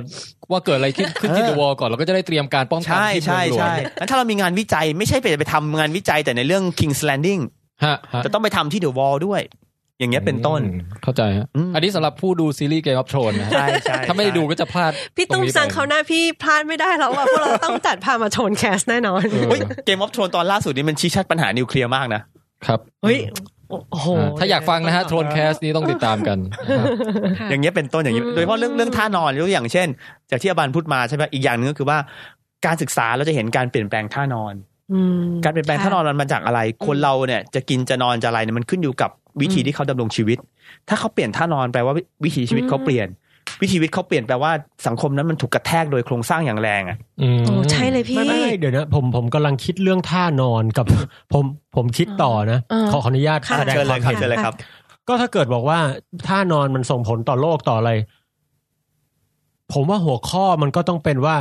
Speaker 2: ว่าเกิดอะไรขึ้นขึ้นที่
Speaker 1: เออ
Speaker 2: เดอะวอลก่อนเราก็จะได้เตรียมการป้องกัน
Speaker 1: ใช่
Speaker 2: ที่
Speaker 1: ใช่
Speaker 2: เมืองหลวง
Speaker 1: ใช่งั้นถ้าเรามีงานวิจัยไม่ใช่ไปไปทำงานวิจัยแต่ในเรื่อง King's Landing
Speaker 2: ฮะฮะ
Speaker 1: จะต้องไปทำที่ The Wall ด้วย อย่างเงี้ยเป็นต้น
Speaker 2: อืมเข้าใจฮะ
Speaker 1: อืม
Speaker 2: อันนี้สำหรับผู้ดูซีรีส์เกมออฟโทรนนะฮะ
Speaker 1: ใช่ใช่
Speaker 2: ถ้าไม่ได้ดูก็จะพลาด
Speaker 3: พี่ตุ้ม
Speaker 2: นี้ไป
Speaker 3: สั่งเขาหน้าพี่พลาดไม่ได้แล้วว่าพวกเราต้องจัดพามาโชนแคสแน่นอน
Speaker 2: เออ
Speaker 1: เฮ้ยเกมออฟทรอนตอนล่าสุดนี้มันชี้ชัดปัญหานิวเคลียร์มากนะ
Speaker 2: ครับ
Speaker 3: เฮ้ยโอ้โห
Speaker 2: อ่าถ้าอยากฟังนะฮะโทนแคสนี้ต้องติดตามกันนะครับ
Speaker 1: อย่างเงี้ยเป็นต้นอย่างเงี้ยโดยเฉพาะเรื่องเรื่องท่านอนยกอย่างเช่น จากที่อาบานพูดมาใช่ไหมอีกอย่างหนึงก็คือว่าการศึกษาเราจะเห็นการเปลี่ยนแปลงท่านอน
Speaker 3: อืม
Speaker 1: การเปลี่ยนแปลง
Speaker 3: ค่ะ
Speaker 1: ท่านอนมันมาจากอะไร คนเราเนี่ยจะกินจะนอนจะอะไรเนี่ยมันขึ้นอยู่กับวิธีที่เขาดำรงชีวิต ถ้าเขาเปลี่ยนท่านอนแปลว่าวิวิถีชีวิตเขาเปลี่ยน วิถีชีวิตเขาเปลี่ยนแปลว่าสังคมนั้นมันถูกกระแทกโดยโครงสร้างอย่างแรงอะ
Speaker 2: อืม
Speaker 3: โอ้ใช่เลยพี่
Speaker 6: ไม่ไม่เดี๋ยวนะผมผมกำลังคิดเรื่องท่านอนกับ ผมผมคิดต่อนะ
Speaker 3: เออ
Speaker 6: ขอขออนุญาต
Speaker 3: ค่ะ
Speaker 6: แสดงความ
Speaker 3: รับ
Speaker 6: เห็น
Speaker 3: เชิญเลยครับ
Speaker 6: ก็ถ้าเกิดบอกว่าท่านอนมันส่งผลต่อโลกต่ออะไร ผมว่าหัวข้อมันก็ต้องเป็นว่า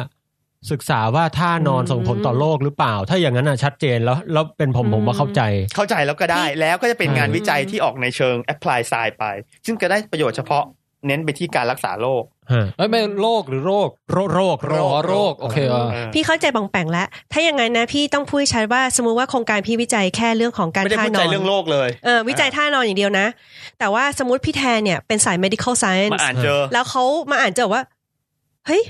Speaker 6: ศึกษาว่าท่านอน
Speaker 3: อืม
Speaker 6: ส่งผลต่อโลกหรือเปล่า ถ้าอย่างนั้นอ่ะชัดเจนแล้ว แล้วเป็นผม
Speaker 3: อืม
Speaker 6: ผมว่าเข้าใจ
Speaker 1: เข้าใจแล้วก็ได้แล้วก็จะเป็นงานวิจัยที่ออกในเชิง apply science ไป ซึ่งก็ได้ประโยชน์เฉพาะเน้นไปที่การรักษาโรค
Speaker 6: ฮะ
Speaker 2: เอ้ยไม่โรคหรือโรค
Speaker 6: โรคโรค
Speaker 2: โรคโรคโอเคเออ
Speaker 3: พี่เข้าใจบองแปงแล้ว ถ้าอย่างนั้นนะพี่ต้องพูดให้ชัดว่าสมมุติว่าโครงการพี่วิจัยแค่เรื่องของการ
Speaker 1: ไม่ได้
Speaker 3: ท่า
Speaker 1: พูด
Speaker 3: น
Speaker 1: ใจ
Speaker 3: อน
Speaker 1: เรื่องโรคเลย
Speaker 3: เออวิจัยท่านอนอย่างเดียวนะ แต่ว่าสมมติพี่แทนเนี่ยเป็นสาย medical
Speaker 1: มา
Speaker 3: science
Speaker 1: อ่านเจอ
Speaker 3: แล้วเขามาอ่านเจอว่า เฮ้ย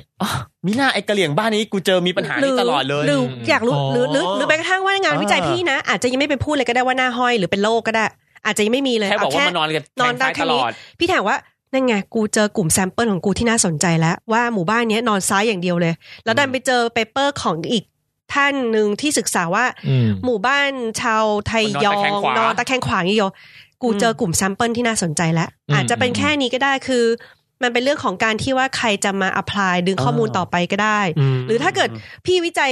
Speaker 1: มีหน้าไอ้กระเหลี่ยงบ้านนี้กูเจอมีปัญหานี้ตลอดเลย
Speaker 3: หรืออยากรู้หรือหรือหรือแม้กระทั่งว่างาน
Speaker 1: อ่า
Speaker 3: วิจัยพี่นะ อาจจะยังไม่เป็นพูดเลยก็ได้ว่าหน้าห้อยหรือเป็นโรคก็ได้ อาจจะยังไม่มีเลย
Speaker 1: แค่บอก
Speaker 3: เ
Speaker 1: ว่ามานอนกัน
Speaker 3: นอนได้
Speaker 1: แข่ง
Speaker 3: แค่
Speaker 1: ต
Speaker 3: นี้
Speaker 1: ลอด
Speaker 3: พี่แทนว่านั่นไงกูเจอกลุ่มแซมเปิลของกูที่น่าสนใจแล้ว ว่าหมู่บ้านเนี้ยนอนซ้ายอย่างเดียวเลย แล้วดันไปเจอเปเปอร์ของอีกท่านหนึ่งที่ศึกษาว่า
Speaker 2: อืม
Speaker 3: หมู่บ้านชาวไทยยอง
Speaker 1: น
Speaker 3: น
Speaker 1: อ
Speaker 3: อน น
Speaker 1: ตะ
Speaker 3: ตะ
Speaker 1: แค
Speaker 3: แค
Speaker 1: ง
Speaker 3: ง
Speaker 1: ขวาว
Speaker 3: ขางอย่างเดียวกู
Speaker 2: อืม
Speaker 3: เจอกลุ่มแซมเปิลที่น่าสนใจแล้ว
Speaker 2: อืม
Speaker 3: อาจจะเป็นแค่นี้ก็ได้คือ มันเป็นเรื่องของการที่ว่าใครจะมาอ p p l y ดึงข้อมูล
Speaker 1: อ่า
Speaker 3: ต่อไปก็ได้
Speaker 6: อืม
Speaker 3: หรือถ้าเกิดพี่วิจัย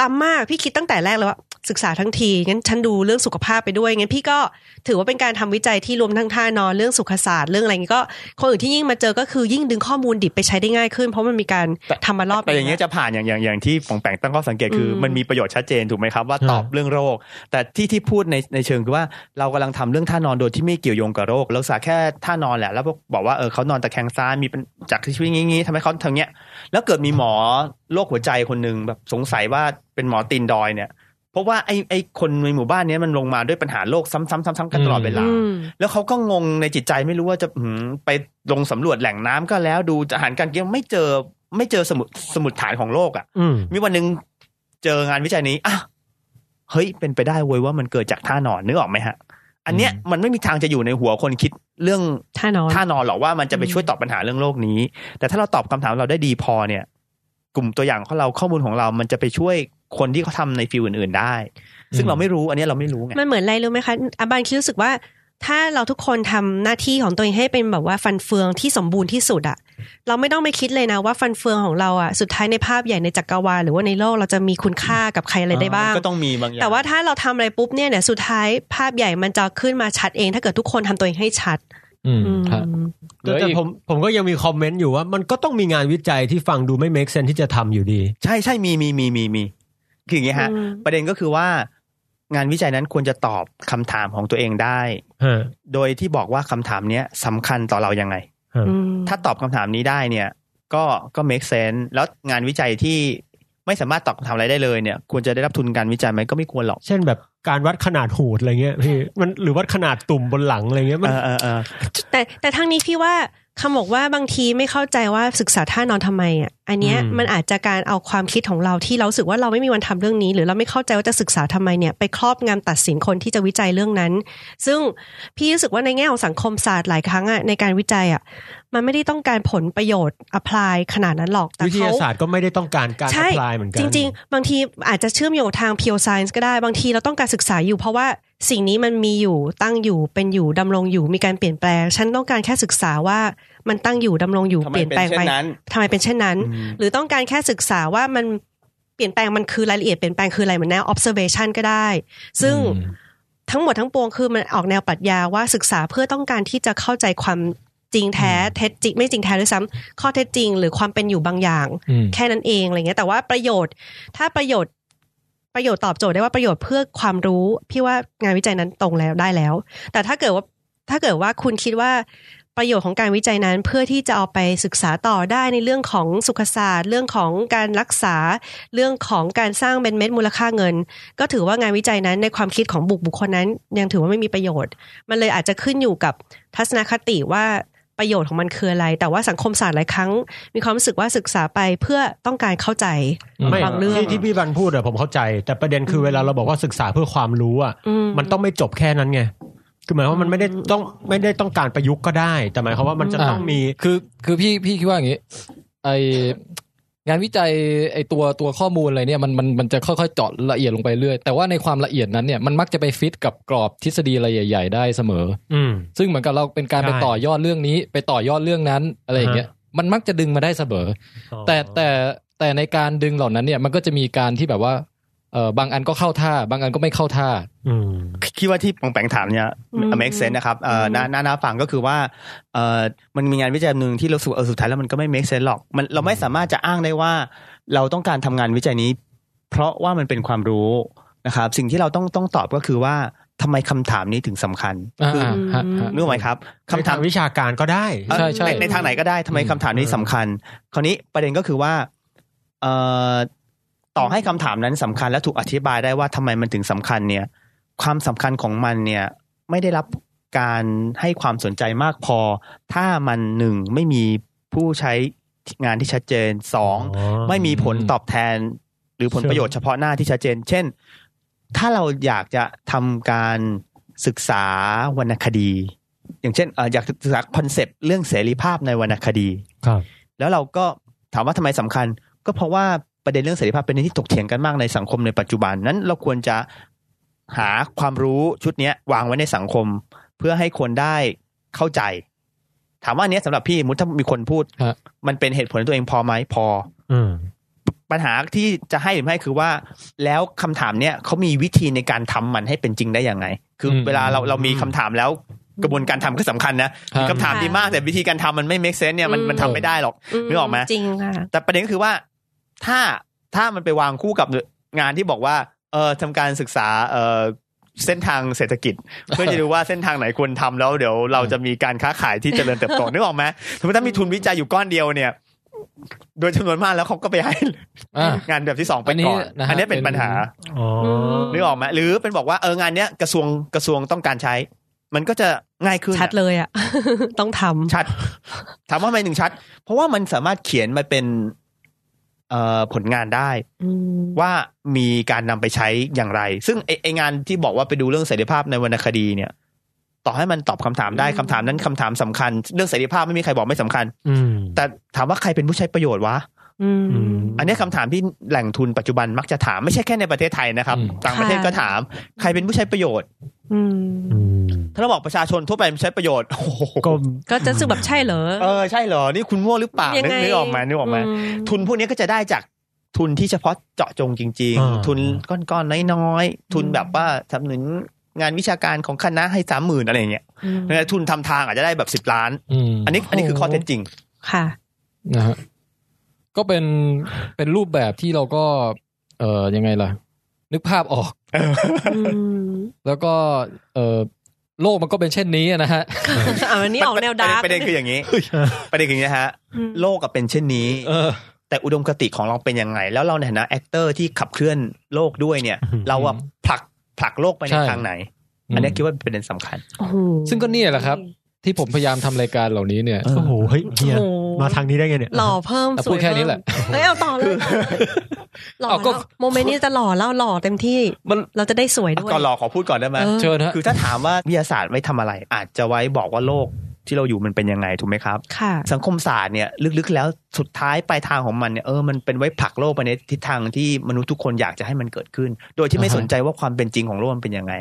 Speaker 3: ล้ำมาก พี่คิดตั้งแต่แรกเลยว่า ศึกษาทั้งทีงั้นฉันดูเรื่องสุขภาพไปด้วยงั้นพี่ก็ถือว่าเป็นการทำวิจัยที่รวมทั้งท่านอนเรื่องสุขศาสตร์เรื่องอะไรอย่างงี้ก็คนอื่นที่ยิ่งมาเจอก็คือยิ่งดึงข้อมูลดิบไปใช้ได้ง่ายขึ้น เพราะมันมีการทำมารอบ
Speaker 1: แต่อย่างเงี้ย
Speaker 3: นึ
Speaker 1: จะผ่านอย่างอย่างอย่างที่ปองแปงตั้งข้อสังเกตคืออ
Speaker 3: ม
Speaker 1: มันมีประโยชน์ชัดเจนถูกไหมครับว่าตอบเรื่องโรค แต่ที่ที่พูดในในเชิงคือว่าเรากำลังทำเรื่องท่านอนโดยที่ไม่เกี่ยวโยงกับโรคเราศึกษาแค่ท่านอนแหละแล้วบอกว่าเออเขานอนตะแคงซ้ายมีเป็นจากที่ชีวิตงี้ๆทำให้เขาทางเนี้ย แล้วเกิดมีหมอโรคหัวใจคนหนึ่งแบบสงสัยว่าเป็นหมอตีนดอยเนี่ยเพราะว่าไอ้ไอ้คนในหมู่บ้านเนี้ยมันลงมาด้วยปัญหาโรคซ้ำๆซ้ำๆกันตลอดเวลา
Speaker 3: อืม
Speaker 1: แล้วเขาก็งงในจิตใจไม่รู้ว่าจะหืมไปลงสำรวจแหล่งน้ำก็แล้วดูอาหารการกินไม่เจอไม่เจอสมุดสมุดฐานของโลกอ่ะ
Speaker 6: อืม
Speaker 1: มีวันหนึ่งเจองานวิจัยนี้อ่ะเฮ้ยเป็นไปได้เว้ยว่ามันเกิดจากท่านอนนึกออกไหมฮะ อันเนี้ยมันไม่มีทางจะอยู่ในหัวคนคิดเรื่อง
Speaker 3: งท่านอน
Speaker 1: ท่านอนหรอกว่ามันจะไปช่วยตอบปัญหาเรื่องโลกนี้ แต่ถ้าเราตอบคำถามเราได้ดีพอเนี่ย กลุ่มตัวอย่างของเราข้อมูลของเรามันจะไปช่วยคนที่เขาทำในฟิลอื่น ๆ ได้ ซึ่งเราไม่รู้อันเนี้ยเราไม่รู้ไง
Speaker 3: มันเหมือนอะไรรู้ไหมคะอาบานคิดรู้สึกว่า ถ้าเราทุกคนทำหน้าที่ของตัวเองให้เป็นแบบว่าฟันเฟืองที่สมบูรณ์ที่สุดอะ เราไม่ต้องไปคิดเลยนะว่าฟันเฟืองของเราอ่ะสุดท้ายในภาพใหญ่ในจักรวาลหรือว่าในโลกเราจะมีคุณค่ากับใครอะไรได้บ้าง
Speaker 1: ก็ต้องมีบางอย่าง
Speaker 3: แต่ว่าถ้าเราทำอะไรปุ๊บเนี่ยเนี่ยสุดท้ายภาพใหญ่มันจะขึ้นมาชัดเอง ถ้าเกิดทุกคนทำตัวเองให้ชัด
Speaker 2: อืม
Speaker 3: อืม
Speaker 2: ครับเหลือ
Speaker 6: แต่
Speaker 2: อีก
Speaker 6: ผมผมก็ยังมีคอมเมนต์อยู่ว่ามันก็ต้องมีงานวิจัยที่ฟังดูไม่ make sense ที่จะทำอยู่ดี
Speaker 1: ใช่ใช่มีมีมีมีมีคืออย่างเงี้ยฮะ
Speaker 3: อืม
Speaker 1: ประเด็นก็คือว่า งานวิจัยนั้นควรจะตอบคำถามของตัวเองได้ โดยที่บอกว่าคำถามเนี้ยสำคัญต่อเรายังไง
Speaker 3: อืม
Speaker 1: ถ้าตอบคำถามนี้ได้เนี่ย ก็ก็ make sense แล้วงานวิจัยที่ไม่สามารถตอบคำถามอะไรได้เลยเนี่ย ควรจะได้รับทุนการวิจัยไหมก็ไม่ควรหรอก
Speaker 6: เช่นแบบการวัดขนาดหูดอะไรเงี้ยพี่มันหรือวัดขนาดตุ่มบนหลังอะไรเงี้ยมัน
Speaker 1: เออเออเออ
Speaker 3: แต่แต่ทั้งนี้พี่ว่าคำบอกว่าบางทีไม่เข้าใจว่าศึกษาท่านอนทำไมอ่ะอันเนี้ยมันอาจจะการเอาความคิดของเราที่เรารู้สึกว่าเราไม่มีวันทำเรื่องนี้ หรือเราไม่เข้าใจว่าจะศึกษาทำไมเนี่ยไปครอบงำตัดสินคนที่จะวิจัยเรื่องนั้น ซึ่งพี่รู้สึกว่าในแง่ของสังคมศาสตร์หลายครั้งอ่ะในการวิจัยอ่ะมันไม่ได้ต้องการผลประโยชน์อพลายขนาดนั้นหรอกแต่
Speaker 6: วิท
Speaker 3: เขา
Speaker 6: ยาศาสตร์ก็ไม่ได้ต้องการการ
Speaker 3: ใช่
Speaker 6: apply เหมือนกัน
Speaker 3: จริง ๆ บางทีอาจจะเชื่อมโยงทาง pure science ก็ได้บางทีเราต้องการศึกษาอยู่ เพราะว่าสิ่งนี้มันมีอยู่ตั้งอยู่เป็นอยู่ดำรงอยู่มีการเปลี่ยนแปลง ฉันต้องการแค่ศึกษาว่ามันตั้งอยู่ดำรงอยู่
Speaker 1: ทำไม
Speaker 3: เปลี่ยน
Speaker 1: เป็น
Speaker 3: แปลง
Speaker 1: เช่น
Speaker 3: ไป
Speaker 1: นั้น
Speaker 3: ทำไมเป็นเช่นนั้น
Speaker 1: อืม
Speaker 3: หรือต้องการแค่ศึกษาว่ามันเปลี่ยนแปลงมันคือรายละเอียดเปลี่ยนแปลงคืออะไรเหมือนแนว observation ก็ได้ ซึ่ง
Speaker 2: อืม
Speaker 3: ทั้งหมดทั้งปวงคือมันออกแนวปรัชญาว่าศึกษาเพื่อต้องการที่จะเข้าใจความจริงแท้เท็จจริงไม่จริงแท้ด้วยซ้ำข้อเท็จจริง หรือความเป็นอยู่บางอย่าง
Speaker 2: อืม
Speaker 3: แค่นั้นเองอะไรเงี้ยแต่ว่าประโยชน์ถ้าประโยชน์ประโยชน์ตอบโจทย์ได้ว่าประโยชน์เพื่อความรู้พี่ว่างานวิจัยนั้นตรงแล้วได้แล้ว แต่ถ้าเกิดว่าถ้าเกิดว่าคุณคิดว่าประโยชน์ของการวิจัยนั้นเพื่อที่จะเอาไปศึกษาต่อได้ในเรื่องของสุขศาสตร์ เรื่องของการรักษาเรื่องของการสร้างเบนเม็ดมูลค่าเงิน ก็ถือว่างานวิจัยนั้นในความคิดของบุคบุคคลนั้น ยังถือว่าไม่มีประโยชน์ มันเลยอาจจะขึ้นอยู่กับทัศนคติว่าประโยชน์ของมันคืออะไร แต่ว่าสังคมศาสตร์หลายครั้ง มีความรู้สึกว่าศึกษาไปเพื่อต้องการเข้าใจ
Speaker 6: ไม่
Speaker 3: บางเรื่อง
Speaker 6: ที่ที่พี่บันพูดอะผมเข้าใจ แต่ประเด็นคือเวลาเราบอกว่าศึกษาเพื่อความรู้อะ
Speaker 3: อืม
Speaker 6: มันต้องไม่จบแค่นั้นไงคือหมายความว่ามันไม่ได้ต้องไม่ได้ต้องการประยุกต์ก็ได้ แต่หมายความว่ามันจะต้องมี
Speaker 2: คือคือพี่พี่คิดว่าอย่างนี้ไองานวิจัยไอตัวตัวข้อมูลอะไรเนี่ยมันมันมันจะค่อยๆเจาะละเอียดลงไปเรื่อยแต่ว่าในความละเอียดนั้นเนี่ยมันมักจะไปฟิตกับกรอบทฤษฎีอะไรใหญ่ ๆ ได้เสมอ
Speaker 6: อืม
Speaker 2: ซึ่งเหมือนกับเราเป็นการ
Speaker 6: ใช่
Speaker 2: ไปต่อยอดเรื่องนี้ไปต่อยอดเรื่องนั้นอะไรอย่างเงี้ยมันมักจะดึงมาได้เสมอ แต่แต่แต่ในการดึงเหล่านั้นเนี่ยมันก็จะมีการที่แบบว่าเออบางอันก็เข้าท่า บางอันก็ไม่เข้าท่า
Speaker 6: อืม
Speaker 1: คิดว่าที่ปองแปงถามเนี่ย
Speaker 3: อืม
Speaker 1: make sense นะครับเอ่อน่าน่าน่าฟังก็คือว่าเอ่อมันมีงานวิจัยอันหนึ่งที่เราสูเออสุดท้ายแล้วมันก็ไม่ make sense หรอกมันเราไม่สามารถจะอ้างได้ว่า เราต้องการทำงานวิจัยนี้ เพราะว่ามันเป็นความรู้นะครับ สิ่งที่เราต้องต้องตอบก็คือว่าทำไมคำถามนี้ถึงสำคัญ
Speaker 2: อ่า
Speaker 1: คือ
Speaker 2: ฮะฮะ
Speaker 1: นึกไหมครับคำ
Speaker 6: คำ
Speaker 1: ถา
Speaker 6: ถาม มวิชาการก็ได้
Speaker 2: ใช่ใช่
Speaker 1: เอ่อในทางไหนก็ได้ทำไม
Speaker 2: อืม
Speaker 1: คำถามนี้สำคัญ คราวนี้ประเด็นก็คือว่าเอ่อต่อให้คำถามนั้นสำคัญและถูกอธิบายได้ว่าทำไมมันถึงสำคัญเนี่ย ความสำคัญของมันเนี่ยไม่ได้รับการให้ความสนใจมากพอ ถ้ามันหนึ่งไม่มีผู้ใช้งานที่ชัดเจนสอง ไม่มีผลตอบแทนหรือผลประโยชน์เฉพาะหน้าที่ชัดเจน เช่น ถ้าเราอยากจะทำการศึกษาวรรณคดี อย่างเช่นเอ่ออยากศึกษาคอนเซปต์เรื่องเสรีภาพในวรรณคดี
Speaker 6: ครับ
Speaker 1: แล้วเราก็ถามว่าทำไมสำคัญ ก็เพราะว่าประเด็นเรื่องเสรีภาพเป็นเรื่องที่ถกเถียงกันมากในสังคมในปัจจุบันนั้นเราควรจะหาความรู้ชุดเนี้ยวางไว้ในสังคม เพื่อให้คนได้เข้าใจ ถามว่าอันเนี้ยสำหรับพี่มุติถ้ามีคนพูด
Speaker 2: ฮะ
Speaker 1: มันเป็นเหตุผลตัวเองพอไหมพอ
Speaker 6: อืม
Speaker 1: ปัญหาที่จะให้หรือไม่คือว่า แล้วคำถามเนี้ยเขามีวิธีในการทำมันให้เป็นจริงได้ยังไง คือ
Speaker 2: ม
Speaker 1: เวลาเราเรามีคำถามแล้วกระบวนการทำก็สำคัญนะมี
Speaker 2: ครับ
Speaker 1: คำถามดีมากแต่วิธีการทำมันไม่ make sense เนี่ยมัน
Speaker 3: อืม
Speaker 1: มันทำไม่ได้หรอก นึกออกไหม
Speaker 3: จริงค่ะ
Speaker 1: แต่ประเด็นก็คือว่าถ้าถ้ามันไปวางคู่กับงานที่บอกว่าเออทำการศึกษาเออเส้นทางเศรษฐกิจ เพื่อจะดูว่าเส้นทางไหนควรทำแล้วเดี๋ยวเราจะมีการค้าขายที่เจริญเติบโต นึกออกไหมสมมติถ้ามีทุนวิจัยอยู่ก้อนเดียวเนี่ย โดยจำนวนมากแล้วเขาก็ไปให้
Speaker 2: อ่า
Speaker 1: งานแบบที่สองไป
Speaker 2: อันนี้
Speaker 1: ก่อน
Speaker 2: นะฮะ
Speaker 1: อันนี้เป็น
Speaker 2: เป็น
Speaker 1: ปัญหา
Speaker 6: อ๋อ
Speaker 3: ม
Speaker 1: นึกออกไหมหรือเป็นบอกว่าเอองานเนี้ยกระทรวงกระทรวงต้องการใช้ มันก็จะง่ายขึ้น
Speaker 3: ชัดเลยอ่ะ ต้องทำ
Speaker 1: ชัดถามว่าทำไมถึงชัด เพราะว่ามันสามารถเขียนมาเป็นเอ่อผลงานได้
Speaker 3: อืม
Speaker 1: ว่ามีการนำไปใช้อย่างไร ซึ่งไอไองานที่บอกว่าไปดูเรื่องเสรีภาพในวรรณคดีเนี่ย ต่อให้มันตอบคำถามได้คำถามนั้นคำถามสำคัญ เรื่องเสรีภาพไม่มีใครบอกไม่สำคัญ
Speaker 6: อืม
Speaker 1: แต่ถามว่าใครเป็นผู้ใช้ประโยชน์วะ
Speaker 3: อืม
Speaker 1: อันเนี้ยคำถามที่แหล่งทุนปัจจุบันมักจะถามไม่ใช่แค่ในประเทศไทยนะครับ
Speaker 2: อืม
Speaker 1: ต่างประเทศ
Speaker 3: ค่ะ
Speaker 1: ก็ถาม ใครเป็นผู้ใช้ประโยชน์
Speaker 3: อืม
Speaker 6: อืม
Speaker 1: ถ้าเราบอกประชาชนทั่วไปมันใช้ประโยชน์โอ้โห
Speaker 6: ก็
Speaker 3: ก็จะรู้สึกแบบใช่เหรอ
Speaker 1: เออใช่เหรอ นี่คุณมั่วหรือเปล่า
Speaker 3: ยังไง
Speaker 1: นึกออกไหมานึกออกไหมา
Speaker 3: อืม
Speaker 1: ทุนพวกนี้ก็จะได้จากทุนที่เฉพาะเจาะจงจริง
Speaker 6: า
Speaker 1: ๆ ทุนก้อนๆน้อยๆทุนแบบว่าสนับสนุนงานวิชาการของคณะให้สามหมื่นอะไรอย่างเงี้ย
Speaker 3: อืม
Speaker 1: นะทุนทำทางอาจจะได้แบบสิบล้าน
Speaker 2: อืม
Speaker 1: อันนี้อันนี้คือข้อเท็จจริง
Speaker 3: ค่ะ
Speaker 2: นะฮะก็เป็นเป็นรูปแบบที่เราก็ เอ่อยังไงล่ะ นึกภาพออก
Speaker 3: อืม
Speaker 2: แล้วก็ เอ่อโลกมันก็เป็นเช่นนี้นะฮะ
Speaker 3: อ่ะอันนี้ออกแนวดาร์ก
Speaker 1: ประเด็นประเด็นคืออย่างนี้ ประเด็นคืออย่างนี้นะฮะ
Speaker 3: อืม
Speaker 1: โลกก็เป็นเช่นนี้
Speaker 2: เออ
Speaker 1: แต่อุดมคติของเราเป็นยังไง แล้วเราในฐานะแอคเตอร์ที่ขับเคลื่อนโลกด้วยเนี่ย เราอะผลักผลักโลกไปใน
Speaker 2: ใช่
Speaker 1: ทางไหน อันนี้คิดว่าเป็นประเด็นสำคัญ
Speaker 3: โอ้โห
Speaker 2: ซึ่งก็เนี่ยแหละครับ ที่ผมพยายามทำรายการเหล่านี้เนี่ย
Speaker 6: โอ้โหเฮ้ยเฮีย
Speaker 3: โอ้โห
Speaker 6: มาทางนี้ได้ไงเนี่ย
Speaker 3: หล่อเพิ่ม
Speaker 2: แต่
Speaker 3: สวย
Speaker 2: พูดแค่นี้
Speaker 3: เพิ่ม
Speaker 2: แหละ
Speaker 3: เฮ้ยเอาต่อเลยหล่อ
Speaker 2: เอาก็
Speaker 3: แล้วโมเมนต์นี้จะหล่อแล้วหล่อเต็มที่
Speaker 2: มัน
Speaker 3: เราจะได้สวยด้วย
Speaker 1: ก่อนรอขอพูดก่อนได้ไหม
Speaker 3: เออ
Speaker 2: เชิญฮะ
Speaker 1: คือถ้าถามว่าวิทยาศาสตร์ไว้ทำอะไร อาจจะไว้บอกว่าโลกที่เราอยู่มันเป็นยังไงถูกไหมครับ
Speaker 3: ค่ะ
Speaker 1: สังคมศาสตร์เนี่ยลึกๆแล้วสุดท้ายปลายทางของมันเนี่ยเออมันเป็นไว้ผลักโลกไปในทิศทางที่มนุษย์ทุกคนอยากจะให้มันเกิดขึ้น โดยที่ไม่
Speaker 2: อ่าฮะ
Speaker 1: สนใจว่าความเป็นจริงของโลกมันเป็นยังไง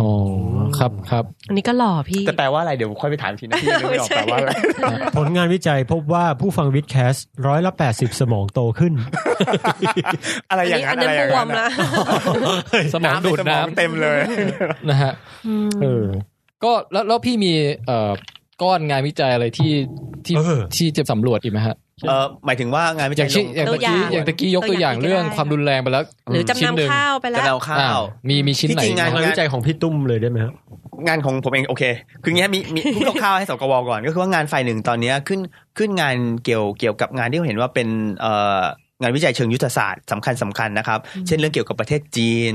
Speaker 2: โอ้ครับครับ
Speaker 3: อันนี้ก็หล่อพี่
Speaker 1: แต่แปลว่าอะไรเดี๋ยวค่อยไปถามทีนะพี่ยังไม่ออกแปลว่าอะไร
Speaker 6: ผลงานวิจัยพบว่าผู้ฟังวิดแคสร้อยละแปดสิบสมองโตขึ้น
Speaker 1: อะไรอย่างนั้นอะไรอย่างนั้น
Speaker 3: อันนั้นบวมละ
Speaker 1: อะ
Speaker 2: สมองดูดน้ำ
Speaker 1: เต็มเลย
Speaker 2: นะฮะเออ ก็แล้วแล้วพี่มีเอ่อก้อนงานวิจัยอะไรที่ที่
Speaker 6: เออ
Speaker 2: ที่จะสำรวจอีกไหมฮะ
Speaker 1: เออหมายถึงว่างานวิ
Speaker 2: อ
Speaker 1: จั
Speaker 2: ย่ายงเช่น
Speaker 1: ลง
Speaker 2: อย่าง
Speaker 3: ตัว
Speaker 2: ตะกี้
Speaker 3: อ
Speaker 2: อ
Speaker 3: ย่าง
Speaker 2: ย่างตะกี้ยกตัวอย่าง
Speaker 3: ตัว
Speaker 2: เรื่
Speaker 3: อย่าง
Speaker 2: อง
Speaker 3: ก็ได้
Speaker 2: ความรุนแรงไปแล้ว
Speaker 3: หรือจำ
Speaker 2: ชิ้นหนึ่ง
Speaker 3: นำข้าวไปแล้
Speaker 1: จะ
Speaker 3: ว
Speaker 1: เอาข้า
Speaker 2: อ่าว มีมีชิ้นไหน
Speaker 1: ที่จริงงาน
Speaker 6: งานวิจัยของพี่ตุ้มเลยได้ไหมครับ
Speaker 1: งานของผมเองโอเค คืออย่างเงี้ยมีมี พูดคร่าวๆให้สกวก่อน ก็คือว่างานฝ่ายหนึ่งตอนเนี้ยขึ้นขึ้นงานเกี่ยวเกี่ยวกับงานที่เขาเห็นว่าเป็นเอ่องานวิจัยเชิงยุทธศาสตร์สำคัญสำคัญนะครับ เช่นเรื่องเกี่ยวกับประเทศจีน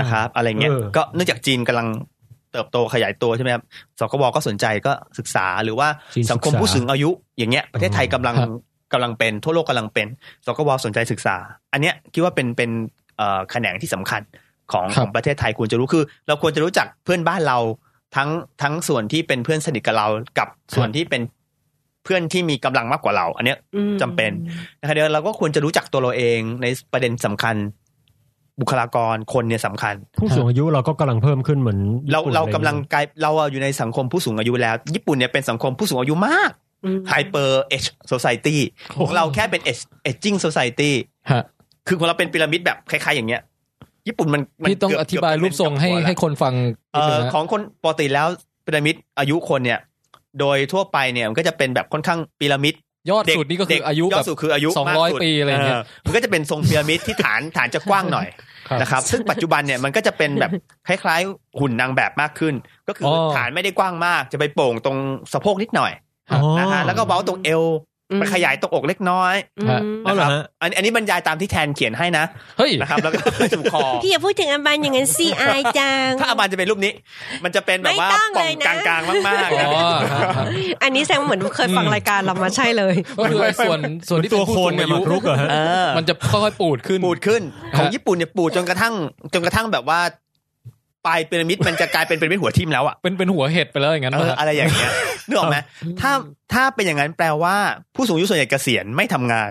Speaker 1: นะครับ อะไรเงี้ย
Speaker 6: เออ
Speaker 1: ก็เนื่องจากจีนกำลังเติบโตขยายตัวใช่ไหมครับสกวก็สนใจก็ศึกษาหรือว่า
Speaker 6: จีน
Speaker 1: สังคม
Speaker 6: ศึกษา
Speaker 1: ผู้สูงอายุอย่างเงี้ยประเทศไทยกำลังกำลังเป็นทั่วโลกกำลังเป็นสกวสนใจศึกษา อันเนี้ยคิดว่าเป็นเป็นเอ่อแขนงที่สำคัญของ
Speaker 2: ค
Speaker 1: ข
Speaker 2: รับ
Speaker 1: องประเทศไทยควรจะรู้คือ เราควรจะรู้จักเพื่อนบ้านเราทั้งทั้งส่วนที่เป็นเพื่อนสนิทกับเรากับส่วนที่เป็นเพื่อนที่มีกำลังมากกว่าเรา อันเนี้ย
Speaker 3: อืม
Speaker 1: จำเป็น นะครับเดี๋ยวเราก็ควรจะรู้จักตัวเราเองในประเด็นสำคัญ บุคลากรคนเนี่ยสำคัญ
Speaker 6: ผู้สูงอายุเราก็กำลังเพิ่มขึ้นเหมือน
Speaker 1: เรา
Speaker 6: ญี่ปุ่น
Speaker 1: เรา
Speaker 6: อะไ
Speaker 1: กำลังกลายเราอะอยู่ในสังคมผู้สูงอายุแล้ว ญี่ปุ่นเนี่ยเป็นสังคมผู้สูงอายุมาก
Speaker 3: อืม
Speaker 1: ไฮเปอร์เอชโซซตี้ของเราแค่เป็นเอชเอจจิ้งโซซตี้
Speaker 2: ฮะ
Speaker 1: คือของเราเป็นพีระมิดแบบคล้ายๆอย่างเงี้ย ญี่ปุ่นมันมัน
Speaker 2: พี่ต้อง
Speaker 1: เกื
Speaker 2: อธิบายรูปทรงให้ให้คนฟัง
Speaker 1: เอ่
Speaker 2: นิดนึ
Speaker 1: อง
Speaker 2: นะ
Speaker 1: ของคนปกติแล้วพีระมิดอายุคนเนี่ย โดยทั่วไปเนี่ยมันก็จะเป็นแบบค่อนข้างพีระมิด
Speaker 2: ยอด
Speaker 1: เด็
Speaker 2: สุดนี่ก็คื
Speaker 1: เด็
Speaker 2: ออายุ
Speaker 1: ย
Speaker 2: แบ
Speaker 1: อด
Speaker 2: บ
Speaker 1: สุดคืออายุมากสุด
Speaker 2: 200ปีอะไรอย่างเงี้ย
Speaker 1: มันก็จะเป็นทรงพีระมิด ที่ฐานฐานจะกว้างหน่อย
Speaker 2: ครับ
Speaker 1: นะครับ ซึ่งปัจจุบันเนี่ยมันก็จะเป็น แบบ คล้ายๆ หุ่นนางแบบมากขึ้น ก็คืออ
Speaker 2: อ
Speaker 1: ฐานไม่ได้กว้างมาก จะไปโป่งตรงสะโพกนิดหน่อย
Speaker 2: อ๋อ
Speaker 1: นะฮะแล้วก็เบ้าตรงเอว
Speaker 3: อืม
Speaker 1: ไปขยายตรงอกเล็กน้อย
Speaker 3: อืม
Speaker 2: ฮะ
Speaker 6: เอา
Speaker 1: นะค
Speaker 6: เหรอ
Speaker 1: รับ
Speaker 6: ฮะ
Speaker 1: อันอันนี้บรรยายตามที่แทนเขียนให้นะ
Speaker 2: เฮ้ย
Speaker 1: นะครับ แล้วก็ จุกคอ
Speaker 3: พี่อย่าพูดถึงอัมบันอย่างนั้นสิอายจัง
Speaker 1: ถ้าอาบานจะเป็นรูปนี้ มันจะเป็นแบบว่า
Speaker 3: ไม่ต้อง
Speaker 1: ป่
Speaker 3: เล
Speaker 1: องก
Speaker 3: ยนะ
Speaker 1: ลางๆมากๆนะ
Speaker 2: อ๋อฮะฮะ
Speaker 3: อันนี้แซงว่าเหมือนเคยฟังรายการเรามาใช่เลย
Speaker 2: ก็คือไอ้ส่วนส่วนที่เป็
Speaker 6: ตั
Speaker 2: น
Speaker 6: ว
Speaker 2: ผู้
Speaker 6: โค
Speaker 2: สูง
Speaker 6: นเนี่ย
Speaker 2: อายุ
Speaker 6: มารุกเหรอฮะ
Speaker 1: เออ
Speaker 2: มันจะค่อยๆปูดขึ้น
Speaker 1: ปูดขึ้น
Speaker 2: ฮะ
Speaker 1: ของญี่ปุ่นเนี่ยปูดจนกระทั่งจนกระทั่งแบบว่าปลายพีระมิดมันจะกลายเป็นพีระมิดหัวทิ่มแล้วอะ
Speaker 2: เป็นเป็นหัวเห็ดไปแล้วอย่างนั้น
Speaker 1: เออ
Speaker 2: นะฮะ
Speaker 1: อะไรอย่างเงี้ยนึกออกไหมถ้าถ้าเป็นอย่างนั้นแปลว่า ผู้สูงอายุส่วนใหญ่เกษียณไม่ทำงาน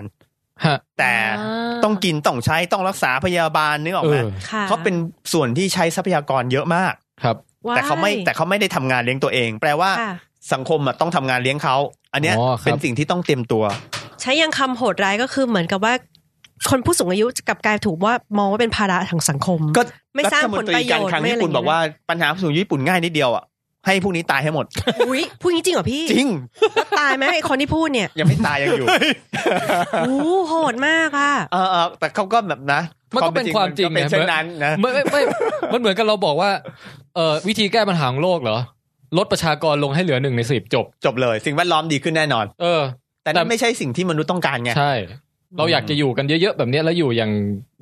Speaker 2: ฮะ
Speaker 1: แต่
Speaker 3: อ่า
Speaker 1: ต้องกินต้องใช้ต้องรักษาพยาบาลนึกออก
Speaker 2: เอ
Speaker 1: ไหม
Speaker 2: อ
Speaker 3: ค่ะ
Speaker 1: เขาเป็นส่วนที่ใช้ทรัพยากรเยอะมาก
Speaker 2: ครับ
Speaker 3: ว้ย
Speaker 1: แต่เขาไม่แต่เขาไม่ได้ทำงานเลี้ยงตัวเอง แปลว่า
Speaker 3: ค่ะ
Speaker 1: สังคมอะต้องทำงานเลี้ยงเขาอันเนี้ย
Speaker 2: อ๋อครับ
Speaker 1: เป็นสิ่งที่ต้องเตรียมตัว
Speaker 3: ใช้ยังคำโหดร้ายก็คือเหมือนกับว่า คนผู้สูงอายุจะกลับกลายถูกว่ามองว่าเป็นภาระทางสังคม
Speaker 1: ก็
Speaker 3: ไม่สร้างผลประโยชน์
Speaker 1: ฐมตกครั้ง
Speaker 3: ไม่อะไร
Speaker 1: ญี่ปุ่นบอกว่าปัญหาผู้สูงอายุญี่ปุ่นง่ายนิดเดียวอ่ะให้พวกนี้ตายให้หมด
Speaker 3: อุ้ยพูดอย่างนี้จริงเหรอพี่
Speaker 1: จริง
Speaker 3: ตายไหมไอคนที่พูดเนี่ย
Speaker 1: ยังไม่ตายยังอยู่
Speaker 3: โอ้โหโหดมากอ่ะ
Speaker 1: เออเออแต่เขาก็แบบนะ
Speaker 2: มันก็เป็นความจริง
Speaker 1: ก็เป็น
Speaker 2: นะ
Speaker 1: เช่นนั้นนะ
Speaker 2: ไม่ไม่ไม่ มันเหมือนกับเราบอกว่า เอ่อวิธีแก้ปัญหาของโลกเหรอ ลดประชากรลงให้เหลือหนึ่งในสิบจบ
Speaker 1: จบเลยสิ่งแวดล้อมดีขึ้นแน่นอน
Speaker 2: เออ
Speaker 1: แต่นั่น
Speaker 2: แต่
Speaker 1: ไม่ใช่สิ่งที่มนุษย์ต้องการไง
Speaker 2: ใช่ เราอยากจะอยู่กันเยอะๆ แบบเนี้ยแล้วอยู่อย่าง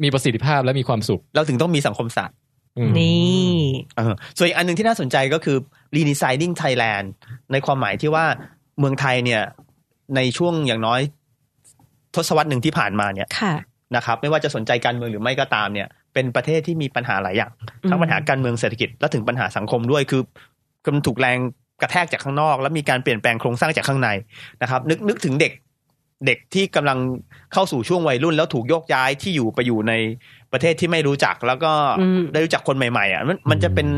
Speaker 2: มีประสิทธิภาพและมีความสุข
Speaker 1: เราถึงต้องมีสังคมศาสตร์
Speaker 2: อืม
Speaker 3: นี่
Speaker 1: เออส่วนอีกอันหนึ่งที่น่าสนใจก็คือ redesigning Thailand ในความหมายที่ว่าเมืองไทยเนี่ย ในช่วงอย่างน้อย ทศวรรษหนึ่งที่ผ่านมาเนี่ย
Speaker 3: ค่ะ
Speaker 1: นะครับ ไม่ว่าจะสนใจการเมืองหรือไม่ก็ตามเนี่ย เป็นประเทศที่มีปัญหาหลายอย่าง
Speaker 3: อืม
Speaker 1: ทั้งปัญหาการเมืองเศรษฐกิจและถึงปัญหาสังคมด้วยคือมันถูกแรงกระแทกจากข้างนอก และมีการเปลี่ยนแปลงโครงสร้างจากข้างในนะครับ นึกนึกถึงเด็กเด็กที่กำลังเข้าสู่ช่วงวัยรุ่น แล้วถูกโยกย้ายที่อยู่ไปอยู่ในประเทศที่ไม่รู้จัก แล้วก็
Speaker 3: อืม
Speaker 1: ได้รู้จักคนใหม่ๆอ่ะมันมันจะเป็น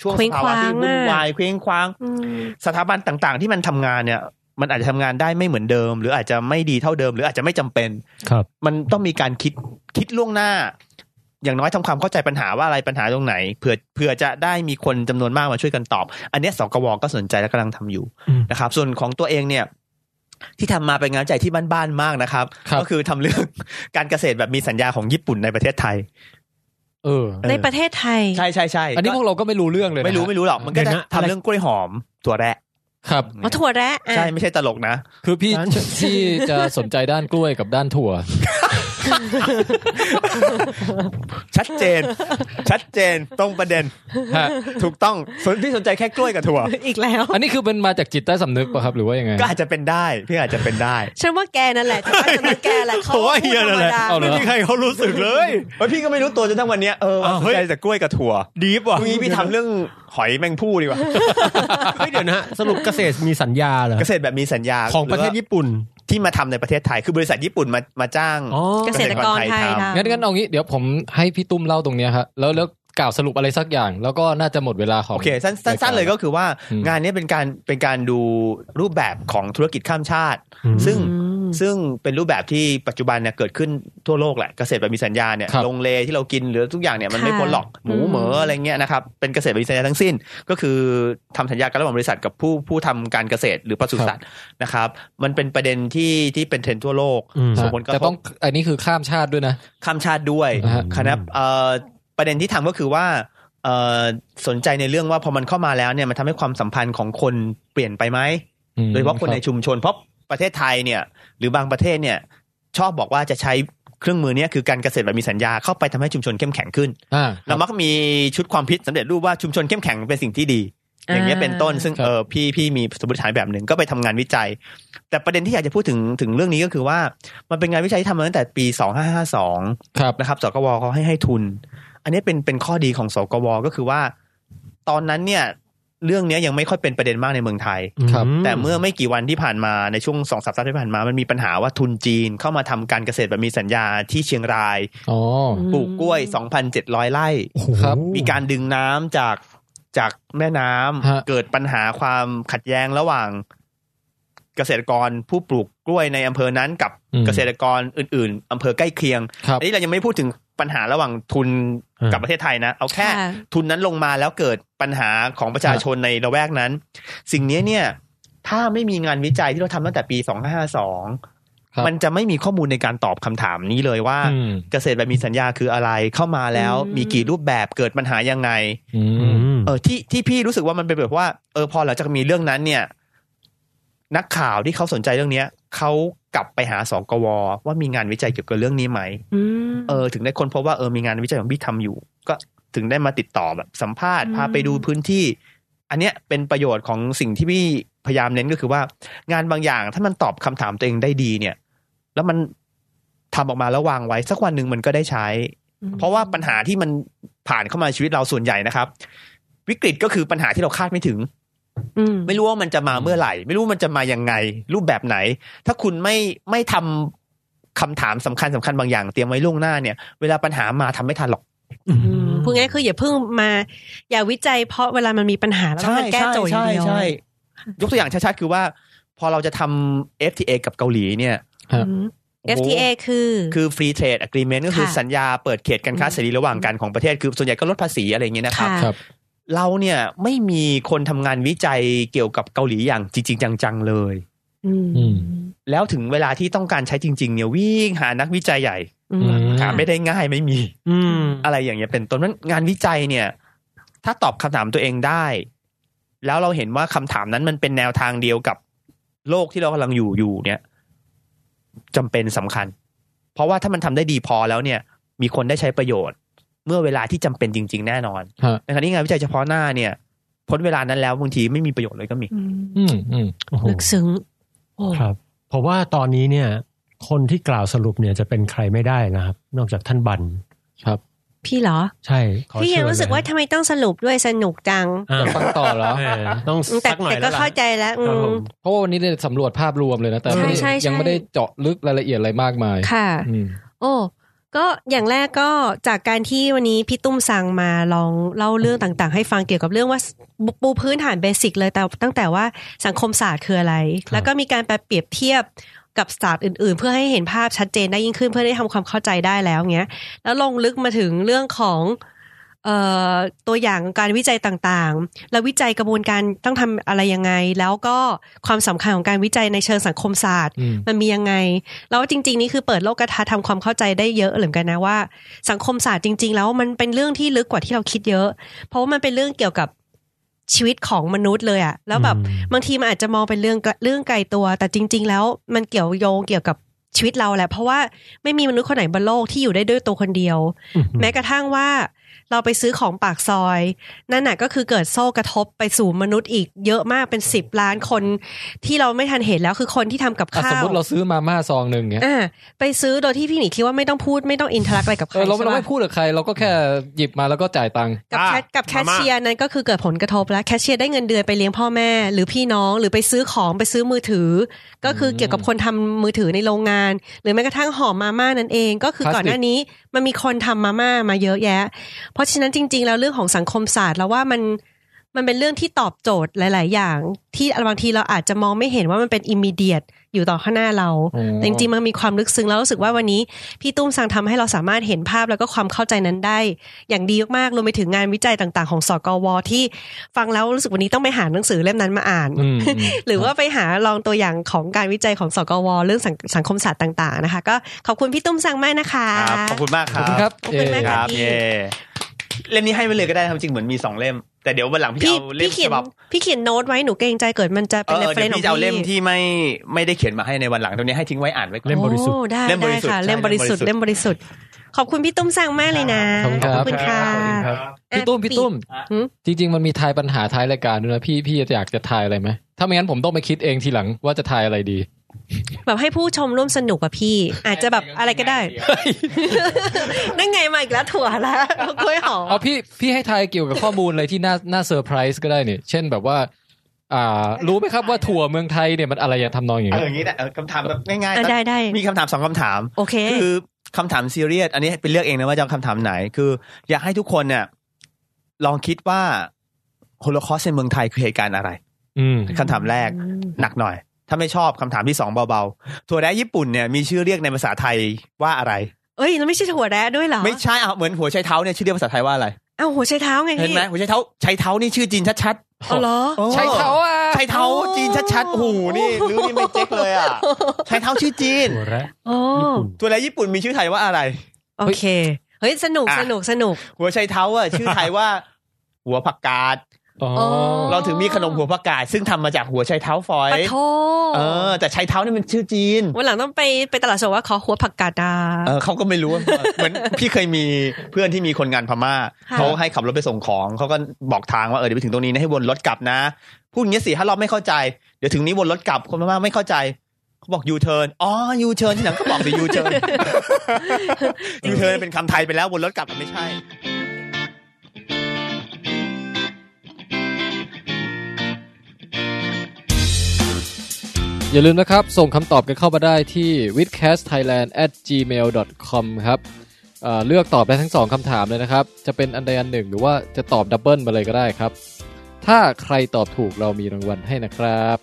Speaker 1: ช่วงสภาวะที่วุ่นวายเคว้งคว้าง
Speaker 3: อืม
Speaker 1: สถาบันต่างๆ ที่มันทำงานเนี่ย มันอาจจะทำงานได้ไม่เหมือนเดิม หรืออาจจะไม่ดีเท่าเดิม หรืออาจจะไม่จำเป็น
Speaker 6: ครับ
Speaker 1: มันต้องมีการคิดคิดล่วงหน้า อย่างน้อยทำความเข้าใจปัญหาว่าอะไรปัญหาตรงไหนเผื่อเผื่อจะได้มีคนจำนวนมากมาช่วยกันตอบ อันเนี้ยสกวก็สนใจและกำลังทำอยู่
Speaker 6: อืม
Speaker 1: นะครับ ส่วนของตัวเองเนี่ย ที่ทำมาเป็นงานใจที่บ้านๆมากนะครับ
Speaker 2: ครับ
Speaker 1: ก็คือทำเรื่อง การเกษตรแบบมีสัญญาของญี่ปุ่นในประเทศไทย
Speaker 2: เออ
Speaker 1: เออ
Speaker 3: ในประเทศไทย
Speaker 1: ใช่ใช่ใช่
Speaker 2: อันนี้พวกเราก็ไม่รู้เรื่องเลยนะ
Speaker 1: ไม่รู้ไม่รู้หรอกมันก็
Speaker 6: เดี๋
Speaker 1: จะ
Speaker 6: ยวนะ
Speaker 1: ทำเรื่องกล้วยหอมตัวแระ
Speaker 2: ครับ
Speaker 3: อ๋อถั่วแระอ่ะ
Speaker 1: ใช่ไม่ใช่ตลก นะ
Speaker 2: คือพี่
Speaker 6: งั้น
Speaker 2: ที่จะสนใจด้านกล้วยกับด้าน ถั่ว
Speaker 1: ชัดเจน ชัดเจนตรงประเด็น
Speaker 2: ฮะ
Speaker 1: ถูกต้องสนที่สนใจแค่กล้วยกับ ถั่ว
Speaker 3: อีกแล้ว
Speaker 2: อันนี้คือเป็นมาจากจิตใต้สำนึกป่ะครับหรือว่ายังไง
Speaker 1: ก็อาจจะเป็นได้พี่อาจจะเป็นได้
Speaker 3: ฉันว่าแกนั่นแหละจะไปจะมาแกแหละเขา
Speaker 1: โอ้ย
Speaker 3: พู
Speaker 1: เฮี
Speaker 3: ด
Speaker 1: ย
Speaker 3: ธร
Speaker 1: นั่น
Speaker 3: รม
Speaker 1: แหละ
Speaker 3: ดา
Speaker 2: เอาเหรอ
Speaker 1: ไม่มีใครเขารู้สึกเลยเฮ้ยพี่ก็ไม่รู้ตัวจนทั้งวันเนี้ยเออ
Speaker 6: อ้าว
Speaker 1: ส
Speaker 6: เฮ้
Speaker 1: น
Speaker 6: ย
Speaker 1: ใจแต่กล้วยกับถั่ว
Speaker 6: ดีฟว่ะ
Speaker 1: พรุ่งนี้พี่ทำเรื่องหอยแมงผู้ดีกว่า
Speaker 6: เฮ้ยเดี๋ยวนะฮะสรุปเกษตรมีสัญญาเหรอ
Speaker 1: เกษตรแบบมีสัญญา
Speaker 6: ของประเทศญี่ปุ่น
Speaker 1: ที่มาทำในประเทศไทยคือบริษัทญี่ปุ่นมามาจ้าง
Speaker 6: อ๋อ
Speaker 3: เกษตรกรไทย
Speaker 1: ำ
Speaker 3: ทำ
Speaker 2: งั้นงั้นเอางี้เดี๋ยวผมให้พี่ตุ้มเล่าตรงเนี้ยฮะแล้วแล้วกล่าวสรุปอะไรสักอย่าง แล้วก็น่าจะหมดเวลาของ
Speaker 1: โอเคสั้นสั้นสั้นเลยก็คือว่า
Speaker 2: อืม
Speaker 1: งานเนี้ยเป็นการเป็นการดูรูปแบบของธุรกิจข้ามชาติ
Speaker 6: อืม
Speaker 1: ซึ่งซึ่งเป็นรูปแบบที่ปัจจุบันเนี่ยเกิดขึ้นทั่วโลกแหละเกษตรแบบมีสัญญาเนี่ยลงเลที่เรากินหรือทุกอย่างเนี่ยมันไม่
Speaker 3: ค่ะ
Speaker 1: พ้นหรอกหมู
Speaker 3: อืม
Speaker 1: เหมออะไรเงี้ยนะครับเป็นเกษตรแบบมีสัญญาทั้งสิ้น ก็คือทำสัญญากันระหว่างบริษัทกับผู้ผู้ทำการเกษตรหรือปศุสัตว์นะครับ มันเป็นประเด็นที่ที่เป็นเทรนด์ทั่วโลก
Speaker 6: อืม
Speaker 1: ส่ง
Speaker 2: ฮะ
Speaker 1: ผลกระ
Speaker 2: แต่
Speaker 1: ท
Speaker 2: ต้
Speaker 1: บ
Speaker 2: องอันนี้คือข้ามชาติด้วยนะ
Speaker 1: ข้ามชาติด้วย
Speaker 2: อ่าฮะ
Speaker 1: คณะเอ่อประเด็นที่ทำก็คือว่าเอ่อสนใจในเรื่องว่าพอมันเข้ามาแล้วเนี่ยมันทำให้ความสัมพันธ์ของคนเปลี่ยนไปไหม
Speaker 2: อืม
Speaker 1: โดยเฉพาะคนใน
Speaker 2: รับ
Speaker 1: ชุมชนเพราะประเทศไทยเนี่ย หรือบางประเทศเนี่ย ชอบบอกว่าจะใช้เครื่องมือเนี้คือการเกษตรแบบมีสัญญาเข้าไปทำให้ชุมชนเข้มแข็งขึ้น
Speaker 2: อ่า
Speaker 1: เรามักมีชุดความคิดสำเร็จรูปว่าชุมชนเข้มแข็งเป็นสิ่งที่ดี อย่างเงี้ยเป็นต้นซึ่ง
Speaker 2: ครับ
Speaker 1: เออพี่พี่มีสมมติฐานแบบหนึ่งก็ไปทำงานวิจัย แต่ประเด็นที่อยากจะพูดถึงถึงเรื่องนี้ก็คือว่ามันเป็นงานวิจัยที่ทำมาตั้งแต่ปี 2552
Speaker 2: ครับ
Speaker 1: นะครับสกวเขาให้ให้ทุน อันนี้เป็นเป็นข้อดีของสกวก็คือว่า ตอนนั้นเนี่ย เรื่องเนี้ยยังไม่ค่อยเป็นประเด็นมากในเมืองไทย
Speaker 2: ครับ
Speaker 1: แต่เมื่อไม่กี่วันที่ผ่านมาในช่วงสองสัปดาห์ที่ผ่านมามันมีปัญหาว่าทุนจีนเข้ามาทำการเกษตรแบบมีสัญญาที่เชียงราย
Speaker 2: อ๋อ
Speaker 1: ปลูกกล้วย 2,700 ไร่
Speaker 6: โอ้โห
Speaker 2: ครับ
Speaker 1: มีการดึงน้ำจากจากแม่น้ำ
Speaker 2: ฮะ
Speaker 1: เกิดปัญหาความขัดแย้งระหว่างเกษตรกรผู้ปลูกกล้วยในอำเภอนั้นกับเกษตรกรอื่น ๆอำเภอใกล้เคียง
Speaker 2: ครับ
Speaker 1: อันนี้เรายังไม่พูดถึงปัญหาระหว่างทุน
Speaker 6: อ่ากั
Speaker 1: กับประเทศไทยนะ เอาแค่
Speaker 3: ค่ะ
Speaker 1: ทุนนั้นลงมาแล้วเกิดปัญหาของประชาชนในละแวกนั้น สิ่งนี้เนี่ย ถ้าไม่มีงานวิจัยที่เราทำตั้งแต่ปี
Speaker 2: ครับ
Speaker 1: 2552 มันจะไม่มีข้อมูลในการตอบคำถามนี้เลยว่า
Speaker 2: อืม
Speaker 1: เกษตรแบบมีสัญญาคืออะไรเข้ามาแล้ว มีกี่รูปแบบเกิดปัญหายังไง
Speaker 2: อื
Speaker 6: อื
Speaker 2: ม
Speaker 6: ม
Speaker 1: เออที่ที่พี่รู้สึกว่ามันเป็นแบบว่าเออพอหลังจากมีเรื่องนั้นเนี่ย นักข่าวที่เขาสนใจเรื่องเนี้ยเขากลับไปหาสกวว่ามีงานวิจัยเกี่ยวกับเรื่องนี้ไหม
Speaker 3: อืม
Speaker 1: เออถึงได้คนพบว่าเออมีงานวิจัยของพี่ทำอยู่ ก็ถึงได้มาติดต่อแบบสัมภาษณ์
Speaker 3: อืม
Speaker 1: พาไปดูพื้นที่ อันเนี้ยเป็นประโยชน์ของสิ่งที่พี่พยายามเน้นก็คือว่า งานบางอย่างถ้ามันตอบคำถามตัวเองได้ดีเนี่ย แล้วมันทำออกมาแล้ววางไว้สักวันหนึ่งมันก็ได้ใช้ เพราะว่าปัญหาที่มันผ่านเข้ามาในชีวิตเราส่วนใหญ่นะครับ วิกฤตก็คือปัญหาที่เราคาดไม่ถึง
Speaker 3: อืม
Speaker 1: ไม่รู้ว่ามันจะมาเมื่อไหร่ ไม่รู้มันจะมายังไง รูปแบบไหน ถ้าคุณไม่ไม่ทำคำถามสำคัญสำคัญบางอย่าง เตรียมไว้ล่วงหน้าเนี่ย เวลาปัญหามาทำไม่ทันหรอก
Speaker 3: พูดง่ายคืออย่าเพิ่งมาอย่าวิจัยเพราะเวลามันมีปัญหาแล้วต้องมาแก้โจทย์อย่างเดียว
Speaker 1: ยกตัวอย่างชัดๆคือว่า พอเราจะทำ FTA กับเกาหลีเนี่ย
Speaker 2: ครับ
Speaker 3: อืม
Speaker 1: โอ้โห
Speaker 3: FTA คือ
Speaker 1: คือ Free Trade Agreement ก็คือ
Speaker 3: ค่ะ
Speaker 1: สัญญาเปิดเขตการค้าเสรีระหว่างกันของประเทศคือส่วนใหญ่ก็ลดภาษีอะไรอย่างเงี้ยนะครับ
Speaker 2: ครับ
Speaker 1: เราเนี่ยไม่มีคนทำงานวิจัยเกี่ยวกับเกาหลีอย่างจริง ๆ จังๆเลย
Speaker 3: อืม
Speaker 2: อืม
Speaker 1: แล้วถึงเวลาที่ต้องการใช้จริง ๆ เนี่ยวิ่งหานักวิจัยใหญ่
Speaker 3: อืม
Speaker 1: หาไม่ได้ง่ายไม่มี
Speaker 6: อืม
Speaker 1: อะไรอย่างเงี้ยเป็นต้นนั้นงานวิจัยเนี่ย ถ้าตอบคำถามตัวเองได้ แล้วเราเห็นว่าคำถามนั้นมันเป็นแนวทางเดียวกับโลกที่เรากำลังอยู่อยู่เนี่ยจำเป็นสำคัญ เพราะว่าถ้ามันทำได้ดีพอแล้วเนี่ย มีคนได้ใช้ประโยชน์ เมื่อเวลาที่จำเป็นจริง ๆ แน่นอน
Speaker 2: ฮะ
Speaker 1: ในขณะที่งานวิจัยเฉพาะหน้าเนี่ยพ้นเวลานั้นแล้วบางทีไม่มีประโยชน์เลยก็มี
Speaker 2: อืมอืม
Speaker 6: โอ้โห
Speaker 3: ลึกซึ้งโอ้
Speaker 6: ครับเพราะว่าตอนนี้เนี่ย คนที่กล่าวสรุปเนี่ยจะเป็นใครไม่ได้นะครับ นอกจากท่านบัน
Speaker 3: พี่เหรอ
Speaker 6: ใช่ขอ
Speaker 3: พี่ยัง
Speaker 6: เชิญ
Speaker 3: รู้สึกว่า
Speaker 6: เลย
Speaker 3: ทำไมต้องสรุปด้วยสนุกจัง
Speaker 6: อ่า
Speaker 2: ฟังต่อแล้ว
Speaker 6: เออต้อง
Speaker 3: อืมแต่
Speaker 6: สักหน่อย
Speaker 3: แต่ก็
Speaker 6: แล้วล่ะ
Speaker 3: เข้าใจแล้วอืม
Speaker 6: ครับผม
Speaker 2: เพราะว่าวันนี้ได้สำรวจภาพรวมเลยนะ แต่
Speaker 3: ใช่
Speaker 2: ไม่ได้
Speaker 3: ใช่ใช่
Speaker 2: ยังไม่ได้เจาะลึกรายละเอียดอะไรมากมาย
Speaker 3: ค่ะ
Speaker 2: อืม
Speaker 3: โอ้ ก็อย่างแรกก็จากการที่วันนี้พี่ตุ้มสั่งมาลองเล่าเรื่องต่างๆ ให้ฟังเกี่ยวกับเรื่องว่าปูปูพื้นฐานเบสิกเลยแต่ตั้งแต่ว่าสังคมศาสตร์คืออะไร แล้วก็มีการไปเปรียบเทียบกับศาสตร์อื่นๆ เพื่อให้เห็นภาพชัดเจนได้ยิ่งขึ้นเพื่อได้ทำความเข้าใจได้แล้วเงี้ย แล้วลงลึกมาถึงเรื่องของเอ่อตัวอย่างการวิจัยต่างๆ แล้ววิจัยกระบวนการต้องทำอะไรยังไง แล้วก็ความสำคัญของการวิจัยในเชิงสังคมศาสตร์
Speaker 2: อืม
Speaker 3: มันมียังไง แล้วจริง ๆ นี่คือเปิดโลกทัศน์ทำความเข้าใจได้เยอะเหมือนกันนะว่า สังคมศาสตร์จริง ๆ แล้วมันเป็นเรื่องที่ลึกกว่าที่เราคิดเยอะ เพราะว่ามันเป็นเรื่องเกี่ยวกับชีวิตของมนุษย์เลยอะแล้วแบบบางทีมันอาจจะมองเป็นเรื่องเรื่องไกลตัว แต่จริง ๆ แล้วมันเกี่ยวโยงเกี่ยวกับชีวิตเราแหละ เพราะว่าไม่มีมนุษย์คนไหนบนโลกที่อยู่ได้ด้วยตัวคนเดียว แม้กระทั่งว่าเราไปซื้อของปากซอย นั่นน่ะก็คือเกิดโซ่กระทบไปสู่มนุษย์อีกเยอะมากเป็นสิบล้านคน ที่เราไม่ทันเห็นแล้วคือคนที่ทำกับ
Speaker 2: อ่ะ
Speaker 3: ข้าว
Speaker 2: สมมติเราซื้อมาม่าซองหนึ่งเงี้ย
Speaker 3: อ่าไปซื้อโดยที่พี่หมีคิดว่าไม่ต้องพูดไม่ต้องอินทรักอะไรกับใค
Speaker 2: เอ
Speaker 3: ร
Speaker 2: อเรา
Speaker 3: ใช่
Speaker 2: เรา
Speaker 3: ปะ
Speaker 2: ไม่พูดกับใคร เราก็แค่หยิบมาแล้วก็จ่ายตังค์
Speaker 3: กับแคช
Speaker 6: อ่ะ
Speaker 3: กับแคช
Speaker 6: มาม่า
Speaker 3: เชียร์นั้นก็คือเกิดผลกระทบแล้วแคชเชียร์ได้เงินเดือนไปเลี้ยงพ่อแม่ หรือพี่น้องหรือไปซื้อของไปซื้อมือถือ ก็คือเกี่ยวกับคนทำมือถือในโรงงาน หรือแม้กระทั่งห่อมาม่านั่นเอง ก็คือก่อนหน้านี้มันมีคนทำมาม่ามาเยอะแยะ เพราะฉะนั้นจริง ๆ แล้วเรื่องของสังคมศาสตร์เราว่ามันมันเป็นเรื่องที่ตอบโจทย์หลาย ๆ อย่าง ที่บางทีเราอาจจะมองไม่เห็นว่ามันเป็นอิมมีเดียตอยู่ต่อข้างหน้าเรา แต่จริงๆมันมีความลึกซึ้งแล้วรู้สึกว่าวันนี้พี่ตุ้มสังทำให้เราสามารถเห็นภาพแล้วก็ความเข้าใจนั้นได้ อย่างดีมากๆรวมไปถึงงานวิจัยต่างๆของสกว ที่ฟังแล้วรู้สึกวันนี้ต้องไปหาหนังสือเล่มนั้นมาอ่าน
Speaker 2: อืมอืม
Speaker 3: หรือว่าไปหาลองตัวอย่างของการวิจัยของสกว เรื่องสังสังคมศาสตร์ต่างๆนะคะ ก็ขอบคุณพี่ตุ้มสังมากนะคะ
Speaker 1: ครับขอบคุณมากค
Speaker 2: ขอ
Speaker 1: รั
Speaker 2: บบ คุณครับ
Speaker 3: ขอบคุณมาก
Speaker 1: ค
Speaker 3: ค่ะ
Speaker 1: รับ
Speaker 3: พี่
Speaker 1: เย่เล่มนี้ให้ไปเลยก็ได้นะครับจริงเหมือนมีสองเล่ม แต่เดี๋ยววันหลังพี่
Speaker 3: พี่
Speaker 1: เอาเล่ม
Speaker 3: พี่เขียน
Speaker 1: ฉบับ
Speaker 3: พี่เขียนโน้ตไว้หนูเกรงใจเกิดมันจะ
Speaker 1: เอ
Speaker 3: เป็น
Speaker 1: อ
Speaker 3: เฟร
Speaker 1: เดี๋ยว
Speaker 3: นของ
Speaker 1: พี่จะเอาเล่ม
Speaker 3: พี่
Speaker 1: ที่ไม่ไม่ได้เขียนมาให้ในวันหลังตรงนี้ให้ทิ้งไว้อ่านไว้ก่อน
Speaker 6: เล่มบริสุทธิ์
Speaker 3: โอ้ได้
Speaker 1: เล่มบริ
Speaker 3: ได้
Speaker 1: สุทธิ์
Speaker 3: ค่ะ
Speaker 1: ใช่
Speaker 3: เล่มบริสุทธิ์
Speaker 1: เล่
Speaker 3: เล่
Speaker 1: ม
Speaker 3: ม
Speaker 1: บบ ริ
Speaker 3: ริ
Speaker 1: สุ
Speaker 3: สุ
Speaker 1: ท
Speaker 3: ท
Speaker 1: ธิ์
Speaker 3: ธิ์ขอบคุณพี่ตุ้มสังมากเลยนะ
Speaker 2: ขอบคุณครับ
Speaker 3: ขอบคุณค่ะ
Speaker 2: พี่ตุ้มพี่ตุ้ม
Speaker 3: หืม
Speaker 2: จริง ๆ มันมีทายปัญหาทายรายการด้วยนะพี่พี่อยากจะทายอะไรไหมถ้าไม่งั้นผมต้องไปคิดเองทีหลังว่าจะทายอะไรดี
Speaker 3: แบบให้ผู้ชมร่วมสนุกอะพี่ อาจจะแบบอะไรก็ได้ นั่นไงมาอีกแล้วถั่วละ เอากล้วยหอม
Speaker 2: เอาพี่พี่ให้ทายเกี่ยวกับข้อมูลอะไรที่น่าน่าเซอร์ไพรส์ก็ได้เนี่ยเช่นแบบว่า อ่า รู้ไหมครับว่าถั่วเมืองไทยเนี่ยมันอะไรอย่างทำนองอย่าง
Speaker 1: เออย
Speaker 2: เงี้
Speaker 1: อย่างนี้แหละเออคำถามแบบง่าย
Speaker 3: อ่ะ
Speaker 1: ๆ
Speaker 3: ได้ได้
Speaker 1: มีคำถามสองคำถาม
Speaker 3: โอเค
Speaker 1: คือคำถามซีเรียสอันนี้เป็นเลือกเองนะว่าจะเอาคำถามไหน คือ อยากให้ทุกคนเนี่ย ลองคิดว่าโฮโลคอสต์ในเมืองไทยคือเหตุการณ์อะไร
Speaker 2: อืม
Speaker 1: คำถามแรกหนักหน่อย ถ้าไม่ชอบคำถามที่สองเบาๆถั่วแร้ญี่ปุ่นเนี่ยมีชื่อเรียกในภาษาไทยว่าอะไร
Speaker 3: เอ้ยแล้วไม่ใช่ถั่วแร้ด้วยเหรอ
Speaker 1: ไม่ใช่อ่ะเหมือนหัวไชเท้าเนี่ยชื่อเรียกภาษาไทยว่าอะไร
Speaker 3: เอ้าหัวไชเท้าไง
Speaker 1: เห็น
Speaker 3: พี่
Speaker 1: ไหมหัวไชเท้าไชเท้านี่ชื่อจีนชัด
Speaker 3: เอ๋อเหรอ
Speaker 1: ๆโอ้
Speaker 2: ใช่เขาอ่ะ
Speaker 1: ไชเท้าจีนชัดๆโอ้โหนี่รู้นี่ไม่เจ๊กเลยอ่ะไชเท้าชื่อจีน
Speaker 6: ถั่วแระ
Speaker 3: โอ้
Speaker 1: ถั่วแร้ญี่ปุ่นมีชื่อไทยว่าอะไร
Speaker 3: โอเค เฮ้ยสนุก
Speaker 1: อ่ะ
Speaker 3: สนุกสนุก
Speaker 1: หัวไชเท้าอ่ะชื่อไทยว่า หัวผักกาด
Speaker 2: อ๋อ
Speaker 3: อ
Speaker 1: เราถึงมีขนมหัวผักกาดซึ่งทำมาจากหัวไชเท้าฝอย
Speaker 3: ปะโท
Speaker 1: เออ แต่ไชเท้านี่มันชื่อจีน
Speaker 3: วันหลังต้องไปไปตลาดสดว่าขอหัวผักกาดดา
Speaker 1: เออเขาก็ไม่รู้ว่า เหมือนพี่เคยมีเพื่อนที่มีคนงานพม่า
Speaker 3: ค่ะ
Speaker 1: เขาให้ขับรถไปส่งของเขาก็บอกทางว่าเออเดี๋ยวไปถึงตรงนี้นะให้วนรถกลับนะพูดอย่างเงี้ยสี่ห้ารอบไม่เข้าใจเดี๋ยวถึงนี้วนรถกลับคนพม่าไม่เข้าใจเขาบอกยูเทิร์นอ๋อยูเทิร์นที่หลังก็บอกแต่ยู เทิร์นยูเทิร์นเป็นคำไทยไปแล้ววนรถกลับมันไม่ใช่
Speaker 2: อย่าลืมนะครับ ส่งคำตอบกันเข้ามาได้ที่ w i t c a s t t h a i l a n d at gmail com ครับเอ่อเลือกตอบได้ทั้งสองคำถามเลยนะครับ จะเป็นอันใดอันหนึ่ง หรือว่าจะตอบดับเบิลมาเลยก็ได้ครับ ถ้าใครตอบถูกเรามีรางวัลให้นะครับ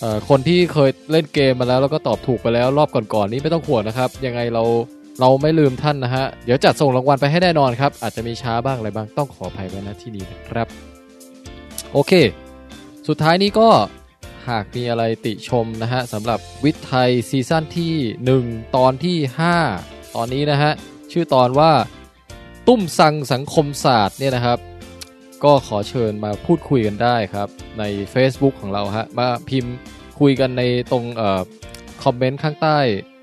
Speaker 2: เอ่อคนที่เคยเล่นเกมมาแล้ว แล้วก็ตอบถูกไปแล้วรอบก่อนๆนี้ไม่ต้องห่วงนะครับ ยังไงเราเราไม่ลืมท่านนะฮะ เดี๋ยวจัดส่งรางวัลไปให้แน่นอนครับ อาจจะมีช้าบ้างอะไรบ้างต้องขออภัยไว้นะที่นี้นะครับ โอเค สุดท้ายนี้ก็หากมีอะไรติชมนะฮะสำหรับวิทย์ไทยซีซั่นที่ 1 ตอนที่ 5 ตอนนี้นะฮะ ชื่อตอนว่าตุ้มสังสังคมศาสตร์เนี่ยนะครับ ก็ขอเชิญมาพูดคุยกันได้ครับ ใน Facebook ของเราฮะ มาพิมพ์คุยกันในตรงเอ่อคอมเมนต์ข้างใต้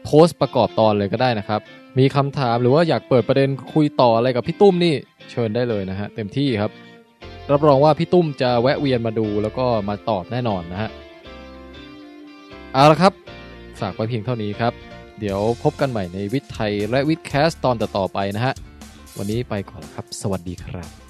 Speaker 2: โพสต์ประกอบตอนเลยก็ได้นะครับ มีคำถามหรือว่าอยากเปิดประเด็นคุยต่ออะไรกับพี่ตุ้มนี่เชิญได้เลยนะฮะ เต็มที่ครับ รับรองว่าพี่ตุ้มจะแวะเวียนมาดูแล้วก็มาตอบแน่นอนนะฮะ เอาละครับ ฝากไว้เพียงเท่านี้ครับ เดี๋ยวพบกันใหม่ในวิทย์ไทยและวิทย์แคสตอนต่อๆไปนะฮะ วันนี้ไปก่อนละครับ สวัสดีครับ